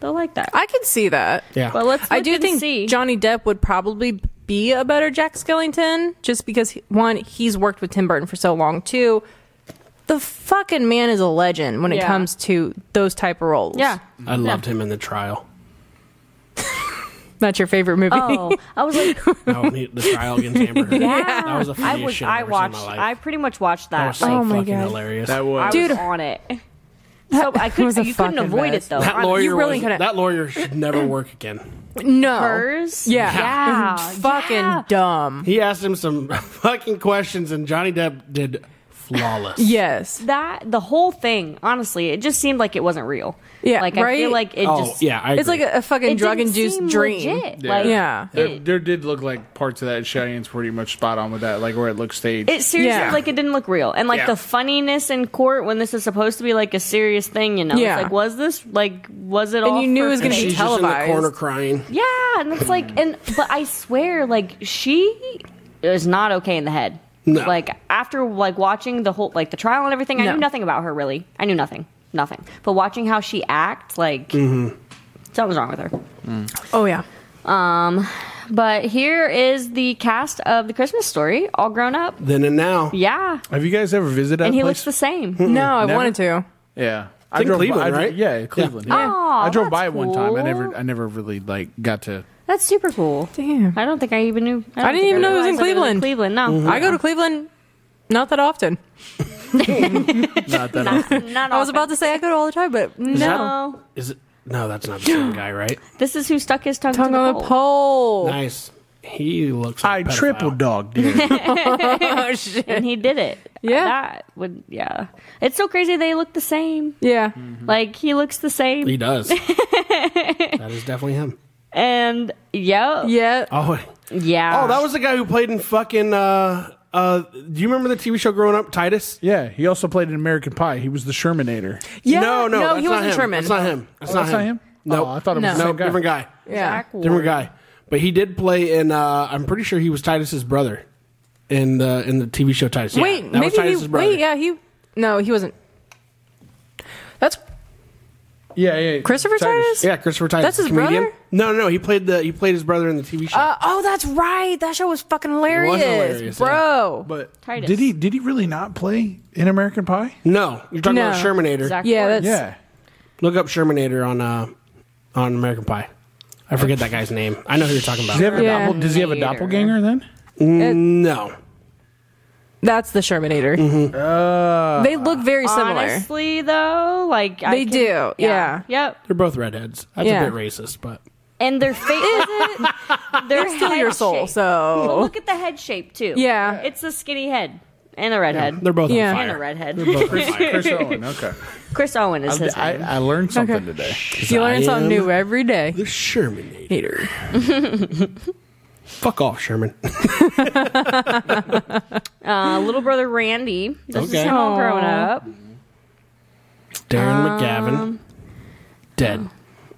They'll like that. I can see that. Yeah. Well, let's. Look I do and think see. Johnny Depp would probably be a better Jack Skellington just because he- one he's worked with Tim Burton for so long too. The fucking man is a legend when it Yeah. comes to those type of roles. Yeah. I loved him in the trial. That's your favorite movie. Oh, I was like, No, the trial against Amber. Heard. yeah. That was the I funniest was. shit I I've ever seen in watched. my life. I pretty much watched That that. was so Oh my fucking God. hilarious. That I was Dude. was on it. So I couldn't. was the you couldn't fucking avoid best. it though. that I'm- lawyer you really was- couldn't- that lawyer should never work again. no. Hers. Yeah. Yeah. Fucking yeah. dumb. He asked him some fucking questions, and Johnny Depp did flawless. Yes. that the whole thing honestly it just seemed like it wasn't real Yeah, like i right? feel like it Oh just yeah, I It's like agree. a, a fucking it drug didn't induced seem dream. legit. Yeah. like Yeah. There, it, there did look like parts of that. Cheyenne's pretty much spot on with that, like where it looked staged. it seriously Yeah. like it didn't look real and like Yeah. the funniness in court when this is supposed to be like a serious thing you know Yeah. it's like was this like was it And all you knew it for was gonna fake? be She's just in the televised. corner crying. yeah and it's like and but i swear like she is not okay in the head No. like after like watching the whole like the trial and everything i No. knew nothing about her really i knew nothing nothing but watching how she acts like Mm-hmm. something's wrong with her Um, Oh yeah. But here is the cast of the Christmas story, all grown up. Then and now, Yeah, Have you guys ever visited that and he place? looks the same. No, I Never? wanted to. yeah, in Cleveland, I dro- right? Yeah, Cleveland. Yeah. Aw, I drove that's by it one time. I cool. never, I never really like got to. That's super cool. Damn. I don't think I even knew. I didn't think even know it was in realized I lived Cleveland. Mm-hmm. Cleveland, no, I go to Cleveland not that often. Not that often. Not I was about to say I go to all the time, but no. No, is it? No, that's not the same guy, right? this is who stuck his tongue, Tongue to the on the pole. pole. Nice. He looks. I Like a pedophile. triple dog, dude. Oh shit. and he did it. Yeah. that would. Yeah, it's so crazy. They look the same. Yeah. Mm-hmm. Like he looks the same, He does. that is definitely him. and yeah, yeah. Yeah. Oh, yeah. oh, that was the guy who played in fucking. Uh, uh, do you remember the TV show growing up, Titus? yeah, he also played in American Pie. He was the Shermanator. Yeah. no, no, that's he not wasn't him. Sherman. That's not him. That's, Oh, not, that's him. not him? No, Oh, I thought it No. no, was the same guy. different guy. yeah. Different guy. But he did play in. Uh, I'm pretty sure he was Titus's brother in the in the TV show Titus. Yeah, Wait, that was maybe Titus's he. brother. Wait, yeah, he. No, he wasn't. That's Yeah, yeah. Christopher Titus? Yeah, Christopher Titus. That's his comedian. brother? No, no, no, he played the he played his brother in the TV show. Uh, oh, that's right. That show was fucking hilarious, hilarious, yeah. bro. But Titus. did he did he really not play in American Pie? no, you're talking about no. Shermanator. Zach Yeah, Morris. that's- Yeah. Look up Shermanator on uh, on American Pie. I forget that guy's name. I know who you're talking Does he about. Uh, have a, Yeah. doppel- does he have a Shermanator. doppelganger then? No, That's the Shermanator. Mm-hmm. they Ah. look very similar. Honestly, though, like I They can- do, yeah. Yep. they're both redheads. That's Yeah. a bit racist, but and their face their it's Still your soul, well, so look at the head shape too Oh. Yeah. it's a skinny head and a redhead they're both Yeah. on and a fire. redhead Oh, Chris Owen. Okay. chris owen is his I, name I learned something Okay. today. you learn something new every day. The Shermanator. Hater. Fuck off, Sherman. uh, little brother randy this is Okay. him all grown up Darren Um, McGavin. Dead.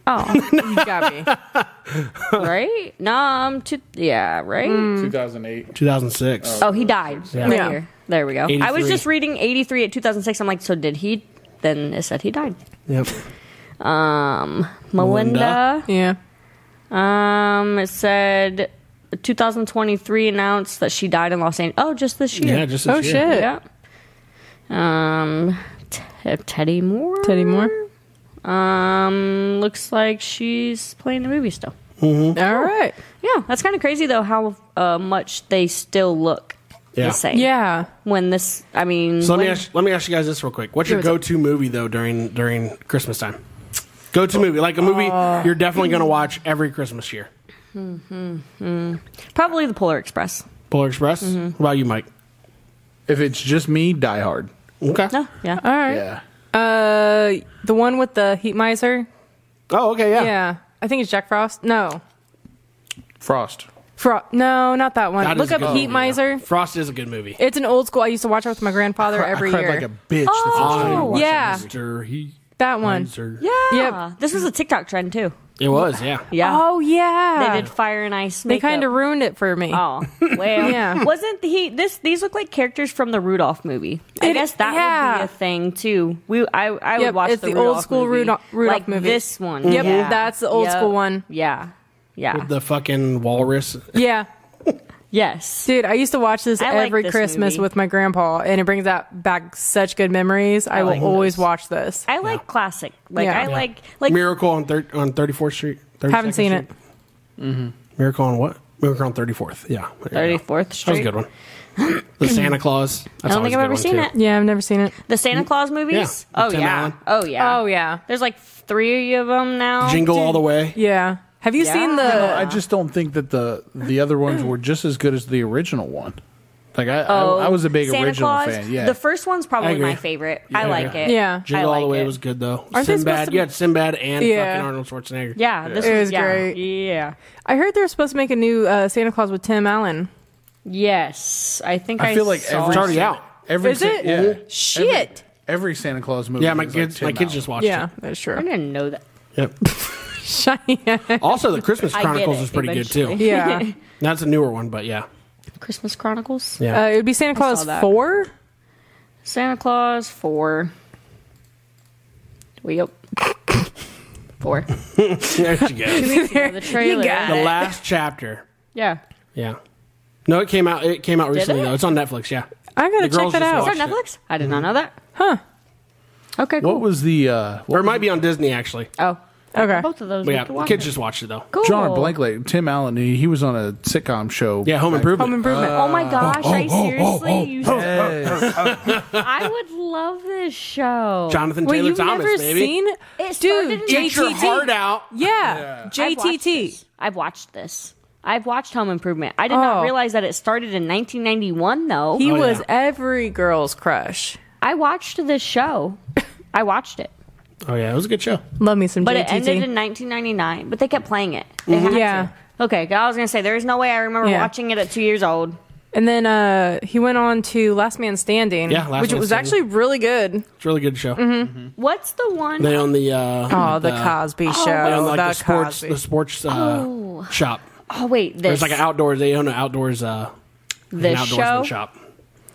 oh You got me. right no um to, yeah right 2008. 2006. oh he died right Mm. Yeah. here there we go i was 83. just reading 83 at 2006 i'm like so did he then it said he died Yep. um Melinda. melinda, Yeah. um it said 2023 announced that she died in los angeles oh just this year Yeah, just Oh this year. shit. Yeah. Um, Te- Teddy Moore. Teddy Moore. Um, looks like she's playing the movie still. Mm-hmm. All right. Yeah, that's kind of crazy though. How uh, much they still look Yeah. the same. Yeah. When this, I mean, So let when- me ask, let me ask you guys this real quick. What's your Yeah, go-to movie though during during Christmas time? Go-to movie, like a movie Uh, you're definitely going to watch every Christmas year. probably the Polar Express. Polar Express. What about you, Mike? If it's just me, Die Hard. Okay. No, yeah. Oh, All right. Yeah. Uh, the one with the heat miser. Oh, okay, yeah. Yeah. I think it's Jack Frost. No. Frost. Fro- no, not that one. That Look is a up good Heat movie, Miser. though. Frost is a good movie. It's an old school. I used to watch it with my grandfather every I cried year. like a bitch. Oh, yeah, Mr. Heat that one. Miser. Yeah. This was a TikTok trend too. It was, yeah. Yeah. Oh yeah, They did fire and ice. They kind of makeup. ruined it for me. Oh well, Yeah. Wasn't he? This these look like characters from the Rudolph movie. I It- guess that would yeah. be a thing too. We I I would Yep, watch it's the, the old Rudolph school movie. Rudo- Rudolph like movie. This one. Yep, Yeah. that's the old Yep. school one. Yeah, yeah, The fucking walrus. Yeah, yes. dude, I used to watch this I like every this Christmas movie. with my grandpa, and it brings out back such good memories. I, will like always watch this. I like classic. Like Yeah. I Yeah. like like Miracle on thir- on 34th Street. 32nd Haven't seen it. Street. Miracle on what? Miracle on 34th. Yeah. There you Thirty go. Fourth That Street. was a good one. The Santa Claus. That's I don't always a think I've good ever one, seen too. Mm-hmm. it. Yeah, I've never seen it. The Santa Claus movies. Yeah, Oh Tim yeah. Allen. Oh yeah. Oh, yeah. There's like three of them now. Jingle all the way. Yeah, have you Yeah. seen the? I just don't think that the the other ones were just as good as the original one. Like I, Oh, I, I was a big Santa original Claus. fan. Yeah, The first one's I probably agree. my favorite. I like it. Yeah. I Jingle all like the way it. was good though. Aren't they supposed Sinbad, to be- you had Sinbad and Yeah. fucking Arnold Schwarzenegger. Yeah, this It was, was yeah. great. Yeah. I heard they're supposed to make a new uh, Santa Claus with Tim Allen. Yes, I think I, I feel like saw every It's already Sa- out. Every Is Sa- it? Yeah. Shit. Every Santa Claus movie. Yeah, my is like kids, Tim my kids Allen. just watched Yeah, it. that's I true. didn't know that. Yep. Cheyenne. Also, the Christmas I get Chronicles it is pretty good too. eventually. Yeah, That's a newer one, but yeah. Christmas Chronicles. Yeah. uh, it would be Santa Claus that. four. Santa Claus four. Yep. Four. there she goes. The trailer. got the last chapter. Yeah. Yeah. No, it came out. It came out recently it? though. It's on Netflix. Yeah. I gotta The check girls that just out. Watched Is that it. Oh, Netflix? I did not know that. Huh. Okay. Cool. What was the uh, Or it might be on Disney actually. Oh. Okay. Both of those. But we yeah, could the watch kids it. just watched it though. cool. John Blank like Tim Allen? He he was on a sitcom show. Yeah, Home back- Improvement. Home Improvement. Oh my gosh! I seriously, you Yes. I would love this show. Jonathan Wait, Taylor you've Thomas, never baby. seen It started dude in- Get your JTT? heart out. Yeah, I've watched JTT. this. I've watched this. I've watched Home Improvement. I did not Oh. realize that it started in 1991, though. He Oh, was yeah. every girl's crush. I watched this show. I watched it, Oh yeah, it was a good show. Love me some but it ended JTT. in 1999. But they kept playing it. They had Yeah. To. Okay. 'cause I was gonna say there is no way I remember Yeah. watching it at two years old. and then uh, he went on to Last Man Standing, Yeah, Last which Man was Standing. actually really good. It's a really good show. Mm-hmm. What's the one? They own the uh, Oh, the, Cosby Show. they own, like the, the sports Cosby. the sports uh, shop. oh wait, There's this like an outdoors. They own an outdoors uh, an this show. outdoorsman shop.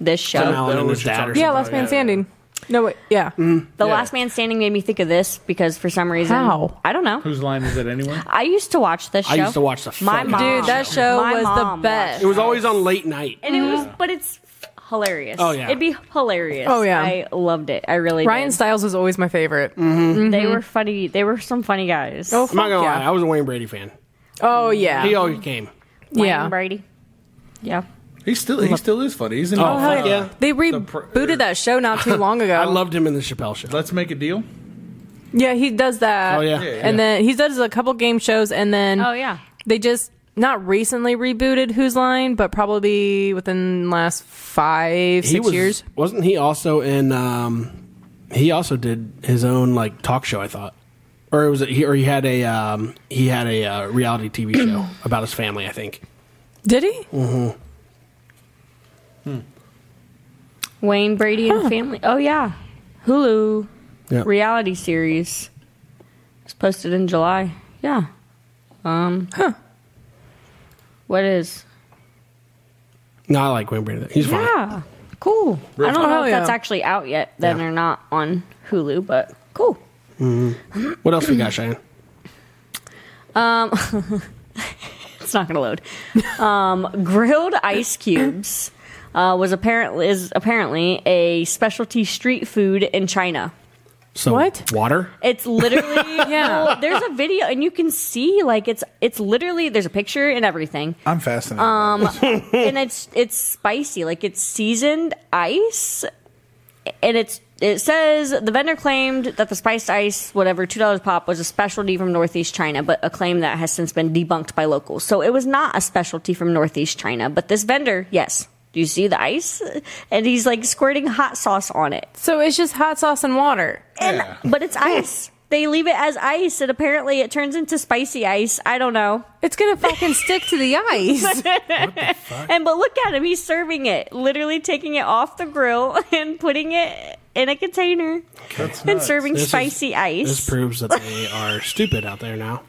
This show. Tim Allen and what his you're dad. Or talking yeah, something. Last Man Standing. No, wait, yeah. The Mm-hmm. Yeah. Last Man Standing made me think of this because for some reason, How? I don't know. Whose line is it anyway? I used to watch this show. I used to watch the my fuck mom. out of Dude, that show My was mom the best. It was always on late night. and it was but it's hilarious Oh, yeah. it'd be hilarious Oh, yeah. i loved it i really Ryan did. Stiles was always my favorite. Mm-hmm. they were funny they were some funny guys Mm-hmm. oh I'm not gonna yeah. lie, I was a Wayne Brady fan. Oh yeah, He always came. yeah. brady yeah He still he still is funny. He's in. Oh, fuck yeah. er. They pr- rebooted that show not too long ago. I loved him in the Chappelle show. Let's make a deal. Yeah, he does that. Oh yeah. Yeah. And then he does a couple game shows, and then oh yeah they just not recently rebooted Who's Line, but probably within the last five He six was years. wasn't he also in um he also did his own like talk show, I thought. Or it was he or he had a um he had a uh, reality TV show about his family, I think. Did he? wayne brady and family oh yeah hulu Yeah. reality series it's posted in july yeah um what is No, I like Wayne Brady. He's fine. yeah cool i don't know Oh, if that's yeah. actually out yet then Yeah. they're not on hulu but cool What else we got, Cheyenne? it's not gonna load. Um, grilled ice cubes uh, was apparently is apparently a specialty street food in China. So What? Water? It's literally Yeah. well, there's a video and you can see like it's it's literally there's a picture and everything. I'm fascinated. Um, and it's it's spicy, like it's seasoned ice, and it's it says the vendor claimed that the spiced ice, whatever two dollars pop, was a specialty from Northeast China, but a claim that has since been debunked by locals. So it was not a specialty from Northeast China, but this vendor, yes. Do you see the ice? And he's like squirting hot sauce on it, So it's just hot sauce and water. and but it's ice. They leave it as ice, and apparently it turns into spicy ice. I don't know. It's gonna fucking stick to the ice. And but look at him. He's serving it, literally taking it off the grill and putting it in a container and serving This is- spicy ice. This proves that they are stupid out there now.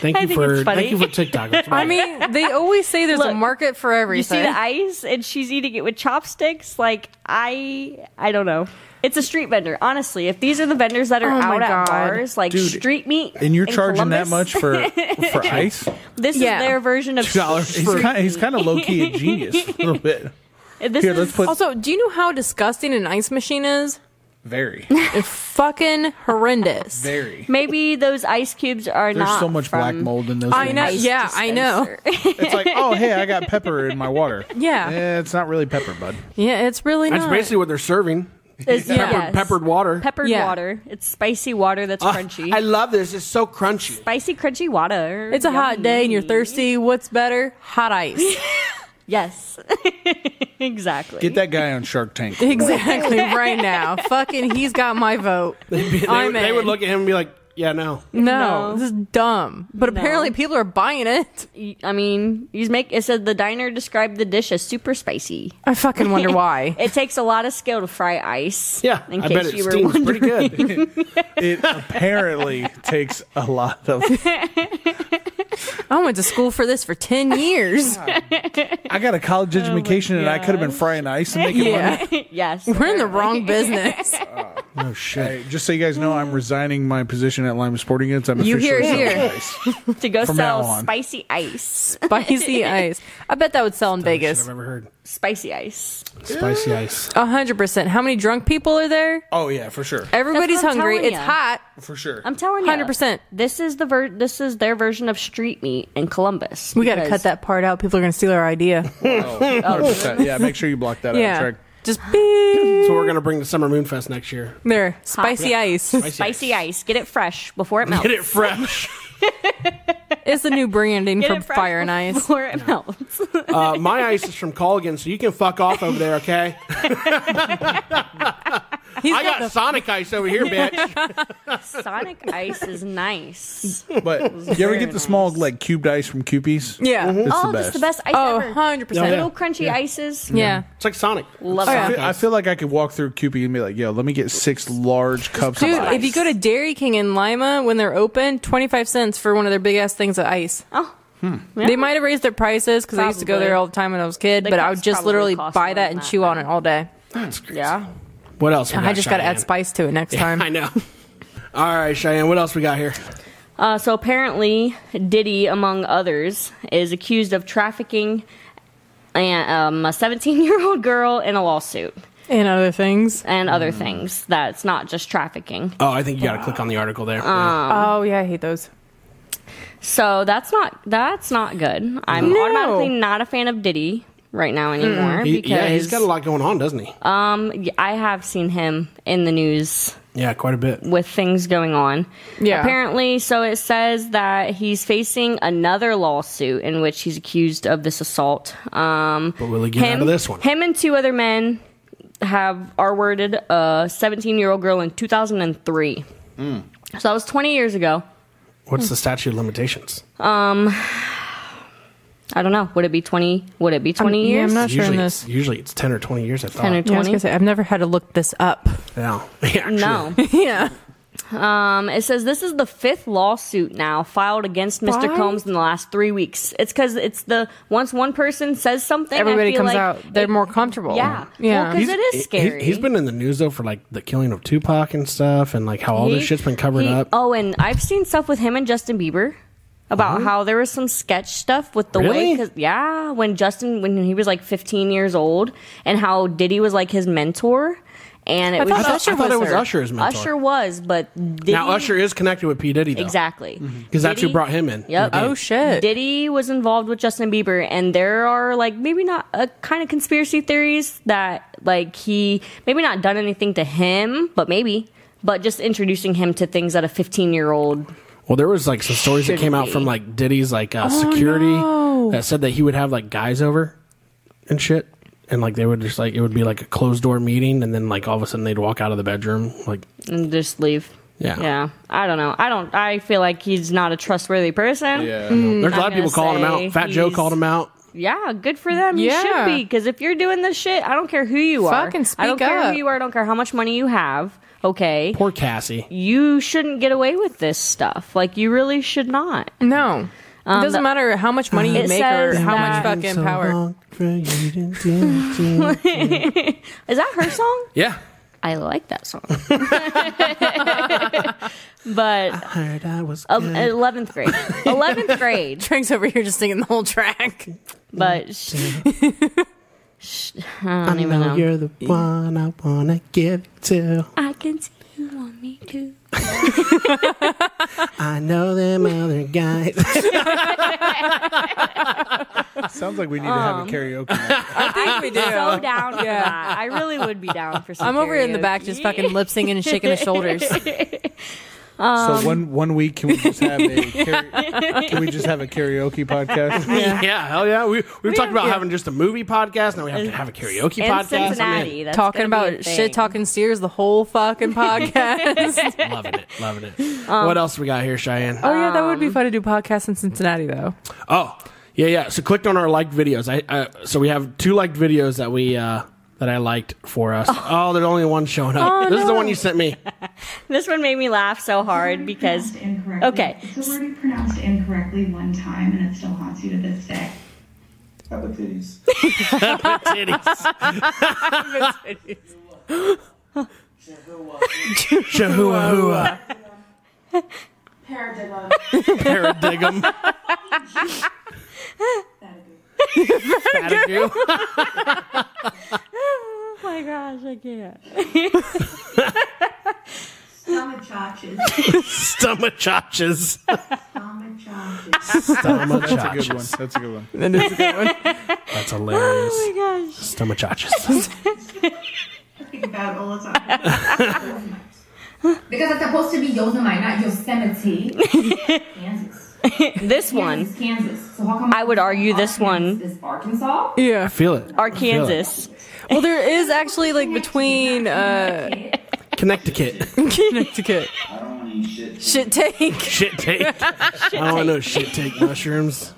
Thank I you think for it's funny. thank you for TikTok. That's I right. mean, they always say there's a Look, market for you everything. see the ice, and she's eating it with chopsticks. Like I, I don't know. It's a street vendor, honestly. If these are the vendors that are Oh my out at God. bars, like Dude, street meat, and you're in charging that Columbus, much for for ice? This Yeah. is their version of dollars He's kind of, he's kind of low key a genius a little bit. This Here, is let's put also, do you know how disgusting an ice machine is? very, It's fucking horrendous. very. maybe those ice cubes are There's not. so much from- black mold in those. I know. things. Yeah, I know. It's like, oh hey, I got pepper in my water. Yeah. Eh, it's not really pepper, bud. Yeah, it's really That's not. basically what they're serving. It's- Peppered- yes. Peppered water. Peppered Yeah. water. It's spicy water that's crunchy. I love this. It's so crunchy. spicy, crunchy water. it's a hot Yummy. day and you're thirsty. What's better? Hot ice. Yes, exactly. Get that guy on Shark Tank. exactly. Right now, fucking, he's got my vote. They, I'm would- they in. would look at him and be like, "Yeah, no." No, No. this is dumb. But No. apparently, people are buying it. I mean, he's make. It said the diner described the dish as super spicy. I fucking wonder why. It takes a lot of skill to fry ice. Yeah, in I case bet it you were steams wondering. pretty good. It apparently takes a lot of. I went to school for this for ten years. I got a college education, and I could have been frying ice and making money. Oh yeah, yes, we're in the wrong business. oh shit! Hey, just so you guys know, I'm resigning my position at Lima Sporting Goods. I'm You hear officially it selling here. Oh. ice. to go From now sell on. spicy ice, Spicy ice. I bet that would sell in I've Vegas. never heard spicy ice. spicy ice. A hundred percent. How many drunk people are there? Oh yeah, for sure, Everybody's That's what I'm hungry. telling It's ya. hot. for sure. I'm telling you, 100%. This is the ver- This is their version of street meat in Columbus. We got to because- cut that part out. People are going to steal our idea. yeah, make sure you block that out. yeah. Trey. Just beep. So we're gonna bring the summer moonfest next year. There. Spicy ice. spicy ice. Get it fresh before it melts. Get it fresh. It's the new branding Get for it fresh Fire and Ice. before it melts. Uh, my ice is from Colgan, so you can fuck off over there, okay? He's I got got Sonic ice over here, bitch. Sonic ice is nice. But you ever very get the small nice. like cubed ice from Cupies? the- yeah. It's oh, the that's best. the best ice Oh, ever. 100%. Little crunchy ices. Yeah. It's like Sonic. Love Oh, it. yeah. I feel, I feel like I could walk through Cupie and be like, "Yo, let me get six large cups of Dude, ice." if you go to Dairy King in Lima when they're open, 25 cents for one of their big ass things of ice. Oh. They might have raised their prices because I used to go Probably. there all the time when I was a kid, The but I cups would just probably literally cost buy more that than and that chew on it then. all day. Yeah. What else? we I just got to add Cheyenne? spice to it next time. I know. All right, Cheyenne. What else we got here? Uh, so apparently, Diddy, among others, is accused of trafficking and, um, a 17 year old girl in a lawsuit and other things. and Mm. other things. That's not just trafficking. Oh, I think you got to click on the article there. Ah, oh, yeah, I hate those. So that's not that's not good. I'm No. automatically not a fan of Diddy right now anymore Mm. He- because yeah, he's got a lot going on, doesn't he? um, I have seen him in the news yeah, quite a bit. with things going on. Yeah. Apparently, so it says that he's facing another lawsuit in which he's accused of this assault. Um, But will he get out of this one? Him and two other men have R worded a 17 year old girl in 2003. Hmm. So that was 20 years ago. What's the statute of limitations? I don't know. Would it be 20? Would it be 20 yeah, years? I'm not sure usually, on it's, this. usually it's ten or twenty years. I thought. 10 or Yeah, I was 20? gonna say, I've never had to look this up. No. Yeah, actually. no. yeah. Um, it says this is the fifth lawsuit now filed against Mr. Why? Combs in the last three weeks. It's because it's the once one person says something, I Everybody feel comes like out. They're it- more comfortable. Yeah, Yeah. because it is He- scary. he's been in the news though for like the killing of Tupac and stuff, and like how all this He- shit's been covered he- up. Oh, and I've seen stuff with him and Justin Bieber about how there was some sketch stuff with the Really? way. Cause, yeah, when Justin when he was like 15 years old, and how Diddy was like his mentor, and it I was thought Usher I thought was it was there. Usher's mentor. Usher was, but Diddy, now Usher is connected with P Diddy though, exactly because Mm-hmm. that's who Diddy- brought him in. Yep. Oh shit. Diddy was involved with Justin Bieber, and there are like maybe not a kind of conspiracy theories that like he maybe not done anything to him, but maybe, but just introducing him to things that a 15 year old. Well, there was like some stories that came out be. Oh, from like Diddy's like uh, security that said that he would have like guys over and shit, and like they would just like it would be like a closed door meeting, and then like all of a sudden they'd walk out of the bedroom like And just leave. Yeah. Yeah, I don't know. I don't. I feel like he's not a trustworthy person. Yeah. Mm. There's a lot I'm of people gonna calling him say out. Fat Joe he's- called him out. Yeah, good for them. You Yeah. should be because if you're doing this shit, I don't care who you are. Fucking I don't speak care up. who you are. I don't care how much money you have. Okay, Poor Cassie. you shouldn't get away with this stuff. Like you really should not. No. it doesn't the- matter how much money you Um, It make or says how much that- fucking power. Is that her song? Yeah. I like that song. but Heard I was Oh, good. eleventh grade, eleventh grade. Frank's over here just singing the whole track. But sh- sh- I don't I even know know. you're the one I wanna give it to. I can see you want me to. I know them other guys. Sounds like we need to have Um, a karaoke. night. I think we do. So down for Yeah. that. I really would be down for some. I'm over here in the back just karaoke. fucking lip singing and shaking his shoulders. um, so one one week, can we just have a kara- can we just have a karaoke podcast? yeah. hell yeah. We we talked about yeah. having just a movie podcast. Now we have to have a karaoke in podcast. I'm in. Cincinnati. That's talking gonna be a about thing. shit talking steers the whole fucking podcast. loving it, loving it. what else we got here, Cheyenne? oh yeah, that would be fun to do podcasts in Cincinnati though. Oh, yeah, yeah. So clicked on our liked videos. I, I so we have two liked videos that we uh that I liked for us. Oh, there's only one showing up. this is the one you sent me. This one made me laugh so hard because Pronounced incorrectly. okay. It's a word you pronounced incorrectly one time and it still haunts you to this day. Hepatitis. Titties. Chihuahua. hua. Paradigm. Paradigm. Paradigm. oh my gosh, I can't. Stomachaches. Stomachaches. Stomachaches. That's a good one. That's a good one. That's hilarious. Oh my gosh. Stomachaches. Think about it all the time. Because it's supposed to be Yosemite, not Yosemite. Kansas. This one, Kansas, Kansas. So how come I would argue this one- This Arkansas? I feel it. Arkansas. Well, there is actually like between uh Connecticut. Connecticut, I don't want to eat shit. shit take. shit take. I don't want no shit take mushrooms.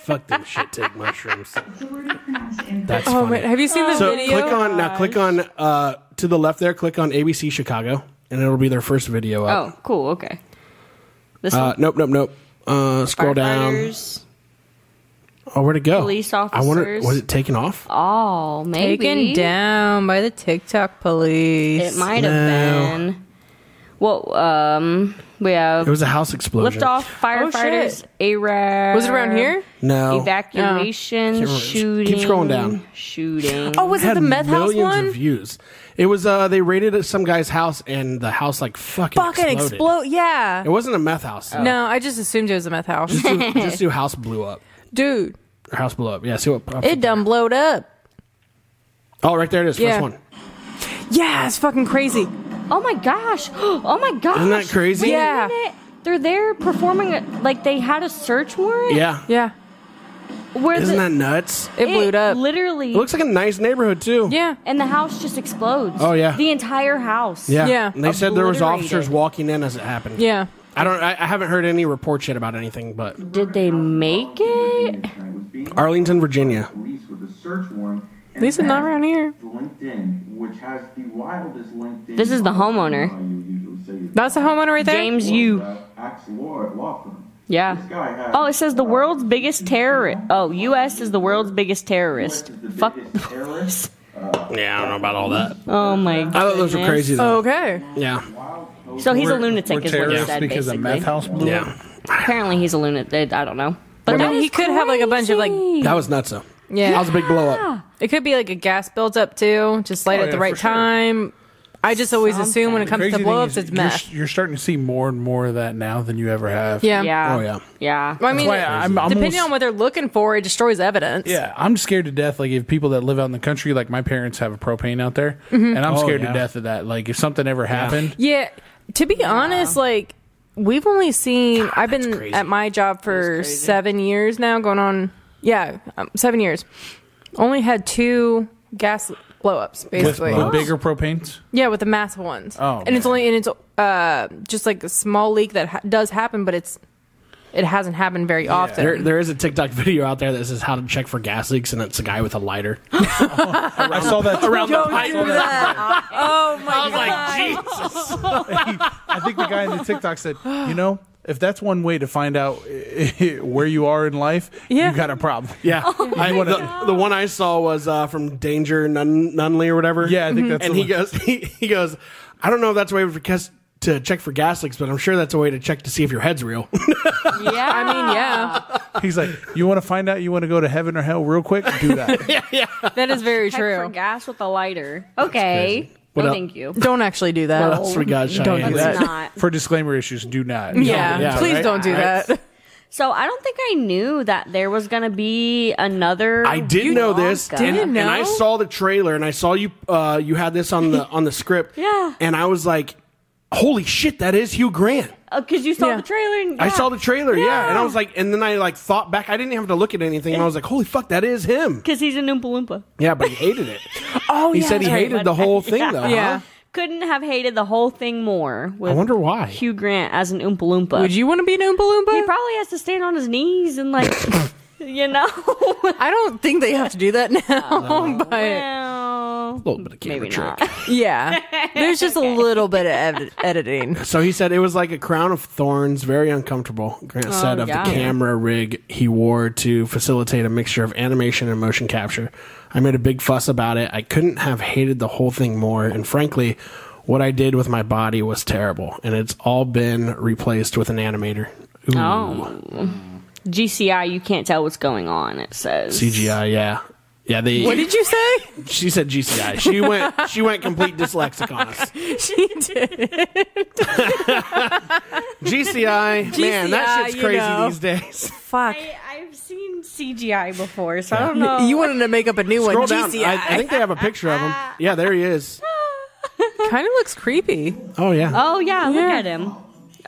Fuck them shit take mushrooms. It's a word you pronounced incorrectly. That's Oh funny. man, have you seen the So video? Oh, click on now. Click on uh, to the left there. Click on ABC Chicago, and it'll be their first video up. Oh, cool. Okay. This Oh. Uh, one. nope, nope, nope. Uh, scroll down. Firefighters. Oh, where'd it go? Police I wonder. officers. Was it taken off? Oh, maybe. Taken down by the TikTok police. It might have No. been. Well, um, we have It was a house explosion. lift off Oh, firefighters, Arab. was it around here? No. Evacuation, remember. Just keep shooting. scrolling down. Shooting. Oh, was it had the meth house millions one? of views. It was. Uh, they raided at some guy's house, and the house like fucking Fucking exploded. explode! Yeah. It wasn't a meth house. No, I just assumed it was a meth house, Just do- just do house blew up. dude. Or house blew up. Yeah. See what It pops up there. done blowed up. Oh, right there it is. Yeah. First one. Yeah, it's fucking crazy. Oh my gosh. Oh my gosh. Isn't that crazy? Wait a Yeah. minute. They're there performing a, like they had a search warrant. Yeah. Yeah, Where Isn't the, that nuts? it, blew up. Literally. It looks like a nice neighborhood too. yeah, and the house just explodes. Oh, yeah. The entire house. Yeah. Yeah. And they said there was Obliterated. officers walking in as it happened. yeah. I don't. I, I haven't heard any reports yet about anything, but Did they make it? I was being Arlington, Virginia. police with a search warrant. At least it's not around here. LinkedIn, which has the wildest LinkedIn. This is the homeowner. That's the homeowner right there. James U. Axe Law Law Firm. Yeah. This guy has- Oh, it says the world's biggest terrorist. Oh, U.S. is the world's biggest terrorist. This is the Fuck. biggest terrorist, Yeah, I don't know about all that. Oh my god. I thought those were crazy though. Okay. Yeah, So he's a We're- lunatic, we're is what he terrorists said. because a Basically, meth house blew up. yeah. apparently he's a lunatic. I don't know. I But mean, he could have like a bunch of like. That was nuts though. Yeah. That was a big blow up. It could be like a gas buildup too. Just light Oh, at the yeah, right for sure. time. I just always assume when it comes to Crazy blow thing ups, is it's you're, meth. s- you're starting to see more and more of that now than you ever have. Yeah. yeah. Oh, yeah. Yeah. Well, I mean, That's why I'm, I'm depending almost- on what they're looking for, it destroys evidence. Yeah, I'm scared to death. Like if people that live out in the country, like my parents have a propane out there, Mm-hmm. and I'm Oh, scared yeah. to death of that. Like if something ever happened, Yeah. To be honest, like we've only seen. I've been crazy. at my job for seven years now, going on. Yeah, um, seven years. Only had two gas blow ups, with basically. the bigger propanes. Yeah, with the massive ones. Oh, and it's only and it's uh just like a small leak that ha- does happen, but it's it hasn't happened very often. There, there is a TikTok video out there that says how to check for gas leaks, and it's a guy with a lighter. Oh I saw that around Don't do that. oh my god! I think the guy in the TikTok said, you know, if that's one way to find out where you are in life, Yeah. you got a problem. Yeah, I, my the, God. the one I saw was uh, from Danger Nun- Nunley or whatever. Yeah, I think that's and he the one. goes, he, he goes, I don't know if that's a way for gas- to check for gas leaks, but I'm sure that's a way to check to see if your head's real. Yeah, I mean, yeah, He's like, you want to find out you want to go to heaven or hell real quick? Do that. that is very Check for true. gas with a lighter. Okay. What No, up? thank you. Don't actually do that. That's what we got, Oh, Don't Cheyenne. do Let's that. not. For disclaimer issues, do not. yeah, Yeah, please right? don't do Right. that. So I don't think I knew that there was gonna be another. I did Willy know this, Wonka. and, Didn't and I know? saw the trailer, and I saw you. Uh, you had this on the on the script, Yeah. And I was like, "Holy shit, that is Hugh Grant." because Uh, you saw Yeah. the trailer. And, I yeah. saw the trailer, yeah. and I Yeah. was like, and then I like thought back. I didn't have to look at anything. And I was like, "Holy fuck, that is him." because he's an Oompa Loompa. Yeah, but he hated it. Oh, He said he Sorry, hated but- uh, the whole thing, though. huh? Yeah. Couldn't have hated the whole thing more. With Uh-huh. I wonder why. Hugh Grant as an Oompa Loompa. Would you want to be an Oompa Loompa? He probably has to stand on his knees and like, you know. I don't think they have to do that now, but Well, little bit of camera maybe trick. not. yeah, there's just a little bit of edit- editing. So he said it was like a crown of thorns, very uncomfortable. Oh, Grant said of yeah. the camera rig he wore to facilitate a mixture of animation and motion capture. I made a big fuss about it. I couldn't have hated the whole thing more, and frankly, what I did with my body was terrible, and it's all been replaced with an animator. Ooh, Oh. GCI, you can't tell what's going on. It says CGI, yeah, yeah. They What did you say? she said GCI. She went she went complete dyslexic on us. she did. GCI, man, that GCI, shit's you crazy know. these days. Fuck. I, I've seen CGI before, so I don't know. You wanted to make up a new Scroll one. down. GCI. I, I think they have a picture of him. Yeah, there he is. kind of looks creepy. Oh yeah. Oh yeah, look at him.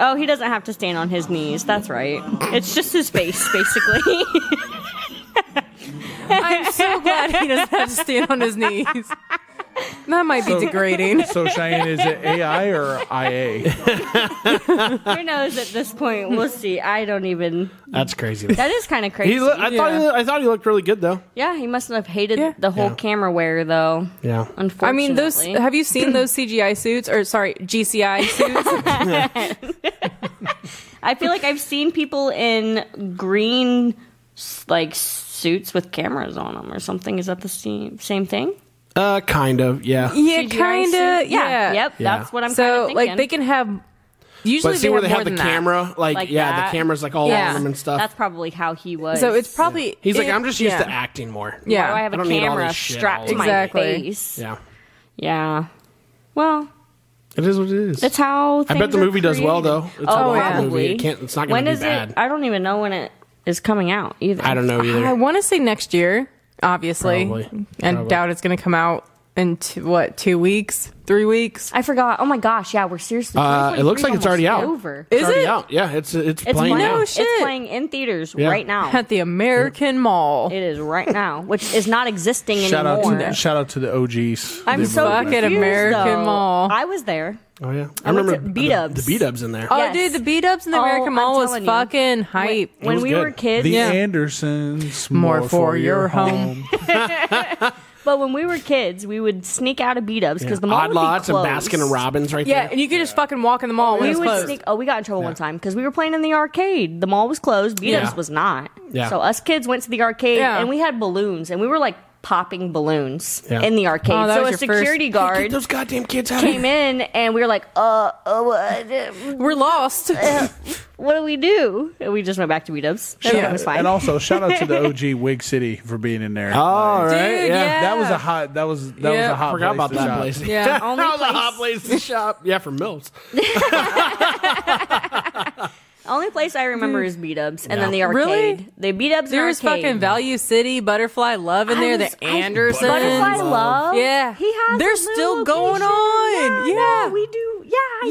Oh, he doesn't have to stand on his knees. That's right. It's just his face, basically. I'm so glad he doesn't have to stand on his knees. That might be degrading. So Cheyenne, is it AI or IA? Who knows at this point? We'll see. I don't even. That's crazy. That is kind of crazy. he loo- I thought he Yeah. loo- I thought he looked really good though. yeah, he must have hated Yeah. the whole Yeah. camera wear, though. Yeah. I Unfortunately, mean, those. Have you seen those CGI suits or sorry, GCI suits? I feel like I've seen people in green s- like suits with cameras on them or something. Is that the same same thing? Uh, kind of. Yeah. yeah, CGI kind suit? of. Yeah. Yeah. Yep. Yeah. That's what I'm. So kinda like they thinking. can have. Usually But see they where they have have the more than that. camera, like, Like yeah, that. the camera's like all Yeah. on him and stuff. That's probably how he was. So it's probably. He's like, it- I'm just used yeah. to acting more. Why Yeah. do I have I a don't need all camera this shit all strapped to my Exactly. face? Yeah. Yeah. Well, It is what it is. that's how. I bet things the are movie does well created. though. It's a Oh, Wonka yeah. movie. It can't. It's not going When to is be bad. it? I don't even know when it is coming out either. I don't know either. I want to say next year, obviously, Probably. and Probably. doubt it's going to come out in two, what two weeks, three weeks. I forgot. Oh my gosh! Yeah, we're seriously. Uh, it looks like it's 2023's already almost out. Over. It's Is already it? out. Yeah. It's it's, It's playing playing. now. No It's shit. playing in theaters Yeah. right now. At the American Mall. It is right now, which is not existing Shout out, anymore. to, shout out to the OGs. I'm They so were- Fuck confused, at American though. Mall. I was there. Oh yeah. I, went remember to the- B-dubs. The B dubs in there. Oh, Yes. dude, the beat ups in the Oh, American I'm Mall was telling you. fucking hype. When was we good. were kids, The Yeah. Andersons, More for your home. but when we were kids, we would sneak out of beat ups because the mall Odd would Lots be and closed. Baskin and Robbins right Yeah, there. and you could just fucking walk in the mall when We it's would closed. sneak. Oh, we got in trouble one time because we were playing in the arcade. The mall was closed. Beat ups Yeah. was not. Yeah. So us kids went to the arcade Yeah. and we had balloons and we were like popping balloons Yeah. in the arcade. Oh, that so was a your first- security Get guard those goddamn kids out of came here. in and we were like, uh, uh, what, uh, We're lost. what do we do? And we just went back to beat ups. Everything was fine. And also, shout out to the OG Wig City for being in there. All right. Dude, yeah. yeah. That was a hot. That was that was Yeah. a hot. Forgot place about to that shop. place. yeah. Only that was a place- hot place to shop. Yeah, for Mills. Only place I remember is beat ups and then the arcade. Really? The beat ups There was fucking Value City, Butterfly Love in there, I was- the I- Andersons. Butterfly Love. Yeah. He has They're a new still going location. on. Yeah, Yeah. no, we do. Yeah. I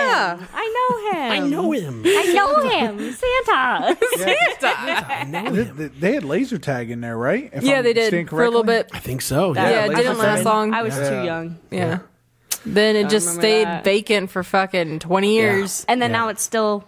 Yeah. Yeah. I know him. I know him. Um, I know him. Santa. I know They, him. they- they had laser tag in there, right? If Yeah, I'm they did staying for a little correctly? bit. I think so. Yeah, Yeah. it like didn't I last said. long. I was Yeah. too yown. yeah. Then it just remember stayed that. vacant for fucking 20 years. And then now it's still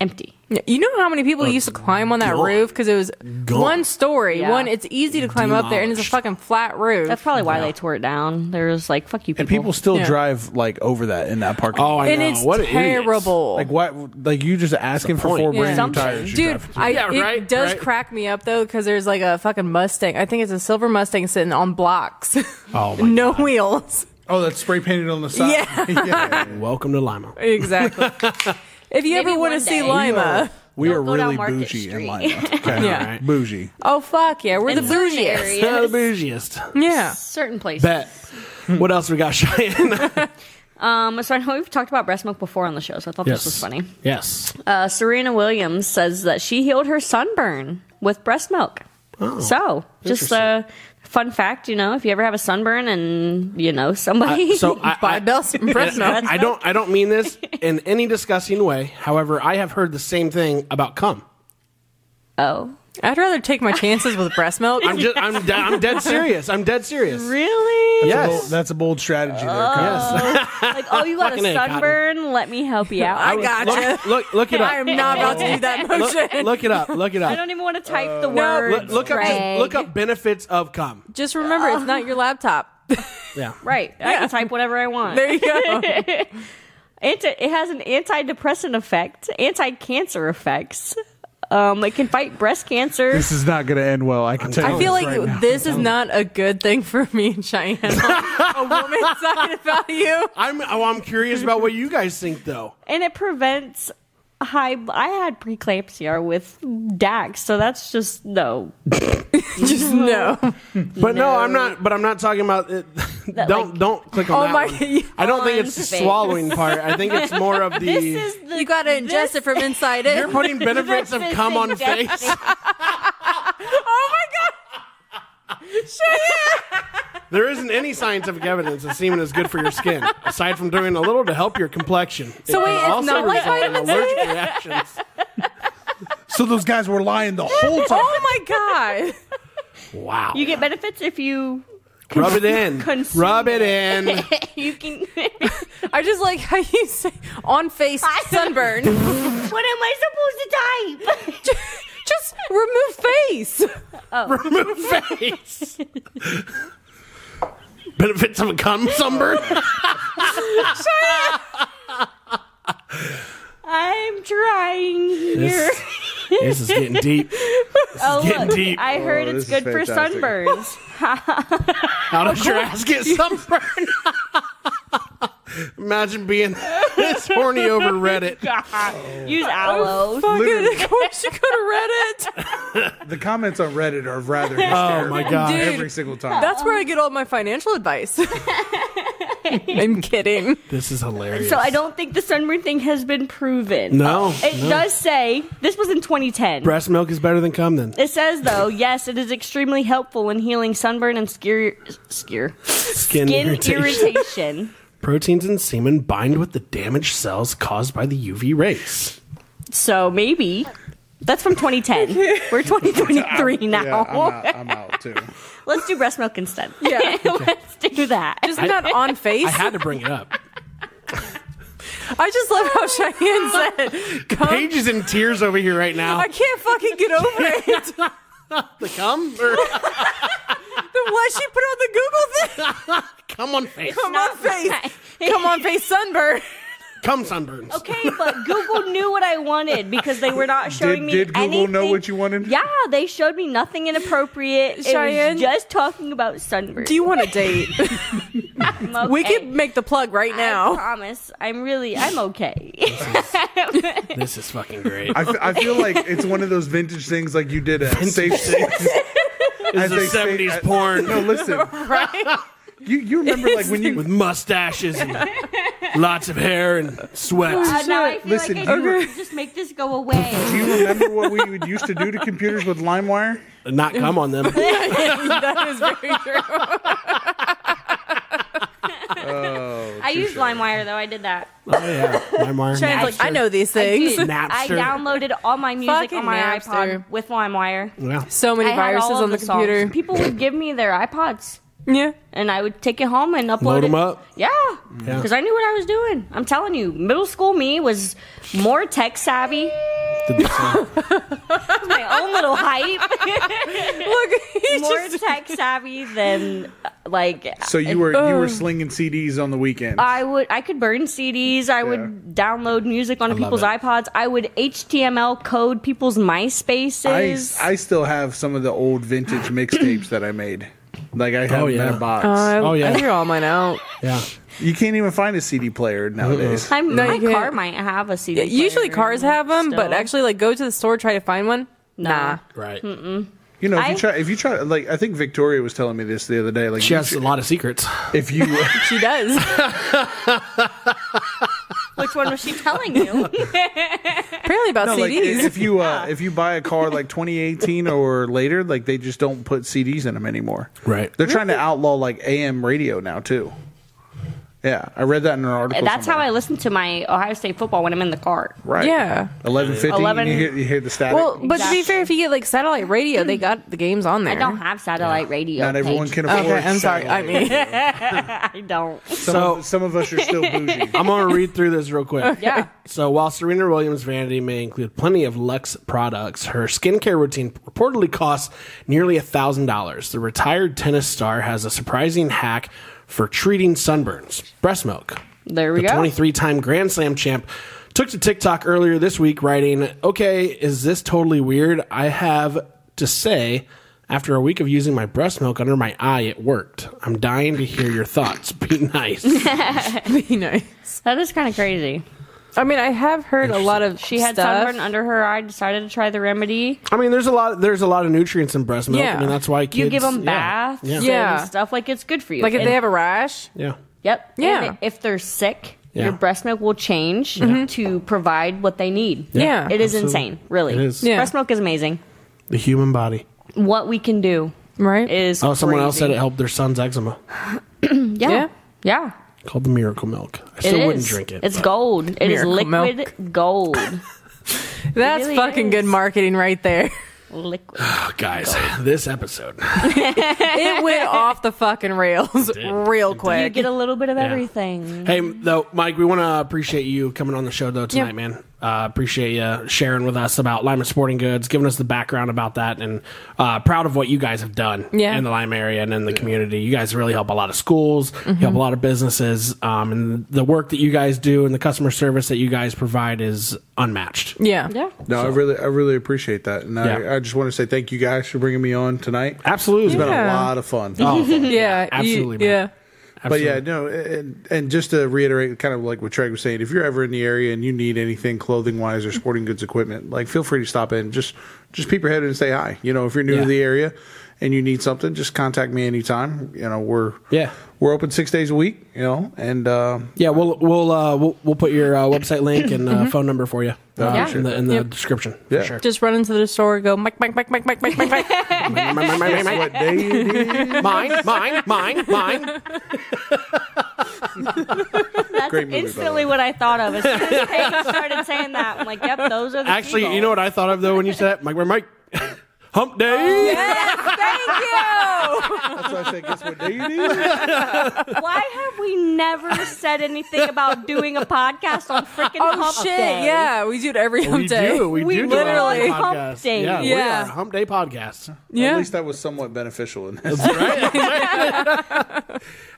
empty. Yeah, You know how many people used to climb on that Oh, gone. roof because it was one story. Yeah. One, it's easy to climb up there, and it's a Demolished. fucking flat roof. That's probably why they tore it down. They're just like, fuck you people. And people still Yeah. drive like over that in that parking. Oh, lot. I and know. it's what terrible. like what? Like you just asking for point. four Yeah. brand new Something. tires, you Dude, drive through. I, Yeah, it right, does right. crack me up though because there's like a fucking Mustang. I think it's a silver Mustang sitting on blocks, Oh my no wheels. oh, that's spray painted on the side. Yeah. God. Welcome to Lima. Exactly. if you Maybe ever want to one see day. Lima, We are Don't go down really Market bougie in Street. Lima. Okay, Yeah. alright. bougie. oh fuck yeah, we're In the certain bougiest. areas. the bougiest. Yeah, Certain places. Bet. Hmm. What else we got, Cheyenne? Um, so I know we've talked about breast milk before on the show, so I thought this was funny. Yes. Uh, Serena Williams says that she healed her sunburn with breast milk. Oh, so, just a fun fact, you know, if you ever have a sunburn and you know somebody, So I, buy I- Bell's breast milk. I don't. I don't mean this in any disgusting way. However, I have heard the same thing about cum. oh, I'd rather take my chances with breast milk. I'm just. I'm. De- I'm dead serious. I'm dead serious. really? That's a bold- Yes. that's a bold strategy there. Kyle. Like, oh, you got a Fucking A, Cotton. sunburn? Let me help you out. I Look. gotcha. Look, look it I up. am not about to do that motion. Look, look it up. Look it I up. don't even want to type Uh, the word. Look, look up. Greg. Just look up benefits of cum. Just remember, it's not your laptop. Yeah. Right, I can type whatever I want. There you go. Anti- it has an antidepressant effect, anti-cancer effects. Um, it can fight breast cancer. This is not going to end well. I can tell. I you feel this like right now. this is not a good thing for me and Cheyenne. a woman talking about you. I'm. Oh, I'm curious about what you guys think, though. and it prevents high. I had preeclampsia with Dax, so that's just no. Just no. But no, I'm not. But I'm not talking about. It. don't like- don't click on Oh that my- one. I don't think it's the Unfazed. swallowing part. I think it's more of the. the You gotta ingest it from inside you're it. putting benefits of cum on face. oh There isn't any scientific evidence that semen is good for your skin, aside from doing a little to help your complexion. So wait, it's not like result in vitamin C? allergic reactions. so. Those guys were lying the whole my god. time. Oh my god. Wow. You get benefits if you Rub it in. consume Rub it in. you can. I just like how you say on face sunburn. what am I supposed to type? just remove face. Remove face. Benefits of a cum sunburn. I'm trying here. This, this is getting deep. oh getting look, deep. I heard Oh, it's this good is for fantastic. sunburns. Out of your ass get sunburn. Imagine being this horny over Reddit. Use aloe. Fucking, of course you could have read it. The comments on Reddit are rather. hysterical my God. Dude. Oh, Every single time. That's where I get all my financial advice. I'm kidding. This is hilarious. So I don't think the sunburn thing has been proven. No, It no. does say this was in 2010. Breast milk is better than cum then. It says though, yes, it is extremely helpful in healing sunburn and scare, scare, Skin, skin irritation. irritation. Proteins in semen bind with the damaged cells caused by the UV rays. So maybe that's from 2010. We're 2023 now. Yeah, I'm out, I'm out too. Let's do breast milk instead. Yeah. Let's do that. Just not on face. I had to bring it up. I just love how Cheyenne said, "Come." Paige is in tears over here right now. I can't fucking get over it. the The cum or what she put on the Google thing. cum on face. Come on, face. Come on, face sunburn. Cum sunburns. Okay, but Google knew what I wanted because they were not showing Did- me. did Google anything. know what you wanted? Yeah, they showed me nothing inappropriate. It Cheyenne? was just talking about sunburn. Do you want a date? We could make the plug right I now. promise. I'm really. I'm okay. This is fucking great. I, f- I feel like it's one of those vintage things like you did at Safe Space. This they is say- seventies I- porn No, listen. Right? You you remember like when you with mustaches and lots of hair and sweat. Uh, now I feel Listen, like I you- need to just make this go away. do you remember what we would used to do to computers with LimeWire? Not cum on them. that is very true. I used LimeWire though. I did that. Oh yeah, LimeWire. Shannon's Like, I know these I things. did. Napster. I downloaded all my music Fucking on my Napster. iPod with LimeWire. Yeah. So many I had viruses all of on the, songs. computer. People would give me their iPods, Yeah. and I would take it home and upload Load 'em it. up? Yeah, because I knew what I was doing. I'm telling you, middle school me was more tech savvy. Did the same. My own little hype, Look, he's more just- tech savvy than like uh, So you were you were slinging CDs on the weekend. I would I could burn CDs. I would download music onto people's it. iPods. I would HTML code people's I, MySpaces. I still have some of the old vintage mixtapes that I made. Like I have Oh, them in yeah. a box. Oh, yeah. I threw all mine out. Yeah. you can't even find a CD player nowadays. I, No, my you can't. car might have a CD. Usually player cars have them, but still. actually, like, go to the store, try to find one. Nah. Right. You know, if I- you try, if you try, like I think Victoria was telling me this the other day. Like She you has a lot of secrets. should- if you She does. Which one was she telling you? Apparently about no, like, CDs. if you uh, if you buy a car like 2018 or later, like they just don't put CDs in them anymore. Right. They're trying to outlaw like AM radio now too. Yeah, I read that in an article. That's how I listen to my Ohio State football when I'm in the car. Right. Yeah. Eleven fifty. Eleven- You, hear- you hear the static. well, but to Exactly. be fair, if you get like satellite radio, they got the games on there. I don't have satellite radio. Not everyone Paige. can afford. Okay, I'm sorry. I satellite. mean, I don't. some, So- of, some of us are still bougie. I'm going to read through this real quick. Yeah. So while Serena Williams' vanity may include plenty of luxe products, her skincare routine reportedly costs nearly $1,000. The retired tennis star has a surprising hack for treating sunburns breast milk. There we the go. 23 time Grand Slam champ took to TikTok earlier this week, writing, Okay, is this totally weird? I have to say, after a week of using my breast milk under my eye, it worked. I'm dying to hear your thoughts. Be nice. be nice. That is kind of crazy. I mean, I have heard a lot of She had stuff. sunburn under her eye. Decided to try the remedy. I mean, there's a lot. There's a lot of nutrients in breast milk. Yeah. I mean, that's why kids. you give them yeah, baths Yeah. and Yeah. Yeah. stuff like it's good for you. Like if And- they have a rash, Yep. Yeah. And if they're sick, Yeah. your breast milk will change to provide what they need. Yeah. It is Absolutely. insane, really. It is. Yeah. Breast milk is amazing. The human body. What we can do right? is Oh, someone else said crazy. it helped their son's eczema. Yeah. Yeah. Yeah. Called the miracle milk. I It still wouldn't is. drink it. It's but- gold. It is Miracle liquid gold. That's really fucking is. good marketing right there. liquid. guys. This episode. It went off the fucking rails real You quick. get a little bit of everything. hey, though, Mike, we want to appreciate you coming on the show though tonight, Yeah. man. Uh, appreciate you sharing with us about Lima Sporting Goods, giving us the background about that, and uh, proud of what you guys have done Yeah. Mm-hmm. in the Lima area and in the community. You guys really help a lot of schools, you help a lot of businesses, um, and the work that you guys do and the customer service that you guys provide is unmatched. Yeah. Yeah. No, I really, I really appreciate that, and Yeah. I, I just want to say thank you guys for bringing me on tonight. Absolutely, It's been a Yeah. lot of fun. Oh, Yeah. you- absolutely, man. Yeah. But yeah, no, and, and just to reiterate, kind of like what Treg was saying, if you're ever in the area and you need anything clothing wise or sporting goods equipment, like feel free to stop in. Just just peep your head in and say hi. You know, if you're new Yeah. to the area and you need something, just contact me anytime. You know, we're Yeah. we're open six days a week. You know, and uh, Yeah, we'll we'll uh, we'll, we'll put your uh, website link and uh, phone number for you uh, Yeah. in the, in the Mm-hmm. Yep. description. Yeah. For sure. Just run into the store, go Mike, Mike, Mike, Mike, Mike, Mike, Mike, Mike. mine, mine, mine, what day it is? mine, mine, mine, mine. That's Great movie, by the instantly way. what I thought of. As soon as Paige started saying that, I'm like, yep, those are the Actually, people. you know what I thought of though when you said that, Mike, Mike, Mike. Hump Oh, day. Thank you. That's why I said, guess what day it is? Why have we never said anything about doing doing a podcast on freaking Oh shit! Yeah, we do it every hump We day. do. We, We do. literally do a hump podcast. day. Yeah, we are Yeah. a hump day podcast. At yeah. least that was somewhat beneficial in this.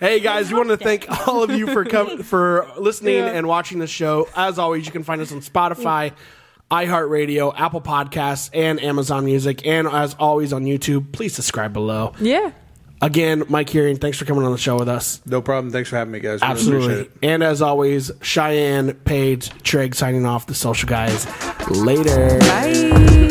Hey guys, we want to thank all of you for com- for listening and watching the show. As always, you can find us on Spotify, iHeartRadio, Apple Podcasts, and Amazon Music. And as always on YouTube, please subscribe below. yeah. Again, Mike Hearing, thanks for coming on the show with us. No problem. Thanks for having me, guys. Really appreciate Absolutely. it. And as always, Cheyenne, Paige, Treg signing off the social guys. Later. Bye.